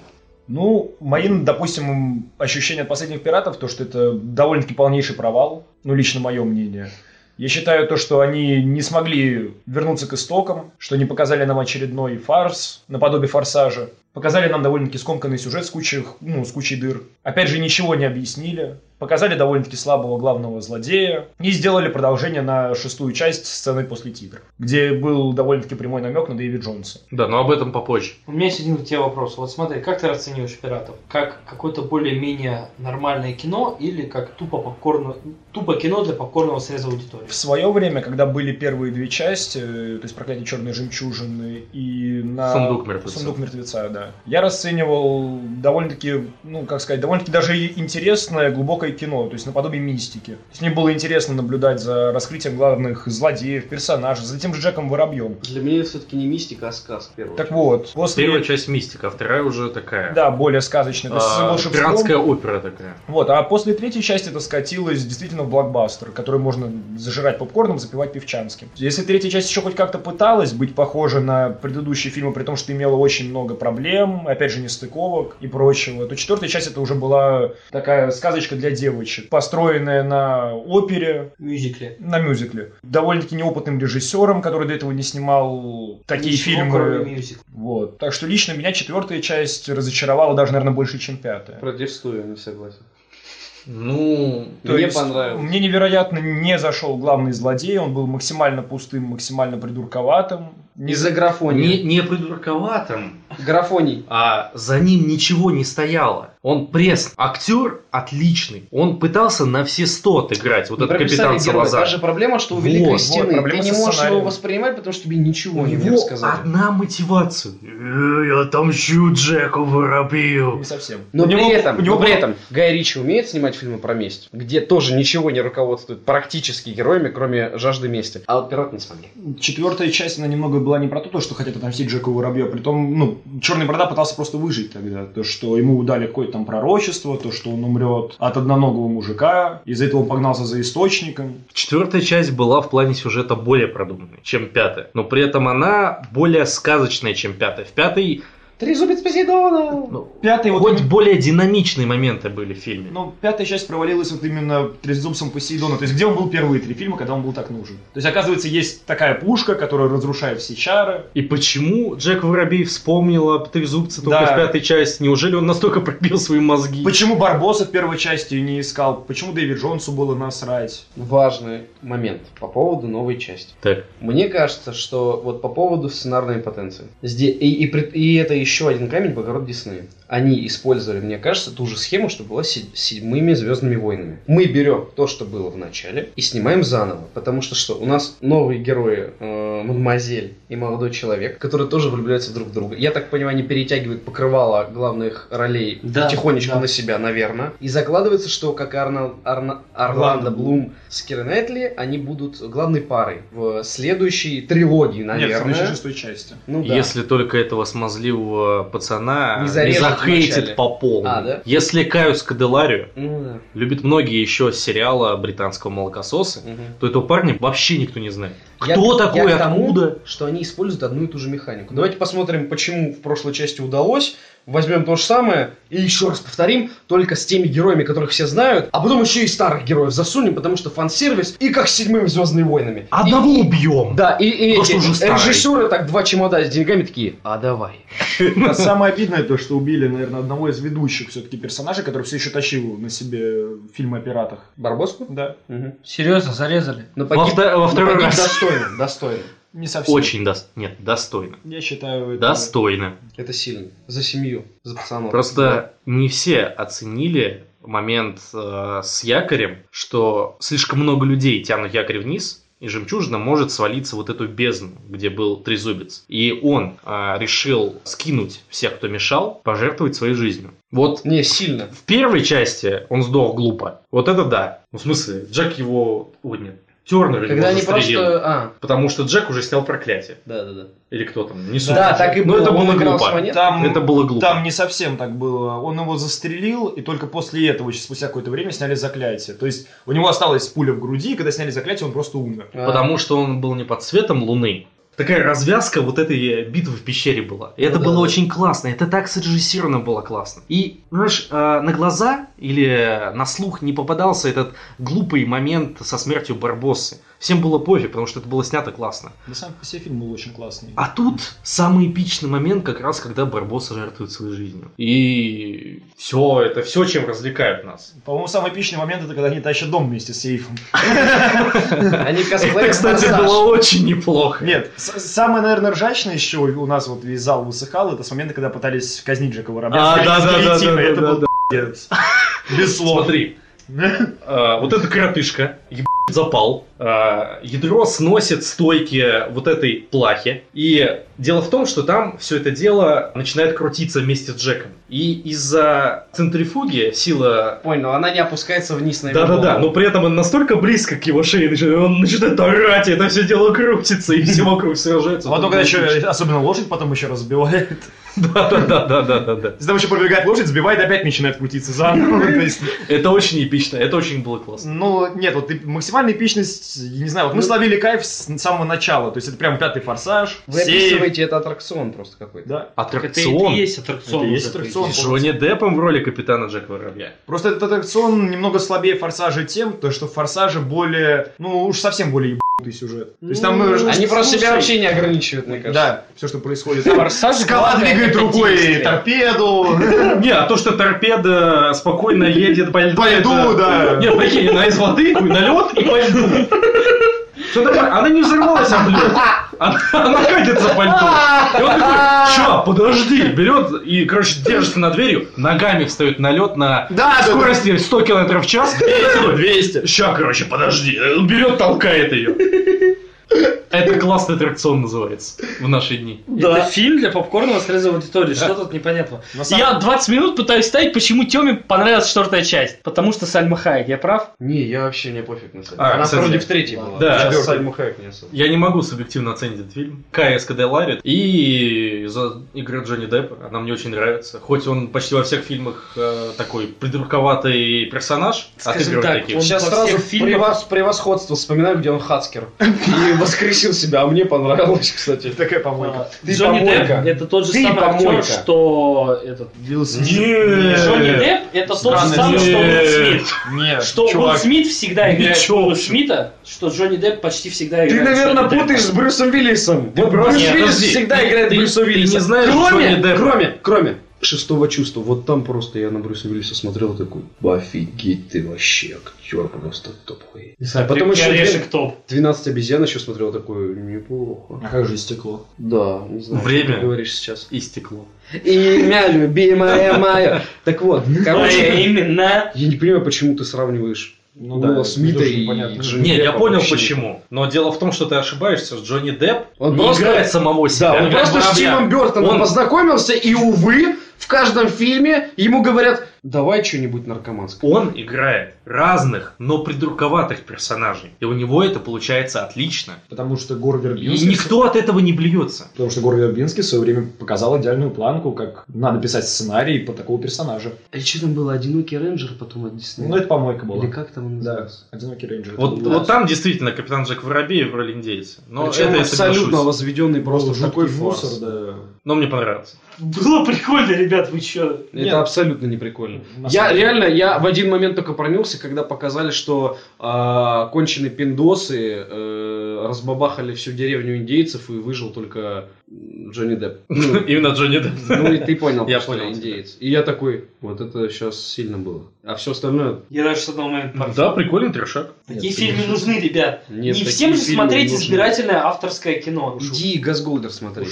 Ну, моим, допустим, ощущение от последних пиратов, то, что это довольно-таки полнейший провал, ну, лично мое мнение. Я считаю то, что они не смогли вернуться к истокам, что не показали нам очередной фарс, наподобие форсажа. Показали нам довольно-таки скомканный сюжет с кучей, ну, с кучей дыр. Опять же, ничего не объяснили. Показали довольно-таки слабого главного злодея. И сделали продолжение на шестую часть сцены после титров, где был довольно-таки прямой намек на Дэви Джонса.
Да, но об этом попозже.
У меня есть один к тебе вопрос. Вот смотри, как ты расцениваешь пиратов? Как какое-то более-менее нормальное кино или как тупо попкорно... тупо кино для попкорного среза аудитории?
В свое время, когда были первые две части, э, то есть «Проклятие черной жемчужины» и на...
«Сундук мертвеца».
«Сундук мертвеца», да. Я расценивал довольно-таки, ну, как сказать, довольно-таки даже и интересное, глубокое кино, то есть наподобие мистики. То есть мне было интересно наблюдать за раскрытием главных злодеев, персонажей, за тем же Джеком Воробьем.
Для меня это все-таки не мистика, а сказка. первая.
Так вот,
Первая
после...
часть мистика, а вторая уже такая.
Да, более сказочное. То есть с
а,
волшебством.
пиратская опера такая.
Вот, а после третьей части это скатилось действительно в блокбастер, который можно зажирать попкорном, запивать певчанским. Если третья часть еще хоть как-то пыталась быть похожа на предыдущие фильмы, при том, что имела очень много проблем, опять же, нестыковок и прочего, то четвертая часть это уже была такая сказочка для девочек, построенная на опере,
В мюзикле.
на мюзикле. Довольно-таки неопытным режиссером, который до этого не снимал такие
Ничего,
фильмы.
кроме мюзикла.
Вот. Так что лично меня четвертая часть разочаровала даже, наверное, больше, чем пятая.
Протестую, я не согласен.
Ну,
То
Мне
есть,
понравилось.
Мне невероятно не зашел главный злодей. Он был максимально пустым, максимально придурковатым.
Из-за графонии.
не, не придурковатым,
Графоний.
а за ним ничего не стояло. Он пресс. Актер отличный. Он пытался на все сто отыграть. Вот
Не
этот
прописали
капитан
героя.
Салазар.
Та же проблема, что у
Вот,
Великой
вот,
Стены.
проблема
Ты не
со
можешь его
сценарием.
воспринимать, потому что тебе ничего
У
не
него
рассказали.
одна мотивация. «Э, Я отомщу Джеку Воробью.
Не совсем.
Но
У
при,
него-
этом,
у него
но при
было-
этом Гай Ричи умеет снимать фильмы про месть, где тоже ничего не руководствует практически героями, кроме жажды мести. А вот пираты не смогли.
Четвертая часть, она немного была не про то, то, что хотят отомстить Джеку Воробья. Притом, ну, Черный Борода пытался просто выжить тогда. То, что ему удали какое-то там пророчество, то, что он умрет от одноногого мужика. Из-за этого он погнался за источником.
Четвертая часть была в плане сюжета более продуманной, чем пятая. Но при этом она более сказочная, чем пятая. В пятой
Трезубец Посейдона!
ну,
Пятый вот...
хоть более динамичные моменты были в фильме.
Ну, пятая часть провалилась вот именно трезубцем Посейдона. То есть, где он был первые три фильма, когда он был так нужен? То есть, оказывается, есть такая пушка, которая разрушает все чары.
И почему Джек Воробей вспомнил об трезубце только
Да.
в пятой части? Неужели он настолько пробил свои мозги?
Почему Барбоса в первой части не искал? Почему Дэвид Джонсу было насрать?
Важный момент по поводу новой части.
Так.
Мне кажется, что вот по поводу сценарной потенции. Здесь, и, и пред- и это еще один камень в огород Диснея. Они использовали, мне кажется, ту же схему, что была с се- седьмыми звездными войнами. Мы берем то, что было в начале, и снимаем заново. Потому что что? У нас новые герои э, мадемуазель и молодой человек, которые тоже влюбляются друг в друга. Я так понимаю, они перетягивают покрывало главных ролей
Да,
потихонечку
да.
на себя, наверное. И закладывается, что как и Арна- Арна- Орландо Блум с Кирой Найтли, они будут главной парой в следующей трилогии,
Нет, в
наверное.
самой шестой части.
ну, да.
Если только этого смазливого пацана
Не
не,
зарежут вначале.
захейтит по полной.
А, да?
Если Каюс Канделарио
Ну да.
любит многие еще с сериала британского молокососа,
Мгм.
то этого парня вообще никто не знает.
Я-
Кто такой,
я к тому,
откуда?
что они используют одну и ту же механику. Давайте посмотрим, почему в прошлой части удалось. Возьмем то же самое и еще раз повторим, только с теми героями, которых все знают, а потом еще и старых героев засунем, потому что фан-сервис и как с седьмыми Звездными войнами.
Одного убьем!
Да, и, и эти
Просто уже старый.
режиссеры так два чемодана с деньгами такие, а давай.
А Самое обидное то, что убили, наверное, одного из ведущих все-таки персонажей, который все еще тащил на себе фильм о пиратах.
Барбоску?
Да,
Серьезно, зарезали?
Но
Во,
погиб-
втор- во
но
второй
погиб
раз.
достойно, достойно.
не совсем.
Очень дос- Нет, достойно.
Я считаю, это...
Достойно.
Это сильно. За семью, за пацанов.
Просто не все оценили момент э, с якорем, что слишком много людей тянут якорь вниз, и жемчужина может свалиться в вот эту бездну, где был трезубец. И он э, решил скинуть всех, кто мешал, пожертвовать своей жизнью. Вот
Не, сильно.
в первой части он сдох глупо. Вот это да. Ну, в смысле, Джек его... Ой, нет. Тернер его
Когда они
застрелил.
просто... А,
Потому что Джек уже снял проклятие.
да-да-да.
Или кто там? Не суть.
Да, так и
Ну,
было.
это
Он
было
играл с
глупо.
монетой.
Там,
Это было глупо.
там не совсем так было. Он его застрелил, и только после этого, еще спустя какое-то время, сняли заклятие. То есть у него осталась пуля в груди, и когда сняли заклятие, он просто умер.
А.
Потому что он был не под светом луны. Такая развязка вот этой э, битвы в пещере была. И это
да,
было
да.
очень классно. Это так срежиссировано было классно. И, знаешь, э, на глаза или на слух не попадался этот глупый момент со смертью Барбоссы. Всем было пофиг, потому что это было снято классно.
Да сам по себе фильм был очень классный.
А тут самый эпичный момент как раз, когда Барбосса жертвует своей жизнью. И все, это все, чем развлекают нас.
По-моему, самый эпичный момент это когда они тащат дом вместе с сейфом.
Они
Это,
косплеят
кстати,
«Форсаж».
было очень неплохо.
Нет, с- самое, наверное, ржачное еще у нас вот весь зал высыхал, это с момента, когда пытались казнить Джека Воробья.
А,
с
да, да, да,
гильотиной.
да,
Это
да,
был пиздец. Без слов.
Смотри. А, вот эта коротышка, еб***ь запал, А, ядро сносит стойки вот этой плахи. И дело в том, что там все это дело начинает крутиться вместе с Джеком. И из-за центрифуги сила...
Понял, ну, она не опускается вниз на его
Да-да-да,
голову.
но при этом он настолько близко к его шее, начи- он начинает орать, и это все дело крутится, и все вокруг сражается.
Потом, когда еще, особенно лошадь потом еще разбивает.
Да-да-да-да-да-да.
Если там еще пробегает лошадь, сбивает, опять начинает крутиться заново. То есть,
Это очень эпично, это очень было классно.
Ну, нет, вот и- максимальная эпичность, я не знаю, вот мы
Ну.
словили кайф с самого начала. То есть это прям пятый форсаж,
ну,
Вы
сейф.
описываете это аттракцион просто какой-то.
Да.
Это и это и
Аттракцион.
есть аттракцион.
Это и есть
вот
аттракцион.
и
С Джонни Деппом в роли капитана Джека Воробья.
Просто этот аттракцион немного слабее форсажа тем, то, что в форсаже более, ну уж совсем более ебанутый сюжет. То есть там...
Ну,
э,
Они просто себя
слушай,
вообще не ограничивают, мне кажется.
Да, все, что происходит. Там
«Форсаж»
Скала
главное
двигает
это
рукой
действие.
торпеду.
Не, а то, что торпеда спокойно едет по льду.
По льду,
это-
да.
Не, прикинь, она из воды, ой, на лед и по льду. Что такое? Она не взорвалась об лед. Она, она катится по льду. И он такой, ща, подожди. Берет и, короче, держится на дверью, ногами встает на лед на
Да,
скорости 100 км в час.
200.
Ща, короче, подожди. Он Берет, толкает ее. Это классный аттракцион называется в наши дни.
Это фильм для попкорного среза аудитории. Что тут непонятного?
На самом-
Я 20 минут пытаюсь ставить, почему Теме понравилась четвертая часть. Потому что Сальма Хайек, я прав?
Не, я вообще не пофиг на самом
А,
деле. Она
кстати,
вроде в третьей была.
да.
Сейчас
Четвёртый.
Сальму Хайек не особо.
Я не могу субъективно оценить этот фильм. Кая Скаделарит и за игры Джонни Деппа. Она мне очень нравится. Хоть он почти во всех фильмах э, такой придурковатый персонаж, а ты
Скажем
берешь
так,
такие.
он
Сейчас
во
сразу
всех фильмах-
превос- превосходство вспоминаю, где он Хацкер. И воскресил себя, а мне понравилось, кстати.
Такая помойка.
Ты
А, Джонни
помойка.
Депп это тот же
Ты
самый
помойка.
актер, что этот Вилл Смит.
Нет.
Джонни Депп это тот же
Э,
самый,
Странно,
что Уилл Смит.
Нет,
Что Уилл
чувак.
Смит всегда играет
Ничего
Уилла Смита, что Джонни Депп почти всегда
Ты,
играет
наверное,
Джонни Деппа.
путаешь с Брюсом Уиллисом. Вот Брюс
Нет,
Уиллис
подожди.
всегда играет
Ты- ты
Брюса
не
Уиллиса.
знаешь
кроме,
Джонни Деппа.
кроме, кроме шестого чувства. Вот там просто я на Брюса Уиллиса смотрел и такой, офигеть ты вообще, актер просто топовый.
Не знаю,
Потом
крепкий
еще
орешек
две-
топ.
12 обезьян еще смотрел такой, неплохо.
А как же стекло?
Да, не знаю,
Время.
что ты говоришь сейчас.
И стекло.
Имя любимое мое. Так вот, короче,
Именно.
я не понимаю, почему ты сравниваешь
Ну
Уилла Смита
тоже
и
непонятно.
Джонни
Нет, я
Деппа
понял
вообще
почему. Но дело в том, что ты ошибаешься. Джонни Депп
Он
не
просто-
играет самого себя.
Да, он
играет
просто с
воробья.
Тимом Бертоном
Он-
познакомился, и, увы, в каждом фильме ему говорят, давай что-нибудь наркоманское.
Он играет разных, но придурковатых персонажей. И у него это получается отлично.
Потому что Гор
И
Вербинский...
никто от этого не блюется.
Потому что Гор Вербинский в свое время показал идеальную планку, как надо писать сценарий по такого персонажа.
А что там было, одинокий рейнджер потом от Диснея?
Ну, это помойка была.
Или как там он
Да,
назывался?
одинокий рейнджер. Это
Вот,
было-
вот там действительно капитан Джек Воробеев в роли индейца. Но
Причем
Ну, это я
абсолютно
соглашусь.
возведенный просто в
жуткий
такой фарс.
мусор, да.
Но мне понравилось.
Было прикольно, ребят, вы чё?
Это
Нет.
абсолютно не прикольно.
На
Я
самом деле.
реально, я в один момент только пронюхался, когда показали, что а, конченые пиндосы э, разбабахали всю деревню индейцев и выжил только м, Джонни Депп. Ну,
Именно Джонни Депп.
Ну и ты понял,
Я
что
понял тебя.
индеец. И я такой, вот это сейчас сильно было. А все остальное
Я даже с одного момента пошёл.
Да, прикольный трешак.
Такие фильмы нужны, ребят.
нет.
не
такие
всем же
фильмы
смотреть
нужны.
избирательное авторское кино.
Иди Газголдер смотри.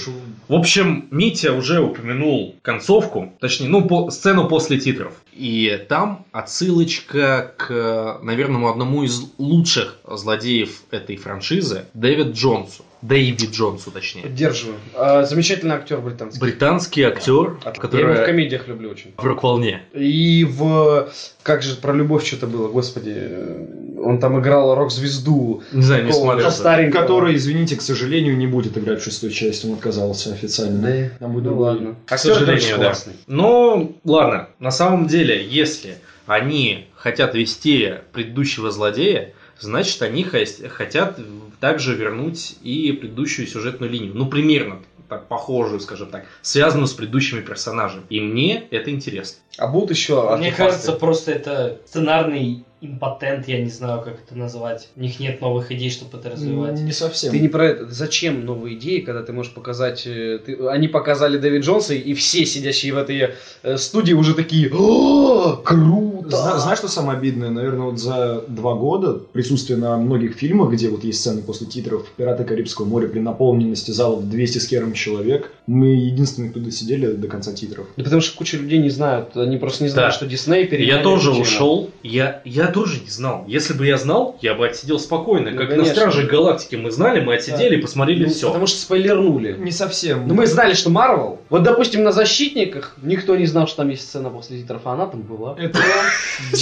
В общем, Митя уже упомянул концовку, точнее, ну, по- сцену после титров. И там отсылочка к, наверное, одному из лучших злодеев этой франшизы, Дэвид Джонсу. Дэйви Джонсу, точнее.
Поддерживаю. А, замечательный актер британский. А,
Британский актер,
Я его в
который
комедиях люблю очень.
в рок-волне.
И в... Как же про любовь что-то было, господи. э, Он там играл рок-звезду.
Не знаю, не
Такого
смотрел.
старенького.
Который, извините, к сожалению, не будет играть в шестой части, он отказался официально.
Да.
Там будет
Ну
другой.
ладно.
К сожалению, да. Ну, ладно, на самом деле, если они хотят вести предыдущего злодея, значит, они хо- хотят также вернуть и предыдущую сюжетную линию. Ну, примерно так похожую, скажем так, связанную с предыдущими персонажами. И мне это интересно.
А будут еще
Мне кажется, просто это сценарный импотент, я не знаю, как это называть. У них нет новых идей, чтобы это развивать.
Не совсем.
Ты не про это. Зачем новые идеи, когда ты можешь показать... э, ты- Они показали Дэвид Джонса, и все сидящие в этой э, студии уже такие... «О, Круто!
Зна- Знаешь, что самое обидное? Наверное, вот за два года присутствие на многих фильмах, где вот есть сцены после титров «Пираты Карибского моря» при наполненности зала в 200 с хером человек, мы единственные, кто досидели до конца титров.
Да потому что куча людей не знают. Они просто не знают,
Да.
что Дисней переняли
я тоже
эту тему.
ушел. Я, я тоже не знал. Если бы я знал, я бы отсидел спокойно.
Ну,
как на
конечно.
Страже Галактики мы знали, мы отсидели и посмотрели
Ну,
все.
Потому что спойлернули.
Не совсем.
Ну, мы знали, что Марвел. Вот, допустим, на «Защитниках» никто не знал, что там есть сцена после титров, а она там была.
Это...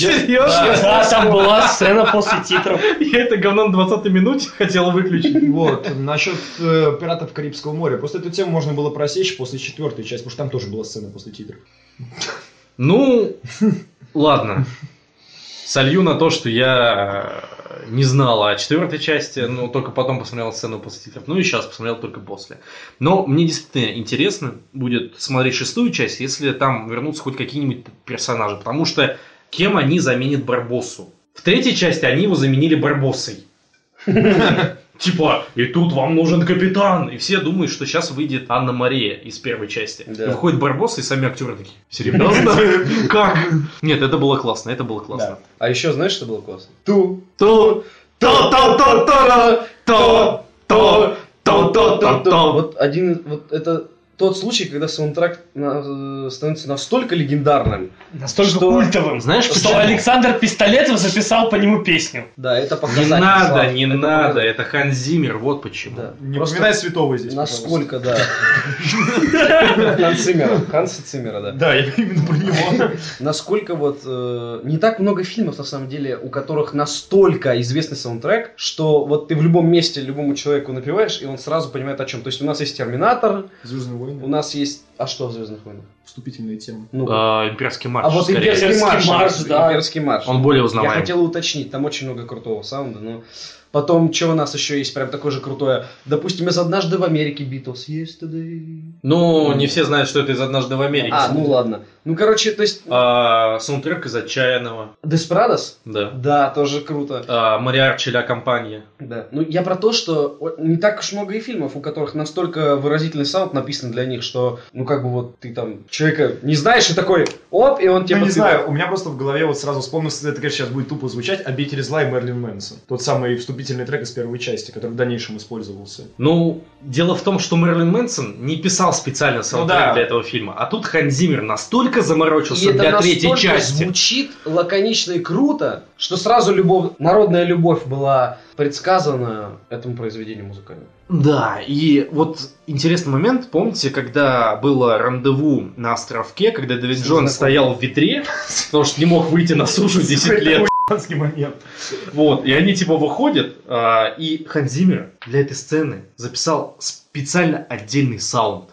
Да, там была сцена после титров.
Я это говно на 20-й минуте хотел выключить.
Вот, насчет э, «Пиратов Карибского моря». Просто эту тему можно было просечь после четвертой части, потому что там тоже была сцена после титров.
Ну, ладно. Солью на то, что я э, не знал о четвертой части, но только потом посмотрел сцену после титров. Ну и сейчас посмотрел только после. Но мне действительно интересно будет смотреть шестую часть, если там вернутся хоть какие-нибудь персонажи. Потому что кем они заменят Барбоссу? В третьей части они его заменили Барбоссой. Типа, и тут вам нужен капитан. И все думают, что сейчас выйдет Анна Мария из первой части.
Да.
И выходит Барбосса, и сами актеры такие. Серьезно? Как? Нет, это было классно, это было классно.
А еще знаешь, что было классно? Ту.
То, то, то, то, то, то, то, то, то, то, то.
Вот один, из- вот это тот случай, когда саундтрак на- э, становится настолько легендарным.
Настолько
Что-
культовым,
Знаешь,
что
почему?
Александр Пистолетов записал по нему песню.
Да, это
Не
показатель.
надо,
Слав.
не
Это
надо,
показатель.
это Хан Зиммер, вот почему.
Да.
Не
Просто
упоминай святого здесь, пожалуйста.
Насколько, да. Хан Циммера. Ханса Циммера, да.
Да, я именно про него.
Насколько вот... э, не так много фильмов, на самом деле, у которых настолько известный саундтрек, что вот ты в любом месте любому человеку напиваешь, и он сразу понимает о чем. То есть у нас есть Терминатор,
«Звездные
у
войны».
нас есть... А что в «Звездных войнах»?
Вступительная тема.
Ну,
А, Имперский
а
марш,
вот
скорее.
«Имперский
«Имперский
марш»,
марш», да.
«Имперский марш».
Он более
Я
узнаваем.
хотел уточнить, там очень много крутого саунда, но потом, что у нас еще есть прям такое же крутое? Допустим, из «Однажды в Америке» Битлз «Yesterday».
Ну, не все знают, что это из «Однажды в Америке».
А, ну ладно. Ну, короче, то есть...
А, саундтрек из «Отчаянного»,
Деспрадос?
да.
Да, тоже круто.
А, Мариарчи «Ля компания».
Да. Ну, я про то, что о- не так уж много и фильмов, у которых настолько выразительный саунд написан для них, что, ну, как бы вот ты там человека не знаешь и такой, оп, и
Ну,
он типа тебе...
Я не
подпи-
знаю, у меня просто в голове вот сразу вспомнился, это, конечно, сейчас будет тупо звучать, «Обители зла» и Мерлин Мэнсон. Тот самый вступительный трек из первой части, который в дальнейшем использовался.
Ну, дело в том, что Мерлин Мэнсон не писал специально саундтрек
да.
для этого фильма, а тут Хан Зиммер настолько заморочился
Ну И это
для третьей
настолько
части.
звучит лаконично и круто, что сразу любовь, народная любовь была предсказана этому произведению музыкальному.
Да, и вот интересный момент, помните, когда было рандеву на островке, когда Дэвид Джон стоял в ветре, потому что не мог выйти на сушу 10 лет.
момент.
Вот, и они типа выходят, а, и Хан Зиммер для этой сцены записал специально отдельный саунд.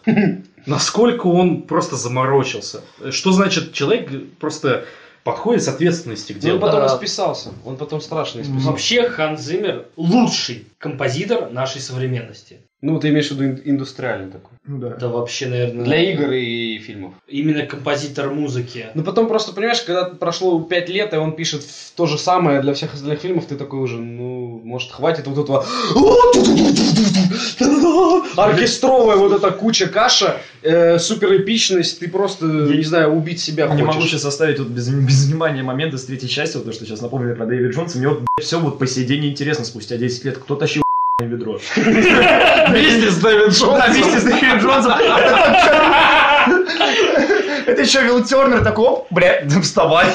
Насколько он просто заморочился. Что значит человек просто подходит с ответственностью к
Он
делу.
потом
да.
расписался. Он потом страшно исписался.
Вообще, Хан Зиммер лучший композитор нашей современности.
Ну, ты имеешь в виду ин- индустриальный такой.
Ну да.
Да вообще, наверное...
Для игр и фильмов.
Именно композитор музыки.
Ну потом просто, понимаешь, когда прошло 5 лет, и он пишет в- то же самое для всех остальных фильмов, ты такой уже, ну, может, хватит вот этого... Оркестровая вот эта куча каша, э, суперэпичность, ты просто, не знаю, убить себя
Я не могу
хочешь.
сейчас оставить вот без, без внимания момент из третьей части, вот то, что сейчас напомнили про Дэвид Джонса. Мне вот все вот по сей день интересно, спустя 10 лет, кто тащил ебаное ведро.
Вместе с Дэвид
Да, вместе с Дэвидом Джонсом. Это еще Вилл Тернер такой, оп, бля, вставай.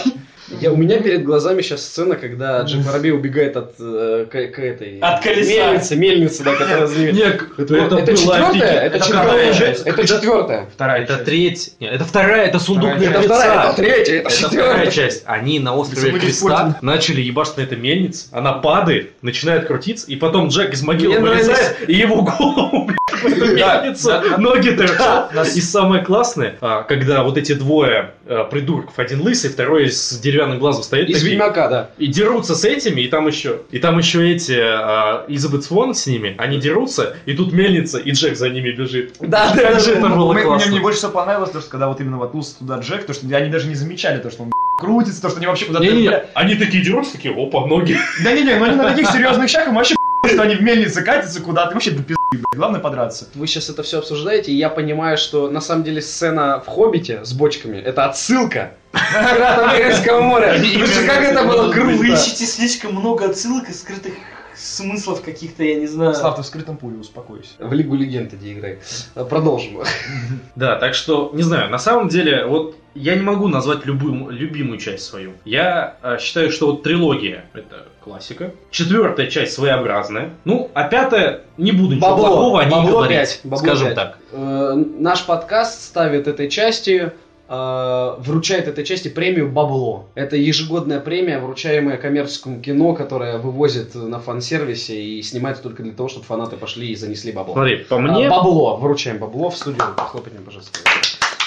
Я, у меня перед глазами сейчас сцена, когда Джек Воробей убегает от э, к, к этой...
От колеса.
Мельницы, мельницы, да, которая за ним-
ну, это,
Это,
было
четвертая?
офигенно.
Это
вторая
четвертая?
часть.
Это четвертая.
Вторая
Это
часть.
третья. Нет, это вторая, это сундук
Вторая
Это
мертвеца.
вторая, это третья, это
Это вторая
четвертая.
часть. Они на острове
Если мы не
Креста начали ебашить на это мельниц, она падает, начинает крутиться, и потом Джек из могилы
Мне
вылезает, и его голову, блядь, в эту
Да.
мельницу, ноги торчат. И самое классное, а, когда вот эти двое а, придурков, один лысый, второй с деревянным глазом стоит,
Из
такие,
Ведьмака, да.
и дерутся с этими, и там еще, и там еще эти, а, Элизабет Свон с ними, они дерутся, и тут мельница, и Джек за ними бежит.
Да,
Как же это было
Мне- Мне мне
классно.
больше всего понравилось, то, что когда вот именно воткнулся туда Джек, то, что они даже не замечали, то, что он крутится, то, что они вообще куда-то...
Не-не-не,
бля,
они такие дерутся, такие, опа, ноги.
Да не, не, ну они на таких серьезных щах, им вообще что они в мельнице катятся куда-то, вообще до пизды, блядь. главное подраться.
Вы сейчас это все обсуждаете, и я понимаю, что на самом деле сцена в «Хоббите» с бочками — это отсылка к «Пиратам Карибского моря». Потому что как это было
Вы
круто.
ищете слишком много отсылок и скрытых смыслов каких-то, я не знаю.
Слав, ты в скрытом пуле, успокойся.
В «Лигу легенд» иди играй. Продолжим.
Да, так что, не знаю, на самом деле, вот я не могу назвать любым, любимую часть свою. Я э, считаю, что вот трилогия это классика. Четвертая часть своеобразная. Ну, а пятая, не буду ничего
Бабло.
плохого о ней
Бабло
говорить.
пять. Бабло
скажем
пять.
так.
Э, Наш подкаст ставит этой части э, вручает этой части премию «Бабло». Это ежегодная премия, вручаемая коммерческому кино, которое вывозит на фан-сервисе и снимается только для того, чтобы фанаты пошли и занесли бабло.
Смотри, по
А,
мне,
Бабло. Вручаем бабло в студию. Похлопайте, пожалуйста.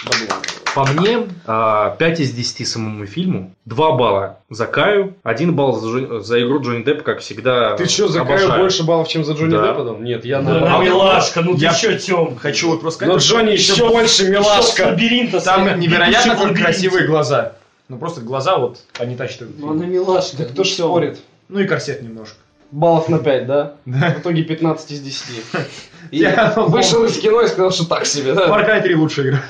Бабло.
по мне э, 5 из 10 самому фильму, 2 балла за Каю, 1 балл за, Джо- за игру Джонни Деппа, как всегда.
Ты что, за Каю
обожаю.
больше баллов, чем за Джонни
Да.
Деппа? дал? Нет, я
Да,
наоборот.
милашка, ну
Я-
ты чё, Тём? Ну,
Хочу вот просто
Но
сказать,
Джонни еще больше, милашка.
лабиринта.
там невероятно как красивые глаза. Ну просто глаза вот, они тащат этот
Ну, она
фильм.
милашка.
Да кто ж спорит?
Ну и корсет немножко.
Баллов на 5, да?
Да.
В итоге 15 из 10. И
Я
вышел из кино и сказал, что так себе, да?
Фаркай 3 лучшая игра.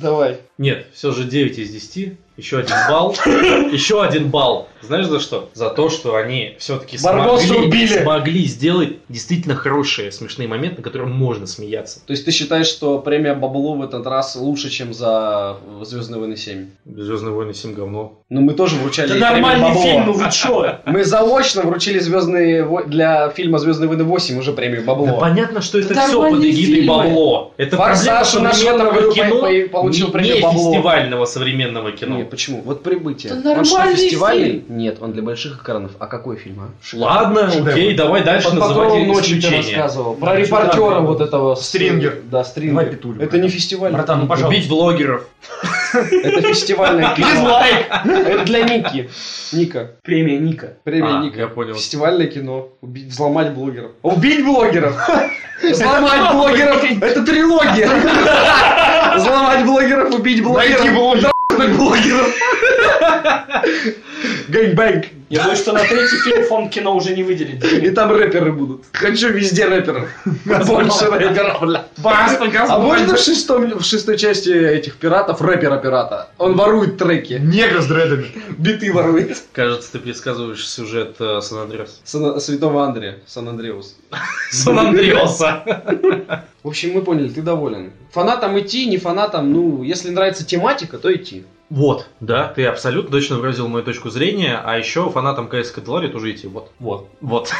Давай.
Нет, все же 9 из 10. Еще один балл. Еще один балл. Знаешь за что? За то, что они все-таки
Барбоса
смогли,
убили.
смогли сделать действительно хорошие смешные моменты, на которых можно смеяться.
То есть ты считаешь, что премия Бабло в этот раз лучше, чем за Звездные войны 7?
Звездные войны 7 говно.
Ну, мы тоже вручали
Это
ей премию
нормальный
Бабло.
фильм, ну вы чё?
Мы заочно вручили звездные Вой- для фильма Звездные войны 8 уже премию
Да
Бабло.
понятно, что это
Да
все под
нормальные
эгидой
фильмы.
бабло. Это проблема
Форсаж наш
современного
Шварценеггер
кино,
по- по- получил
не-
премию
не
Бабло.
фестивального современного кино.
Ну.
Не, Ну, почему? Вот прибытие.
Да
он что,
нормальный
фестивальный? Нет, он для больших экранов. А какой фильм, а?
Ладно,
Шедевр.
окей, давай дальше
Под
называть
покровом ночи ты
исключения.
рассказывал. Про
Да,
репортера
да, да.
вот этого. с-
Стрингер.
Да,
Давай
Стрингер.
петулю.
Это не фестиваль.
Братан, ну пожалуйста.
Убить блогеров.
Это фестивальное кино. Это для Ники. Ника.
Премия Ника.
Премия
А,
Ника.
я понял.
Фестивальное кино. Убить, взломать блогеров. Убить блогеров! Взломать блогеров! Это трилогия! Взломать блогеров, убить блогеров! Да, блогеров! Гэнг-бэнг!
Я думаю, что на третий фильм фонд кино уже не выделит.
И там рэперы будут. Хочу везде рэперов. Больше рэперов, бля.
Баста,
А можно в, шестом, в шестой части этих пиратов рэпера-пирата? Он ворует треки,
Негр с дредами.
биты ворует.
Кажется, ты предсказываешь сюжет э, Сан Андреас.
Сана- Святого Андрея, Сан Андреус.
Сан Андреаса.
В общем, мы поняли, ты доволен. Фанатам идти, не фанатам, ну, если нравится тематика, то идти.
Вот, да, ты абсолютно точно выразил мою точку зрения, а еще фанатам КСК Делари тоже идти. Вот. Вот. Вот.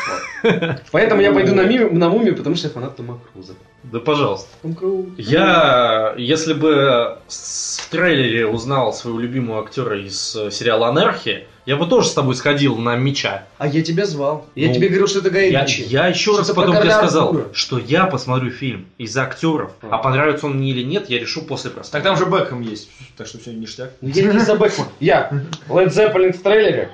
Поэтому я пойду на, мими, на мумию, потому что я фанат Тома Круза.
Да пожалуйста.
Том Круз.
Я, если бы с- в трейлере узнал своего любимого актера из э, сериала Анархия, я бы тоже с тобой сходил на меча.
А я тебя звал. Я
Ну,
тебе говорил, что это Гай
Я,
Ричи.
я еще раз
Что-то
потом
про
тебе
Гарри
сказал,
Артура.
что я посмотрю фильм из-за актеров, а понравится он мне или нет, я решу после
Так
просмотра.
там же Бекхэм есть, так что все ништяк.
Ну, я не за Бэкман. Я. Led Zeppelin в трейлере.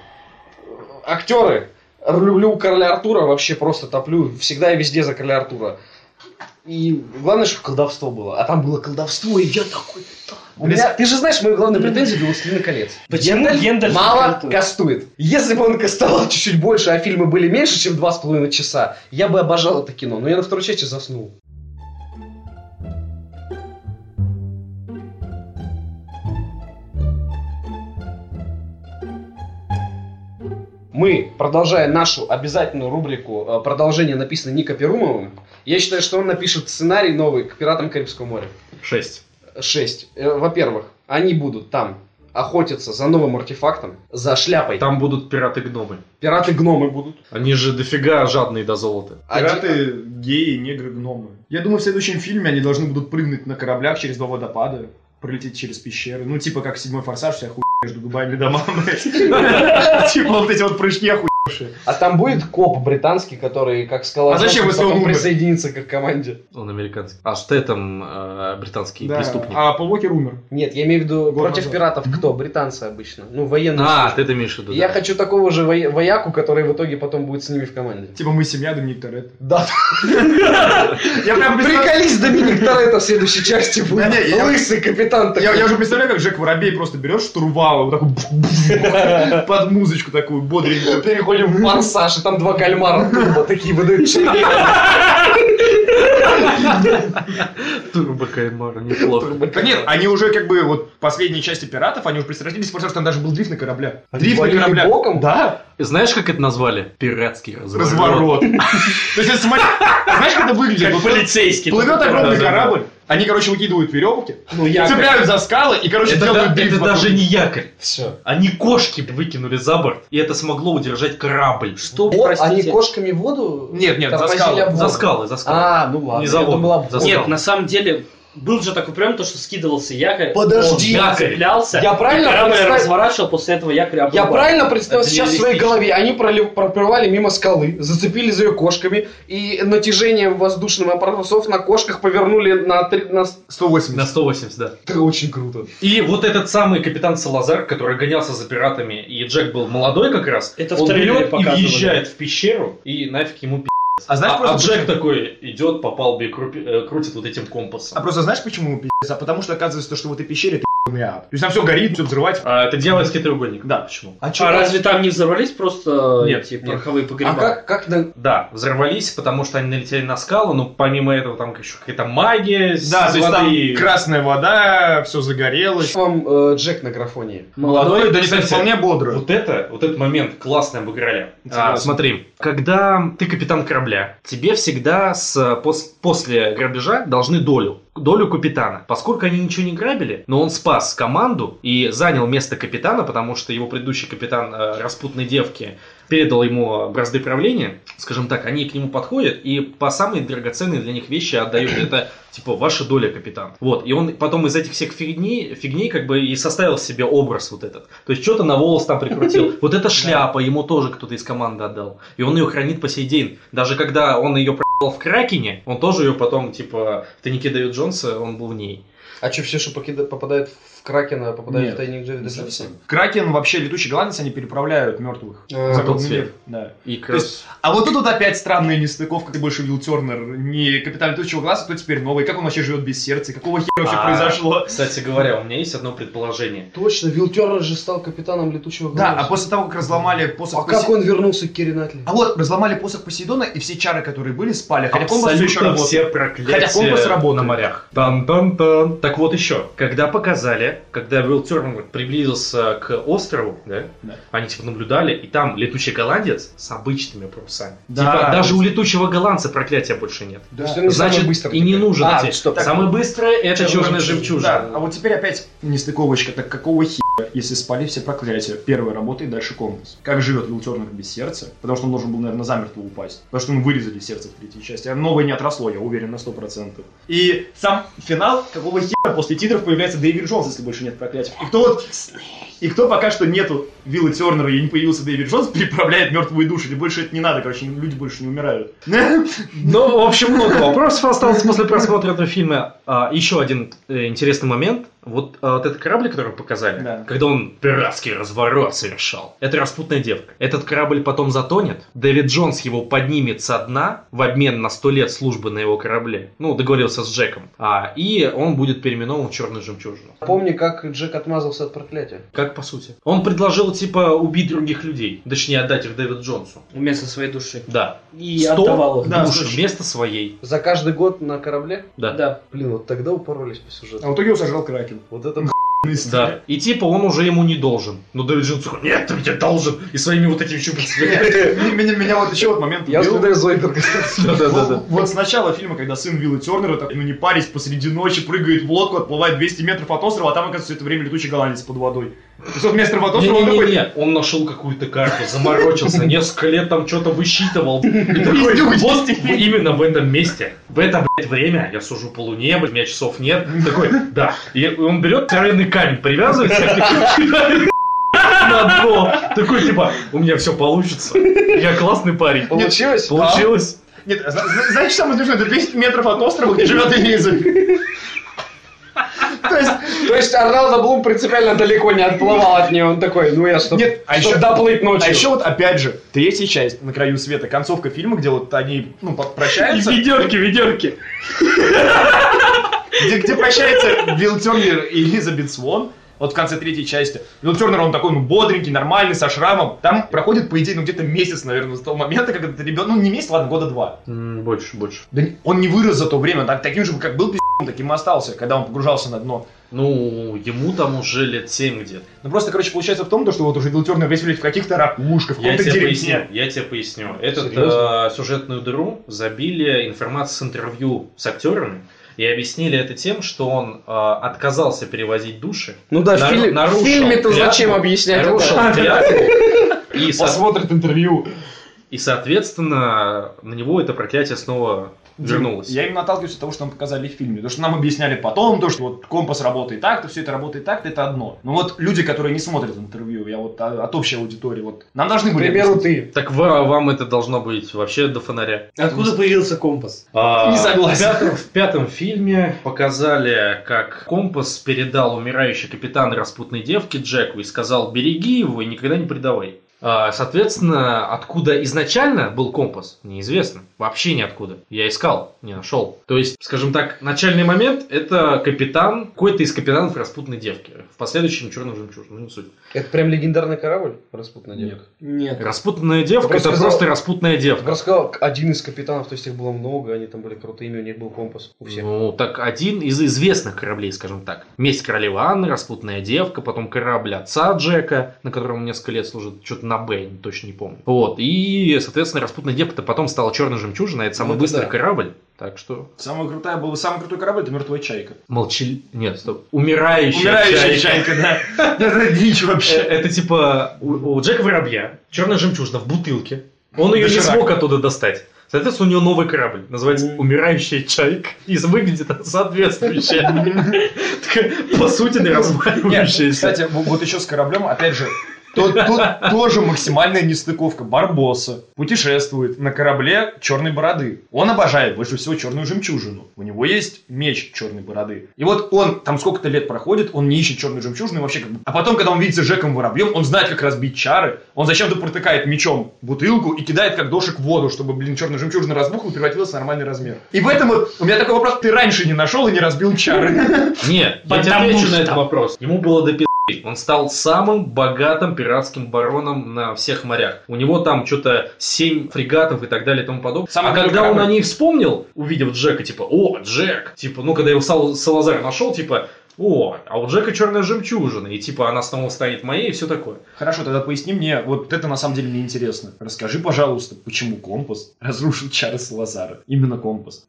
Актеры. Люблю короля Артура, вообще просто топлю. Всегда и везде за короля Артура. И главное, чтобы колдовство было. А там было колдовство, и я такой... «Да». У меня- Ты же знаешь, мою главную претензию «Властелина колец».
Почему
Гендальф
Гендальф
мало
кастует?
кастует? Если бы он кастовал чуть-чуть больше, а фильмы были меньше, чем два с половиной часа, я бы обожал это кино. Но я на второй части заснул. Мы, продолжая нашу обязательную рубрику э, «Продолжение написано Ника Перумовым», я считаю, что он напишет сценарий новый к «Пиратам Карибского моря».
Шесть.
Шесть. Э, Во-первых, они будут там охотиться за новым артефактом, за шляпой.
Там будут пираты-гномы.
Пираты-гномы будут.
Они же дофига жадные до золота.
Пираты, геи, негры, гномы. Я думаю, в следующем фильме они должны будут прыгнуть на кораблях через два водопада, пролететь через пещеры. Ну, типа как седьмой форсаж, вся хуйня между губами и домами. Типа вот эти вот прыжки охуенные.
А там будет коп британский, который, как сказал,
А зачем вы
потом
Стоун умер?
присоединится к их команде.
Он американский. А Стэттем э, британский
Да.
преступник.
А Пол Уокер умер.
Нет, я имею в виду,
Год
против
назад.
пиратов кто? Британцы обычно. Ну, военные.
А,
службы.
ты это имеешь в виду,
Я
да.
хочу такого же воя- вояку, который в итоге потом будет с ними в команде.
Типа мы семья, Доминик Торетто.
Да.
Я прям представляю-
Приколись, Доминик Торетто в следующей части будет.
Да не, я-
Лысый капитан такой.
Я, я уже представляю, как Жек Воробей просто берет штурвал, вот такой под музычку такую бодренькую.
Переходим в форсаж, и там два кальмара вот такие выдают
Турбо Каймара, неплохо.
Да нет, они уже как бы вот последние части пиратов, они уже превратились в форсаж, там даже был дрифт на кораблях. Дрифт на
валили
кораблях.
боком?
Да,
Знаешь, как это назвали? Пиратский разворот.
разворот. То есть это смотри, знаешь, как Типа, это выглядит? Вот
Полицейский.
Плывет огромный
Да, да, да.
корабль, они, короче, выкидывают веревки,
Ну, я...
цепляют за скалы и, короче,
Это, да-
делают
это
дрифт. вокруг.
даже не якорь.
Все.
Они кошки выкинули за борт, и это смогло удержать корабль. Что?
Они кошками в воду?
Нет, нет, за
тормозили
скалы,
об воду?
За скалы, за скалы.
А, ну ладно.
Не
я
за воду,
думал, об
за
воду.
скалы.
Нет, на самом деле, был же такой прям то, что скидывался якорь.
Подожди.
он якорь цеплялся.
Я правильно
и корабль
представ-
разворачивал после этого якорь
Я
обрубал.
правильно представил
Это
сейчас в своей
нереалистично.
голове? Они пролив- проплывали мимо скалы, зацепили за ее кошками и натяжением воздушным образцов на кошках повернули на... три- на... с-
180.
На 180, да.
Это очень круто. А
И вот этот самый капитан Салазар, который гонялся за пиратами, и Джек был молодой как раз,
Это в
он
трейлере
берет и
показывали.
въезжает в пещеру, и нафиг ему пи***.
А знаешь,
а,
просто
а Джек
почему?
такой идет по палубе, и крупи- э, крутит вот этим компасом.
А просто знаешь, почему ему пиздец? А потому что оказывается, то, что в этой пещере это ебаный ад. То есть там все горит, все взрывать.
А, это дьявольский треугольник.
Да.
почему?
А
А
чё?
разве там не взорвались просто
Нет,
эти
нет.
пороховые погреба?
А как, как на-
Да, взорвались, потому что они налетели на скалу, но помимо этого там еще какая-то магия с
Да, то есть там
воды.
красная вода, все загорелось.
вам э, Джек на графоне?
Молодой,
да не знаю,
кстати,
вполне бодро.
Вот это, вот этот момент классно обыграли.
Согласен.
А, смотри, когда ты капитан корабля, тебе всегда с, э, пос- после грабежа должны долю. Долю капитана. Поскольку они ничего не грабили, но он спас команду и занял место капитана, потому что его предыдущий капитан э, распутной девки передал ему бразды правления, скажем так, они к нему подходят и по самые драгоценные для них вещи отдают. Это типа ваша доля, капитан. Вот, и он потом из этих всех фигней, фигней как бы и составил себе образ вот этот. То есть что-то на волос там прикрутил. Вот эта шляпа ему тоже кто-то из команды отдал. И он ее хранит по сей день. Даже когда он ее проебал в Кракене, он тоже ее потом, типа, в тайнике Дэвид Джонса, он был в ней.
А что, все, что покида- попадают в Кракена попадают
Нет,
в тайник Джефф
Не
Деза?
совсем. Кракен вообще летучий голландец, они переправляют мертвых.
Э,
за
тот
главный
свет.
мир. Да.
И как
То
раз
есть, а вот тут вот опять странная нестыковка, ты больше видел Тернер, не капитан летучего глаза, то теперь новый. Как он вообще живет без сердца? и Какого хера вообще
А.
произошло?
Кстати говоря, у меня есть одно предположение.
Точно, Вилл Тернер же стал капитаном летучего
Да, а
голландца.
после того, как разломали посох
а, как он вернулся к Кирин Атли?
А вот, разломали посох Посейдона, и все чары, которые были, спали.
А
Хотя компас
Абсолютно
еще работал.
все проклятия
Хотя компас работает.
на морях. Тан-тан-тан. Так вот еще, когда показали, когда Уилл Тернер приблизился к острову, да,
Да.
они типа наблюдали, и там летучий голландец с обычными парусами.
Да.
Типа даже у летучего голландца проклятия больше нет.
То есть он не самый
Значит,
быстрый
и не
теперь.
нужен.
А,
тебе.
стоп.
Самое быстрое это черная жемчужина.
Да, а вот теперь опять нестыковочка. Так какого хера, если спали все проклятия? Первая работа и дальше компас. Как живет Вилл Тернер без сердца? Потому что он должен был, наверное, замертво упасть. Потому что ему вырезали сердце в третьей части. А новое не отросло, я уверен, на 100%. И сам финал, какого хера после титров появляется Дэвид Джонс, если больше нет проклятий. И кто вот... И кто пока что нету Вилла Тернера и не появился Дэвид Джонс, переправляет мертвые души. И больше это не надо, короче, люди больше не умирают. А
Ну, в общем, много вопросов осталось после просмотра этого фильма. А, еще один э, интересный момент. Вот, а, вот этот корабль, который показали,
Да.
когда он пиратский разворот совершал, это распутная девка. Этот корабль потом затонет, Дэвид Джонс его поднимет со дна в обмен на сто лет службы на его корабле. Ну, договорился с Джеком. А, и он будет переименован в черную жемчужину.
Помни, как Джек отмазался от проклятия.
Как по сути. Он предложил, типа, убить других людей. Точнее, отдать их Дэвид Джонсу.
Вместо своей души.
Да.
И
Сто
отдавал их.
душ
точно.
вместо своей.
За каждый год на корабле?
Да.
Да.
Блин, вот тогда упоролись по сюжету.
А в итоге его сожрал Кракен.
Вот это
Да. И типа он уже ему не должен. Но Дэвид Джонс такой, нет, ты мне должен. И своими вот этими щупальцами.
Меня, меня вот еще вот момент
Я
убил.
вспоминаю Зойберга.
Вот, вот с начала фильма, когда сын Вилла Тернера, так, ну не парись, посреди ночи прыгает в лодку, отплывает 200 метров от острова, а там, оказывается, все это время летучий голландец под водой. То есть вот вместо под острова он такой...
Не-не-не, он нашел какую-то карту, заморочился, несколько лет там что-то высчитывал. И такой, вот именно в этом месте, в это, блядь, время, я сужу по луне, блядь, у меня часов нет. Такой, да. И он берет травяный камень, привязывает себя, на дно. Такой, типа, у меня все получится. Я классный парень.
Получилось?
Получилось.
Нет, а зна- зна- знаешь, самое смешное, это 200 метров от острова, где живет Элиза. То есть,
А, То есть Орландо Блум принципиально далеко не отплывал от нее. Он такой, ну я что,
Нет, а
чтоб
еще-
доплыть ночью.
а еще вот опять же, третья часть «На краю света», концовка фильма, где вот они, ну, по- прощаются.
Ведерки, ведерки.
где, где прощается Билл Тернер и Элизабет Свон. Вот в конце третьей части. Билл Тернер, он такой, ну, бодренький, нормальный, со шрамом. Там проходит, по идее, ну, где-то месяц, наверное, с того момента, как этот ребенок... Ну, не месяц, ладно, года два.
Больше, больше.
Да не- он не вырос за то время. Так, таким же, как был пи***ом, таким и остался, когда он погружался на дно.
Ну, ему там уже лет 7 где-то.
Ну, просто, короче, получается в том, то, что вот уже Билл Тернер весь время в каких-то ракушках, в
Я
каком-то
тебе
деревне.
поясню, я тебе поясню. Эту
Серьезно?
сюжетную дыру забили информацией с интервью с актерами. И объяснили это тем, что он э, отказался перевозить души.
Ну да,
нар-
в фильме- в
нарушил
фильме-то
клятву,
зачем объяснять
нарушил
это?
клятву. И, со-
Посмотрит интервью.
и, соответственно, на него это проклятие снова вернулось.
Я именно отталкиваюсь от того, что нам показали в фильме. То, что нам объясняли потом, то, что вот компас работает так-то, все это работает так-то, это одно. Но вот люди, которые не смотрят интервью, я вот а, от общей аудитории, вот нам должны
К
были...
примеру,
объяснить.
ты.
Так ва- вам это должно быть вообще до фонаря.
Откуда появился компас?
А,
Не согласен.
В пятом, в пятом фильме показали, как компас передал умирающий капитан распутной девки Джеку и сказал «береги его и никогда не предавай». А, Соответственно, откуда изначально был компас, неизвестно. Вообще ниоткуда. Я искал, не нашел. То есть, скажем так, начальный момент – это капитан, какой-то из капитанов распутной девки. В последующем черный жемчужина, ну не суть.
Это прям легендарный корабль? Распутная девка.
Нет.
Распутная девка – это
Просто сказал-
просто распутная девка.
Просто сказал, один из капитанов, то есть их было много, они там были крутыми, у них был компас у всех.
Ну, так один из известных кораблей, скажем так. Месть королевы Анны, распутная девка, потом корабль отца Джека, на котором он несколько лет служит, что-то на Б, я не- точно не помню. Вот, и, соответственно, распутная девка-то потом стала черной жемчужиной, а это самый
Ну, это
быстрый
да.
корабль. Так что
Самая крутая была, самый крутой корабль это мертвая чайка.
молчи... Нет, стоп. Умирающая,
Умирающая
чайка.
чайка, да. Да, Это дичь
Э,
вообще.
Это типа у, у Джека Воробья черная жемчужина в бутылке. Он ее не
Доширак.
смог оттуда достать. Соответственно, у него новый корабль. Называется
М.
«Умирающая чайка». И выглядит она соответствующе. Такая, По сути,
Нет,
разваливающаяся.
Кстати, в- вот еще с кораблем, опять же, Тут, тут тоже максимальная нестыковка. Барбоса путешествует на корабле черной бороды. Он обожает больше всего черную жемчужину. У него есть меч черной бороды. И вот он там сколько-то лет проходит, он не ищет черную жемчужину и вообще как бы... А потом, когда он видится с Жеком Воробьем, он знает, как разбить чары. Он зачем-то протыкает мечом бутылку и кидает как дошик в воду, чтобы, блин, черная жемчужина разбухла и превратилась в нормальный размер. И поэтому вот у меня такой вопрос, ты раньше не нашел и не разбил чары.
Нет, я тебе
Потому
отвечу
что.
на этот вопрос. Ему было до пи***. Он стал самым богатым пиратским бароном на всех морях. У него там что-то 7 фрегатов и так далее и тому подобное.
Самый
а
крутой
когда он о
корабль.
ней вспомнил, увидев Джека, типа, о, Джек, типа, ну, когда его Сал- Салазар нашел, типа, о, а у Джека черная жемчужина, и типа она снова станет моей и все такое.
Хорошо, тогда поясни мне, вот это на самом деле мне интересно. Расскажи, пожалуйста, почему компас разрушил чары Салазара? Именно компас.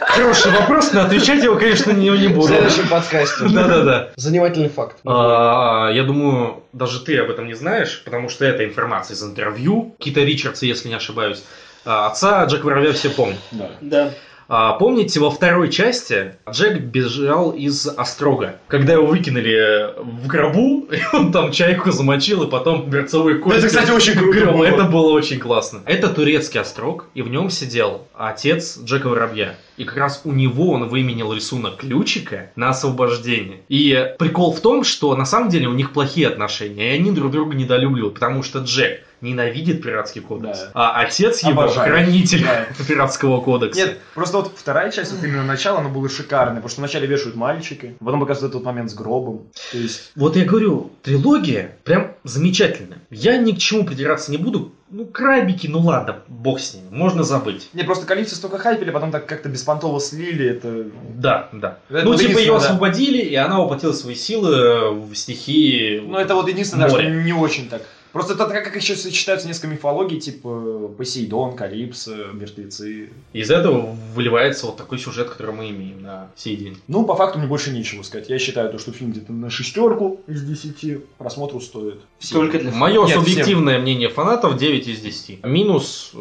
Хороший вопрос, но отвечать его, конечно, не, не
В
буду.
следующем подкасте.
Да-да-да.
Занимательный факт.
А, Я думаю, даже ты об этом не знаешь, потому что это информация из интервью Кита Ричардса, если не ошибаюсь. А, Отца Джек Воробья все помнят.
Да.
Да.
А, Помните, во второй части Джек бежал из Острога, когда его выкинули в гробу, и он там чайку замочил, и потом берцовые кости.
Это, кстати, очень круто
Гром,
было.
Это было очень классно. Это турецкий острог, и в нем сидел отец Джека Воробья. И как раз у него он выменил рисунок ключика на освобождение. И прикол в том, что на самом деле у них плохие отношения, и они друг друга недолюбливают, потому что Джек ненавидит пиратский кодекс,
Да.
а отец его
Обожает.
хранитель
Да.
пиратского кодекса.
Нет, просто вот вторая часть, вот именно начало, оно было шикарное, потому что вначале вешают мальчики, потом показывают этот момент с гробом. То есть,
Вот я говорю, трилогия прям замечательная. Я ни к чему придираться не буду. Ну, крабики, ну ладно, бог с ними, можно забыть.
не, просто количество столько хайпили, потом так как-то беспонтово слили, это...
Да, да.
Это
ну, типа ее
единственное, да.
освободили, и она воплотила свои силы э, в стихии.
Ну, это вот единственное, да,
Море.
что не очень так. Просто это как еще сочетаются несколько мифологий, типа Посейдон, Калипс, мертвецы.
Из этого выливается вот такой сюжет, который мы имеем на сей день.
Ну, по факту мне больше нечего сказать. Я считаю, то, что фильм где-то на шестерку из десяти просмотру стоит. Всем.
Только для
Мое
Нет,
субъективное мнение фанатов 9 из 10. Минус э,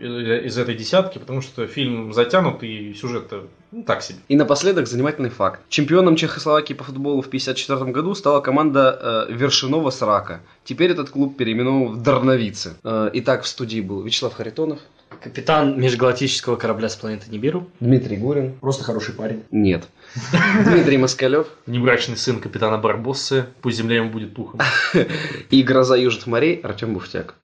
из из этой десятки, потому что фильм затянут и сюжет э, ну, так себе.
И напоследок занимательный факт. Чемпионом Чехословакии по футболу в 1954 году стала команда э, Вершинова Срака. Теперь этот клуб переименован в Дарновицы. Э, итак, в студии был Вячеслав Харитонов,
Капитан межгалактического корабля с планеты Нибиру.
Дмитрий Гурин.
Просто хороший парень.
Нет. Дмитрий Москалев
Небрачный сын капитана Барбоссы, пусть земля ему будет пухом.
и гроза южных морей Артем Буфтяк.